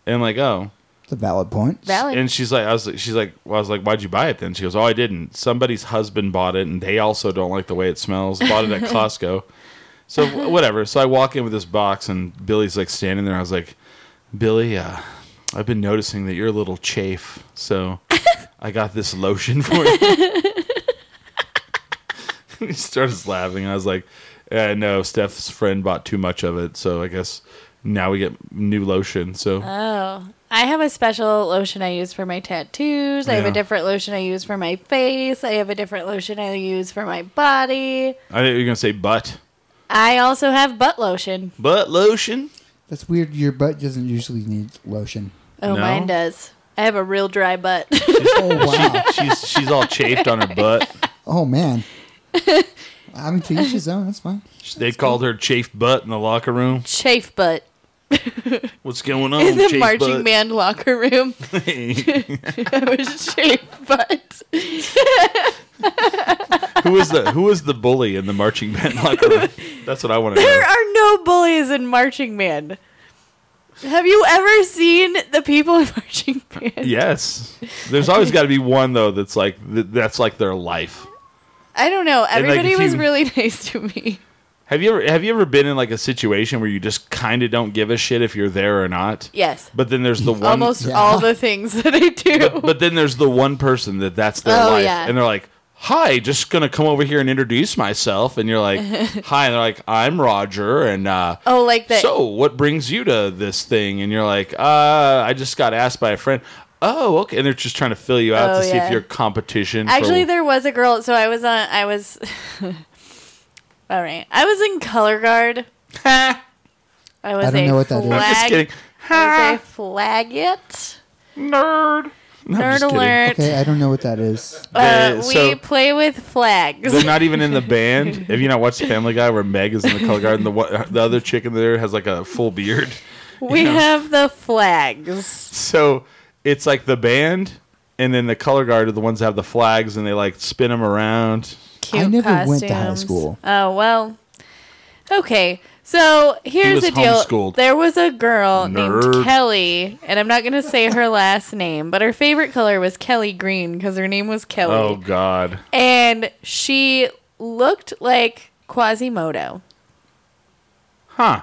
And I'm like, oh.
It's a valid point.
Valid.
And she's like, I was, like- she's like, well, I was like, why'd you buy it then? She goes, oh, I didn't. Somebody's husband bought it, and they also don't like the way it smells. Bought it at Costco. So wh- whatever. So I walk in with this box, and Billy's like standing there. I was like, Billy, uh, I've been noticing that you're a little chafe, so I got this lotion for you. (laughs) he starts laughing. I was like, eh, no, Steph's friend bought too much of it, so I guess now we get new lotion. So
Oh, I have a special lotion I use for my tattoos. I have
Yeah.
a different lotion I use for my face. I have a different lotion I use for my body.
I think you're gonna say butt.
I also have butt lotion.
butt lotion.
That's weird. Your butt doesn't usually need lotion.
(laughs) Oh,
No?
mine does. I have a real dry butt. (laughs)
Oh wow.
She's she's all chafed on her butt.
oh man. I mean, to each his own. That's fine.
They called her chafed butt in the locker room.
Chafe butt.
What's going on?
In the
chafed
marching
Oh, butt?
band locker room, (laughs) I was chafe butt.
(laughs) who was the who was the bully in the marching band (laughs) locker room? That's what I want to know.
There are no bullies in marching band. Have you ever seen the people in (laughs) marching band?
Yes, there's always got to be one though that's like th- that's like their life.
I don't know.
like,
Everybody
if
was
you-
really (laughs) nice to me.
Have you ever have you ever been in like a situation where you just kind of don't give a shit if you're there or not?
Yes.
But then there's the one
Almost
Yeah.
all the things (laughs) that I do.
but, but then there's the one person that that's their
Oh,
life,
yeah.
and they're like, "Hi, just gonna come over here and introduce myself," and you're
(laughs)
like, "Hi," and they're like, "I'm Roger," and uh,
oh, like the
so what brings you to this thing? And you're like, "Uh, I just got asked by a friend." Oh, okay, and they're just trying to fill you out
Oh,
to see
yeah.
if you're competition. for- (laughs)
Actually, there was a girl. So I was on. I was. (laughs) all right. I was in color guard. I was.
I don't
a
know what that is.
I'm just
flag-
kidding, (laughs)
I was a flaggett.
nerd. No, I'm
Nerd
just kidding.
alert.
Okay, I don't know what that is.
Uh,
They-
we
so-
play with flags.
They're not even in the
(laughs)
band. Have you not watched Family Guy where Meg is in the color guard and the one- the other chick in there has like a full beard?
we
know.
have the flags.
So it's like the band and then the color guard are the ones that have the flags and they like spin them around.
Cute
I never
costumes.
went to high school.
Oh well. Okay. So here's
was
the deal.
homeschooled.
There was a girl
Nerd.
named Kelly, and I'm not gonna say her last name, but her favorite color was Kelly green because her name was Kelly,
Oh God!
and she looked like Quasimodo,
Huh?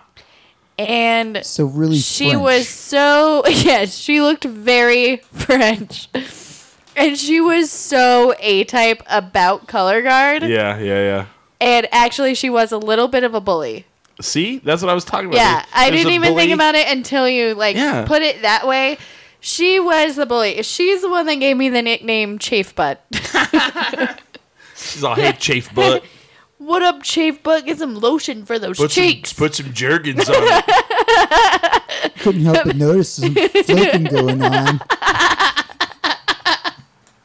and
So really,
she
French.
was so (laughs) yes she looked very (laughs) french and she was so a type about color guard
Yeah, yeah, yeah.
and actually she was a little bit of a bully
See, that's what I was talking about.
Yeah,
There's-
I
there's
didn't
a
even think
bully.
about it until you like
Yeah.
put it that way. She was the bully. She's the one that gave me the nickname Chafe Butt. (laughs)
She's all, hey, chafe
(laughs)
butt.
what up, Chafe Butt? Get some lotion for those
Put some,
cheeks.
put some Jergens on it.
Couldn't help
(laughs)
but notice some flaking going on.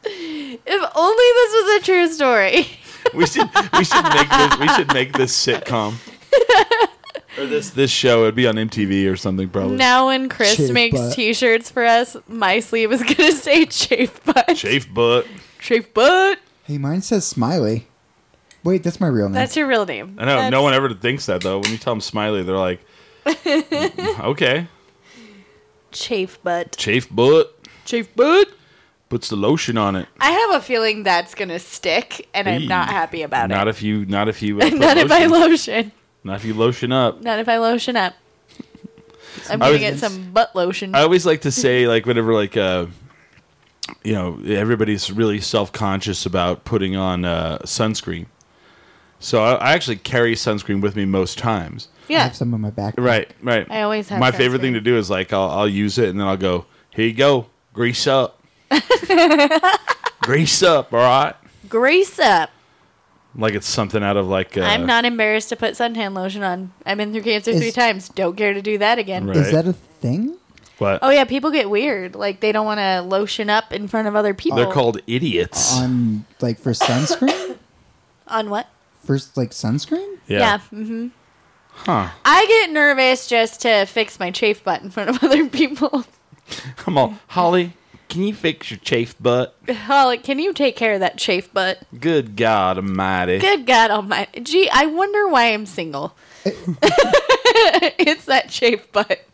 if only this was a true story. (laughs)
We should we should make this we should make this sitcom.
(laughs)
or this this show it'd be on MTV or something probably.
Now, when Chris
Chafe
makes
butt.
T-shirts for us, my sleeve is (laughs) gonna say Chafe Butt.
Chafe Mm. butt.
Chafe Butt.
Hey, mine says Smiley. Wait, that's my real name.
That's your real name.
I know
That's-
no one ever thinks that though. When you tell them Smiley, they're
(laughs)
like, "Mm, "Okay,
Chafe Butt.
chafe butt
Chafe Butt.
puts the lotion on it."
I have a feeling that's gonna stick, and I'm not
Hey,
happy about
Not
it.
if you, not if
(laughs)
you, uh, put
not if I
lotion-
lotion.
not if you lotion up.
Not if I lotion up. I'm
I
gonna
was-
get some butt lotion.
I always like to say like whenever like uh you know everybody's really self conscious about putting on uh, sunscreen. So I, I actually carry sunscreen with me most times.
I
yeah,
have some on my back.
Right, right.
I always have
My favorite
sunscreen.
thing to do is like I'll, I'll use it and then I'll go here you go grease
(laughs)
up, grease up. All right,
grease up.
like it's something out of like uh,
I'm not embarrassed to put suntan lotion on. I've been through cancer
Is-
three times. Don't care to do that again.
Right.
Is that a thing?
what
Oh yeah, people get weird. Like they don't want to lotion up in front of other people.
they're called idiots.
Oh.
On like
(laughs)
for sunscreen?
on what?
First, like sunscreen?
yeah.
hmm
Huh.
I get nervous just to fix my chafe butt in front of (laughs) other people.
Come on, Holly. Can you fix your chafe butt?
Holly, can you take care of that chafe butt?
Good God Almighty.
Good God Almighty! Gee, I wonder why I'm single. (laughs) it's that chafe butt.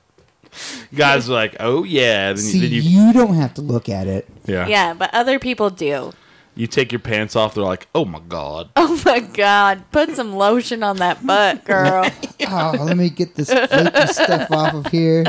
guys are like, oh yeah. Then, you-
See,
then
you,
you,
don't have to look
(laughs)
at it.
yeah.
Yeah, but other people do.
You take your pants off. They're like, oh my
(laughs)
god.
Oh my God. Put some lotion on that butt, girl.
Oh, let me get this flaky stuff off of here.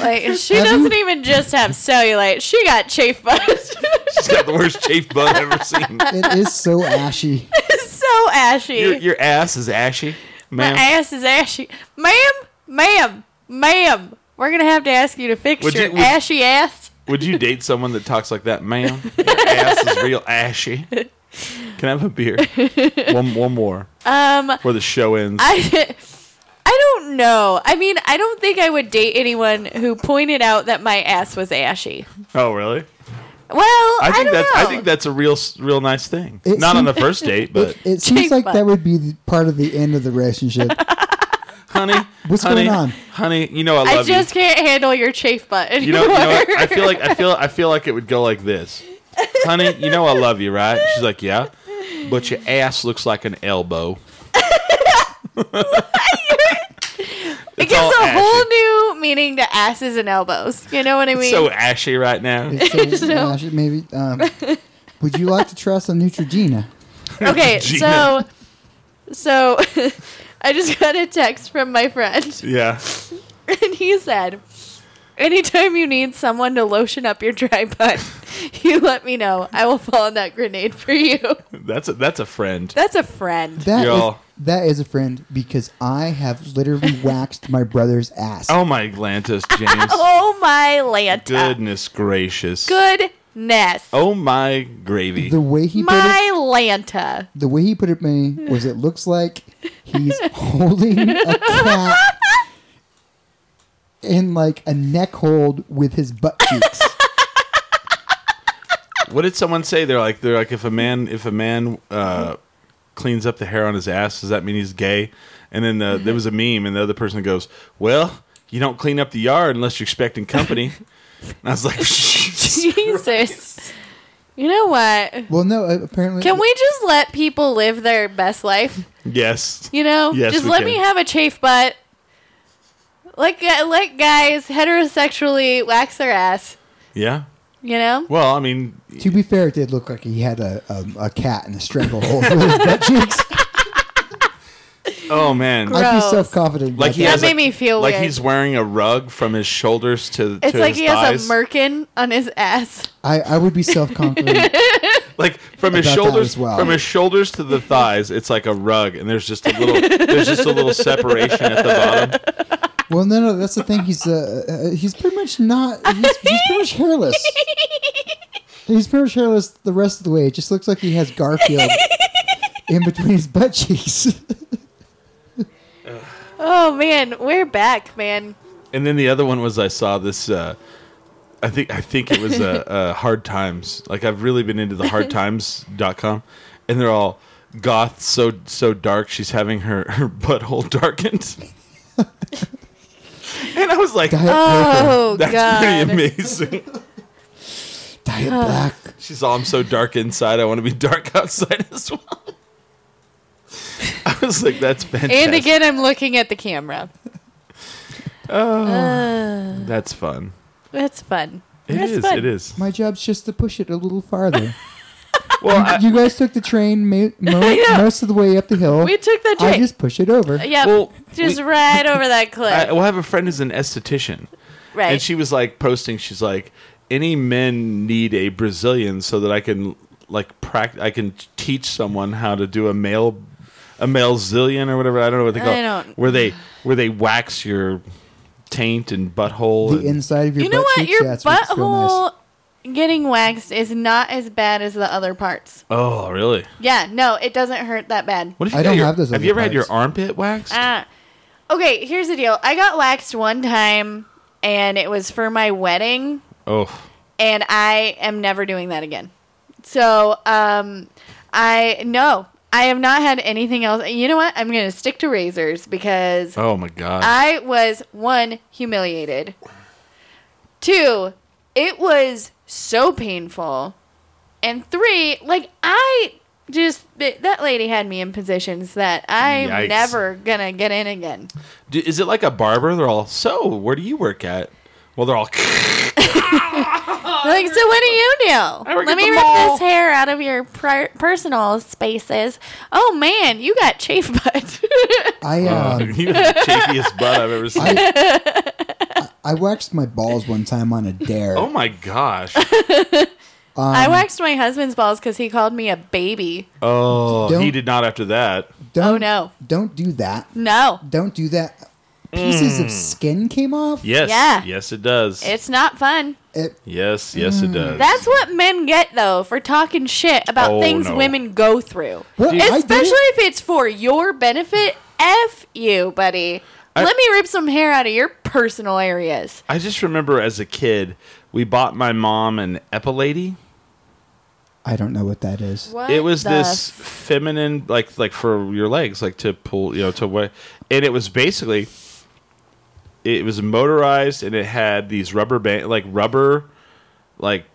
Like, she
Have
doesn't even just have cellulite. She got chafe butt. (laughs)
She's got the worst chafe butt I've ever seen.
It is so ashy.
it's so ashy.
Your, your ass is ashy,
my
man.
ass is ashy. Ma'am, ma'am, ma'am. We're going to have to ask you to fix
Would
your
you- would-
ashy ass.
Would you date someone that talks like that,
(laughs)
ma'am? Your ass is real ashy. Can I have a
(laughs)
beer? One, one more
Um,
before the show ends.
I (laughs) I don't know. I mean, I don't think I would date anyone who pointed out that my ass was ashy.
oh, really?
Well, I,
I think
don't
that's
know.
I think that's a real s- real nice thing.
It
Not on the
seems-
first date, but
It, it seems
Cheap
like
butt.
that would be the, part of the end of the relationship.
honey,
What's
honey,
going on?
honey, you know I
I
love
just can't handle your chafe butt
you. You
anymore.
know, you know what? I feel
(laughs)
like I feel I feel like it would go like this. honey, you know I love you, right? She's like, yeah, but your ass looks like an elbow.
it
It's
gives
all
a
ashy.
whole new meaning to asses and elbows. You know what I mean?
so (laughs) ashy right now.
It's so ashy. Maybe. Um, would you like to try some Neutrogena?
okay, so
Gina.
so (laughs) I just got a text from my friend, (laughs)
Yeah,
and he said, "Anytime you need someone to lotion up your dry butt, (laughs) you let me know. I will fall on that grenade for you." (laughs)
that's a, that's a friend.
That's a friend.
That is,
Y'all.
that is a friend because I have literally waxed my brother's ass.
Oh my Atlantis, James.
(laughs) Oh my Lanta.
Goodness gracious.
Goodness.
Oh my gravy.
The way he put it,
my
(laughs)
Lanta.
the way he put it to me was, it looks like
(laughs)
he's holding a cat in like a neck hold with his butt
(laughs)
cheeks.
What did someone say? They're like they're like if a man if a man uh, cleans up the hair on his ass, does that mean he's gay? And then the, there was a meme, and the other person goes, "Well, you don't clean up the yard unless you're expecting company." And I was like, (laughs)
Jesus. You know what?
well, no, uh, apparently.
Can we just let people live their best life?
"Yes,
You know?
Yes,
just
we
let
can.
me have a chafe butt. Let, gu- let guys heterosexually wax their ass.
yeah."
You know?
Well, I mean,
To be fair, it did look like he had a um, a cat in a stranglehold with his
(laughs)
butt cheeks.
oh man,
Gross.
I'd be self confident.
like he
That
has
made
like,
me feel
like
weird.
he's wearing a rug from his shoulders to
It's
to
like
his
he
thighs.
has a merkin on his ass. (laughs)
I, I would be self confident.
Like from his
About that
shoulders,
as well.
from his shoulders to the thighs, it's like a rug, and there's just a little, there's just a little separation at the bottom.
Well, no, no, that's the thing. He's uh, uh, he's pretty much not. He's, he's pretty much
(laughs)
hairless. He's pretty much hairless the rest of the way. It just looks like he has Garfield in between his butt cheeks.
Oh man, we're back, man.
And then the other one was I saw this. Uh, I think I think it was
(laughs)
uh, uh, Hard Times. Like I've really been into the hardtimes.com, and they're all goth so so dark. She's having her her butthole darkened. (laughs) and I was like,
Diet,
Oh
(laughs) that's
god.
pretty amazing. (laughs)
purple, diet
Uh,
black.
She's all, I'm so dark inside. I want to be dark outside as well. (laughs) I was like, that's fantastic.
And again, I'm looking at the camera.
that's fun.
That's fun.
It
That's
is.
fun.
It is.
My job's just to push it a little
(laughs)
farther.
Well,
you,
I,
you guys took the train ma- mo-
know.
most of the way up the hill.
We took Uh, that
I
drink.
just push it over.
yep.
Well,
just
we-
right over
(laughs)
that cliff.
I, well, I have a friend who's an esthetician,
right.
and she was like posting. She's like, any men need a Brazilian so that I can like practice. I can teach someone how to do a male, a male zillion or whatever. I don't know what they
I
call. it.
don't-
Where they where they wax your taint and butthole.
The
and-
inside of your
you know
butt
what?
cheeks.
Your
yeah, it's real- it's real nice.
butthole getting waxed is not as bad as the other parts.
oh, really?
Yeah, no, it doesn't hurt that bad.
What if
I
you got
don't
your-
have those
Have
other
you ever had
parts.
your armpit waxed?
Ah. Okay, here's the deal. I got waxed one time, and it was for my wedding.
oh,
and I am never doing that again. So, um, I no, I have not had anything else. You know what? I'm gonna stick to razors because
oh my god!
I was one humiliated. Two, it was so painful, and three, like I just that lady had me in positions that I'm
Yikes.
never gonna get in again.
Do- is it like a barber? They're all so. Where do you work at? Well, they're all. (laughs)
Like, so what do you
I
do?
work at
Let me
the
rip
mall.
this hair out of your pri- personal spaces. Oh man, you got chafe (laughs) butt.
I,
Oh,
um,
(laughs) you have the chafiest butt I've ever seen.
I, I waxed my balls one time on a dare.
oh my gosh!
I
Um,
waxed my husband's balls because he called me a baby.
Oh, he
Don't-
did not after that.
Don't,
Oh no,
Don't do that.
no,
Don't do that. Pieces
Mm.
of skin came off.
Yes,
Yeah.
yes, it does.
it's not fun.
It-
yes, yes, it does.
That's what men get though for talking shit about
Oh,
things
no.
women go through.
Well, I did
Especially
it-
if it's for your benefit. F you, buddy.
I-
Let me rip some hair out of your personal areas.
I just remember as a kid, we bought my mom an epilady.
I don't know what that is.
What
it was
the
this feminine like like for your legs like to pull you know to way and it was basically it was motorized and it had these rubber band like rubber like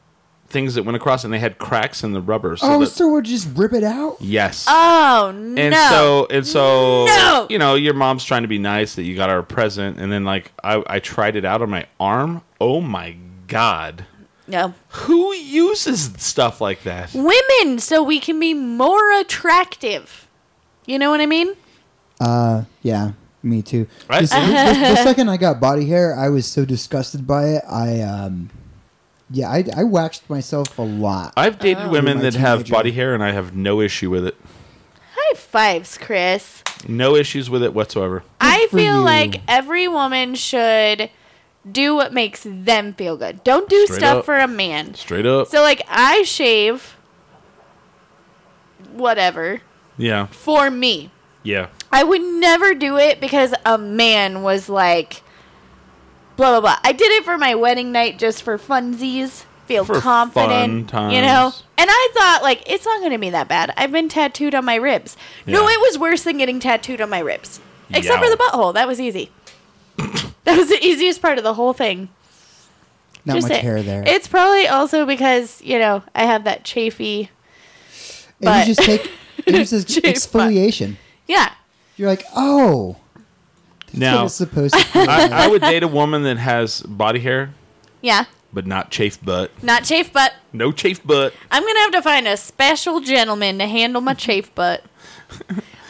things that went across and they had cracks in the rubber so
oh,
that-
so we'll just rip it out?
yes
Oh no!
and so and so
No.
you know your mom's trying to be nice that you got her a present and then like I, I tried it out on my arm oh my god
no,
who uses stuff like that
women, so we can be more attractive. You know what I mean?
Uh, yeah, me too.
Right?
The,
(laughs)
the- the second I got body hair, I was so disgusted by it. I, um, yeah, I, I waxed myself a lot.
I've
Uh-huh.
dated
My
women that have
teenager.
body hair, and I have no issue with it.
High fives, Chris.
No issues with it whatsoever.
I
for
feel
you.
like every woman should do what makes them feel good. Don't do
Straight
stuff
up.
for a man.
Straight up.
So like I shave whatever
yeah.
for me.
Yeah.
I would never do it because a man was like, blah blah blah. I did it for my wedding night just for funsies, feel
For
confident,
fun
you know.
times.
And I thought like it's not gonna be that bad. I've been tattooed on my ribs. No,
Yeah.
it was worse than getting tattooed on my ribs, except for
Yow.
the butthole. That
(coughs)
was easy. that was the easiest part of the whole thing.
Not
just
much
it.
hair there.
It's probably also because you know I have that chafy.
it was
but-
just take, it
(laughs)
was just
Cheap butt.
exfoliation.
Yeah,
You're like, oh, that's what
Now,
it's supposed to be.
I, I would date a woman that has body hair,
yeah,
but not chafe butt.
not chafe butt.
No chafe butt. (laughs)
I'm gonna have to find a special gentleman to handle my chafe butt.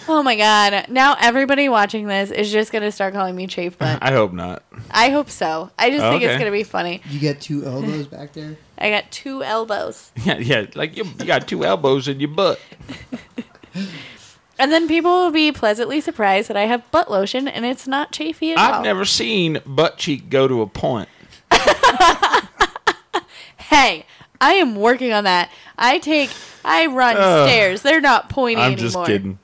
Oh my god. Now everybody watching this is just gonna start calling me Chafe Butt.
(laughs) I hope not.
I hope so. I just think it's
Okay.
gonna be funny.
You got two elbows back there.
I got two elbows.
Yeah, yeah. Like you, you got two elbows in your butt.
And then people will be pleasantly surprised that I have butt lotion and it's not chafy at all.
I've never seen butt cheek go to a point.
hey, I am working on that. I take I run
Ugh.
stairs. They're not pointy
I'm
anymore.
just kidding.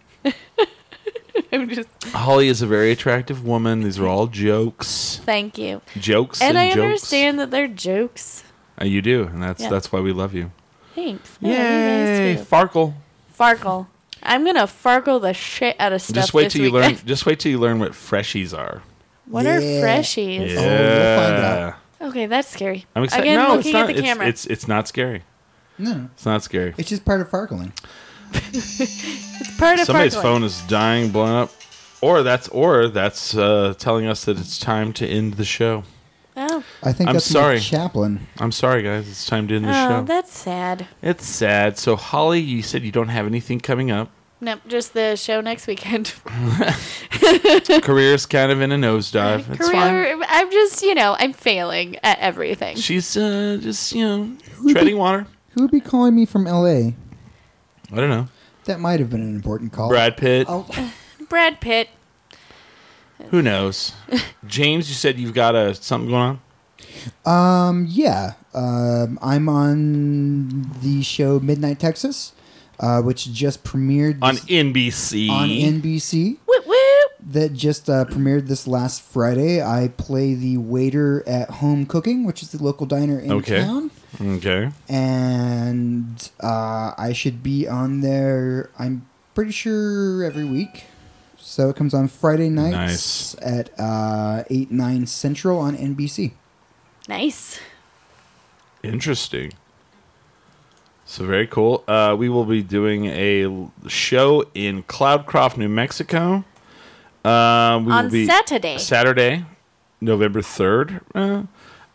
(laughs) I'm just
Holly is a very attractive woman. These are all jokes,
thank you.
jokes, and,
And I
jokes.
understand that they're jokes.
Uh, you do, and that's
Yeah.
that's why we love you.
Thanks. I love
Yay,
you guys too.
Farkle!
Farkle. I'm gonna farkle the shit out of stuff.
Just wait
this
till you
weekend. (laughs)
learn. Just wait till you learn what freshies are.
What are
Yeah.
Oh,
freshies?
we'll find out.
Yeah.
Okay, that's scary.
I'm excited.
Again,
no,
looking
it's not,
at the
it's-
camera.
It's, it's not scary.
No,
It's not scary.
it's just part of farkling.
It's part of
Somebody's
farkling.
phone is dying, blown up, or that's or that's uh, telling us that it's time to end the show.
Oh,
I think
I'm
that's
sorry.
Nick Chaplin.
I'm sorry, guys. It's time to end the
oh
show.
that's sad.
it's sad. So Holly, you said you don't have anything coming up. (laughs)
Nope, just the show next weekend. (laughs)
Career's kind of in a nosedive. It's fine.
Career, I'm just, you know, I'm failing at everything.
She's uh, just you know treading water.
Who would be calling me from L.A.?
I don't know.
That might have been an important call.
Brad Pitt.
Oh,
Brad Pitt.
Who knows? James, you said you've got uh, something going on.
Um, yeah, um, I'm on the show Midnight Texas, uh, which just premiered
on
this-
NBC.
on NBC.
Whoop whoop.
That just uh, premiered this last Friday. I play the waiter at Home Cooking, which is the local diner in
Okay.
town,
okay.
and uh, I should be on there. I'm pretty sure every week. So it comes on Friday
Nice.
nights at uh, eight nine central on NBC.
Nice.
Interesting. So very cool. Uh, we will be doing a l- show in Cloudcroft, New Mexico. Um, we
On
will be
Saturday.
Saturday, November third. Uh,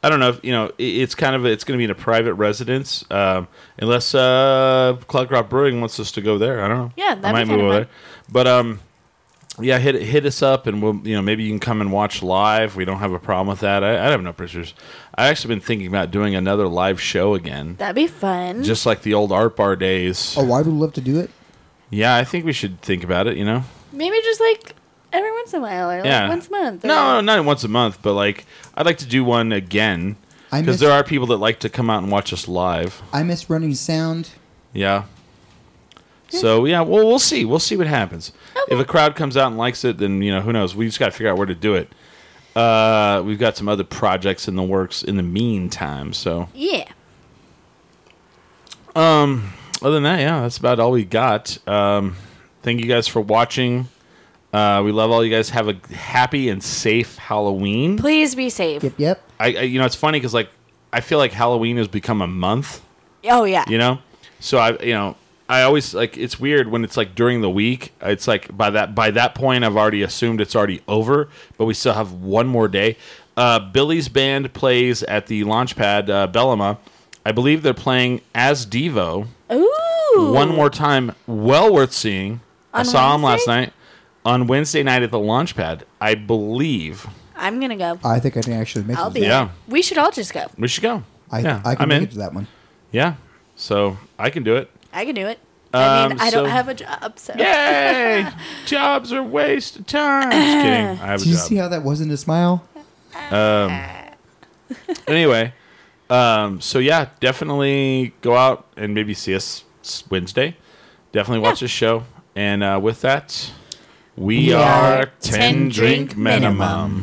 I don't know if you know. i it's kind of it's going to be in a private residence, um, unless uh, Cloudcroft Brewing wants us to go there. I don't know.
Yeah, that'd
I
be
might
kind
move
of
over
fun.
there. But um, yeah, hit hit us up, and we'll you know maybe you can come and watch live. We don't have a problem with that. I, I have no pressures. I actually been thinking about doing another live show again,
That'd be fun.
just like the old art bar days.
Oh, I would love to do it.
Yeah, I think we should think about it. You know,
Maybe just like every once in a while or like
yeah,
once a month. or-
No, not once a month, but like I'd like to do one again
I
because
miss,
there are people that like to come out and watch us live.
I miss running sound.
Yeah. So yeah, well we'll see. We'll see what happens. If a crowd comes out and likes it, then you know who knows. We just got to figure out where to do it. Uh, we've got some other projects in the works in the meantime. So
Yeah.
other than that, yeah, that's about all we got. Um, thank you guys for watching. Uh, we love all you guys. Have a happy and safe Halloween.
Please be safe.
Yep, yep.
I, I you know it's funny because like I feel like Halloween has become a month.
Oh yeah.
you know so i you know i always like it's weird when it's like during the week it's like by that by that point i've already assumed it's already over but we still have one more day uh, billy's band plays at the launchpad uh, bellama i believe they're playing as devo
Ooh.
one more time well worth seeing i
On
saw him last
Wednesday?
night on wednesday night at the launchpad i believe
I'm gonna go.
I think I can actually make
I'll
it.
be.
Yeah.
there. We should all just go.
we should go
I,
yeah
I can
am
make
in
it to that one.
yeah so i can do it
I can do it. I mean,
Um,
I don't
so-
have a job, so
Yay! Jobs are waste of time. Just kidding. I have a
Did you see
job.
how that wasn't a smile?
anyway, um, so yeah, definitely go out and maybe see us s- Wednesday. Definitely watch this show. And uh, with that, we,
We
are
are
10
10
Drink
Drink
minimum.
Minimum.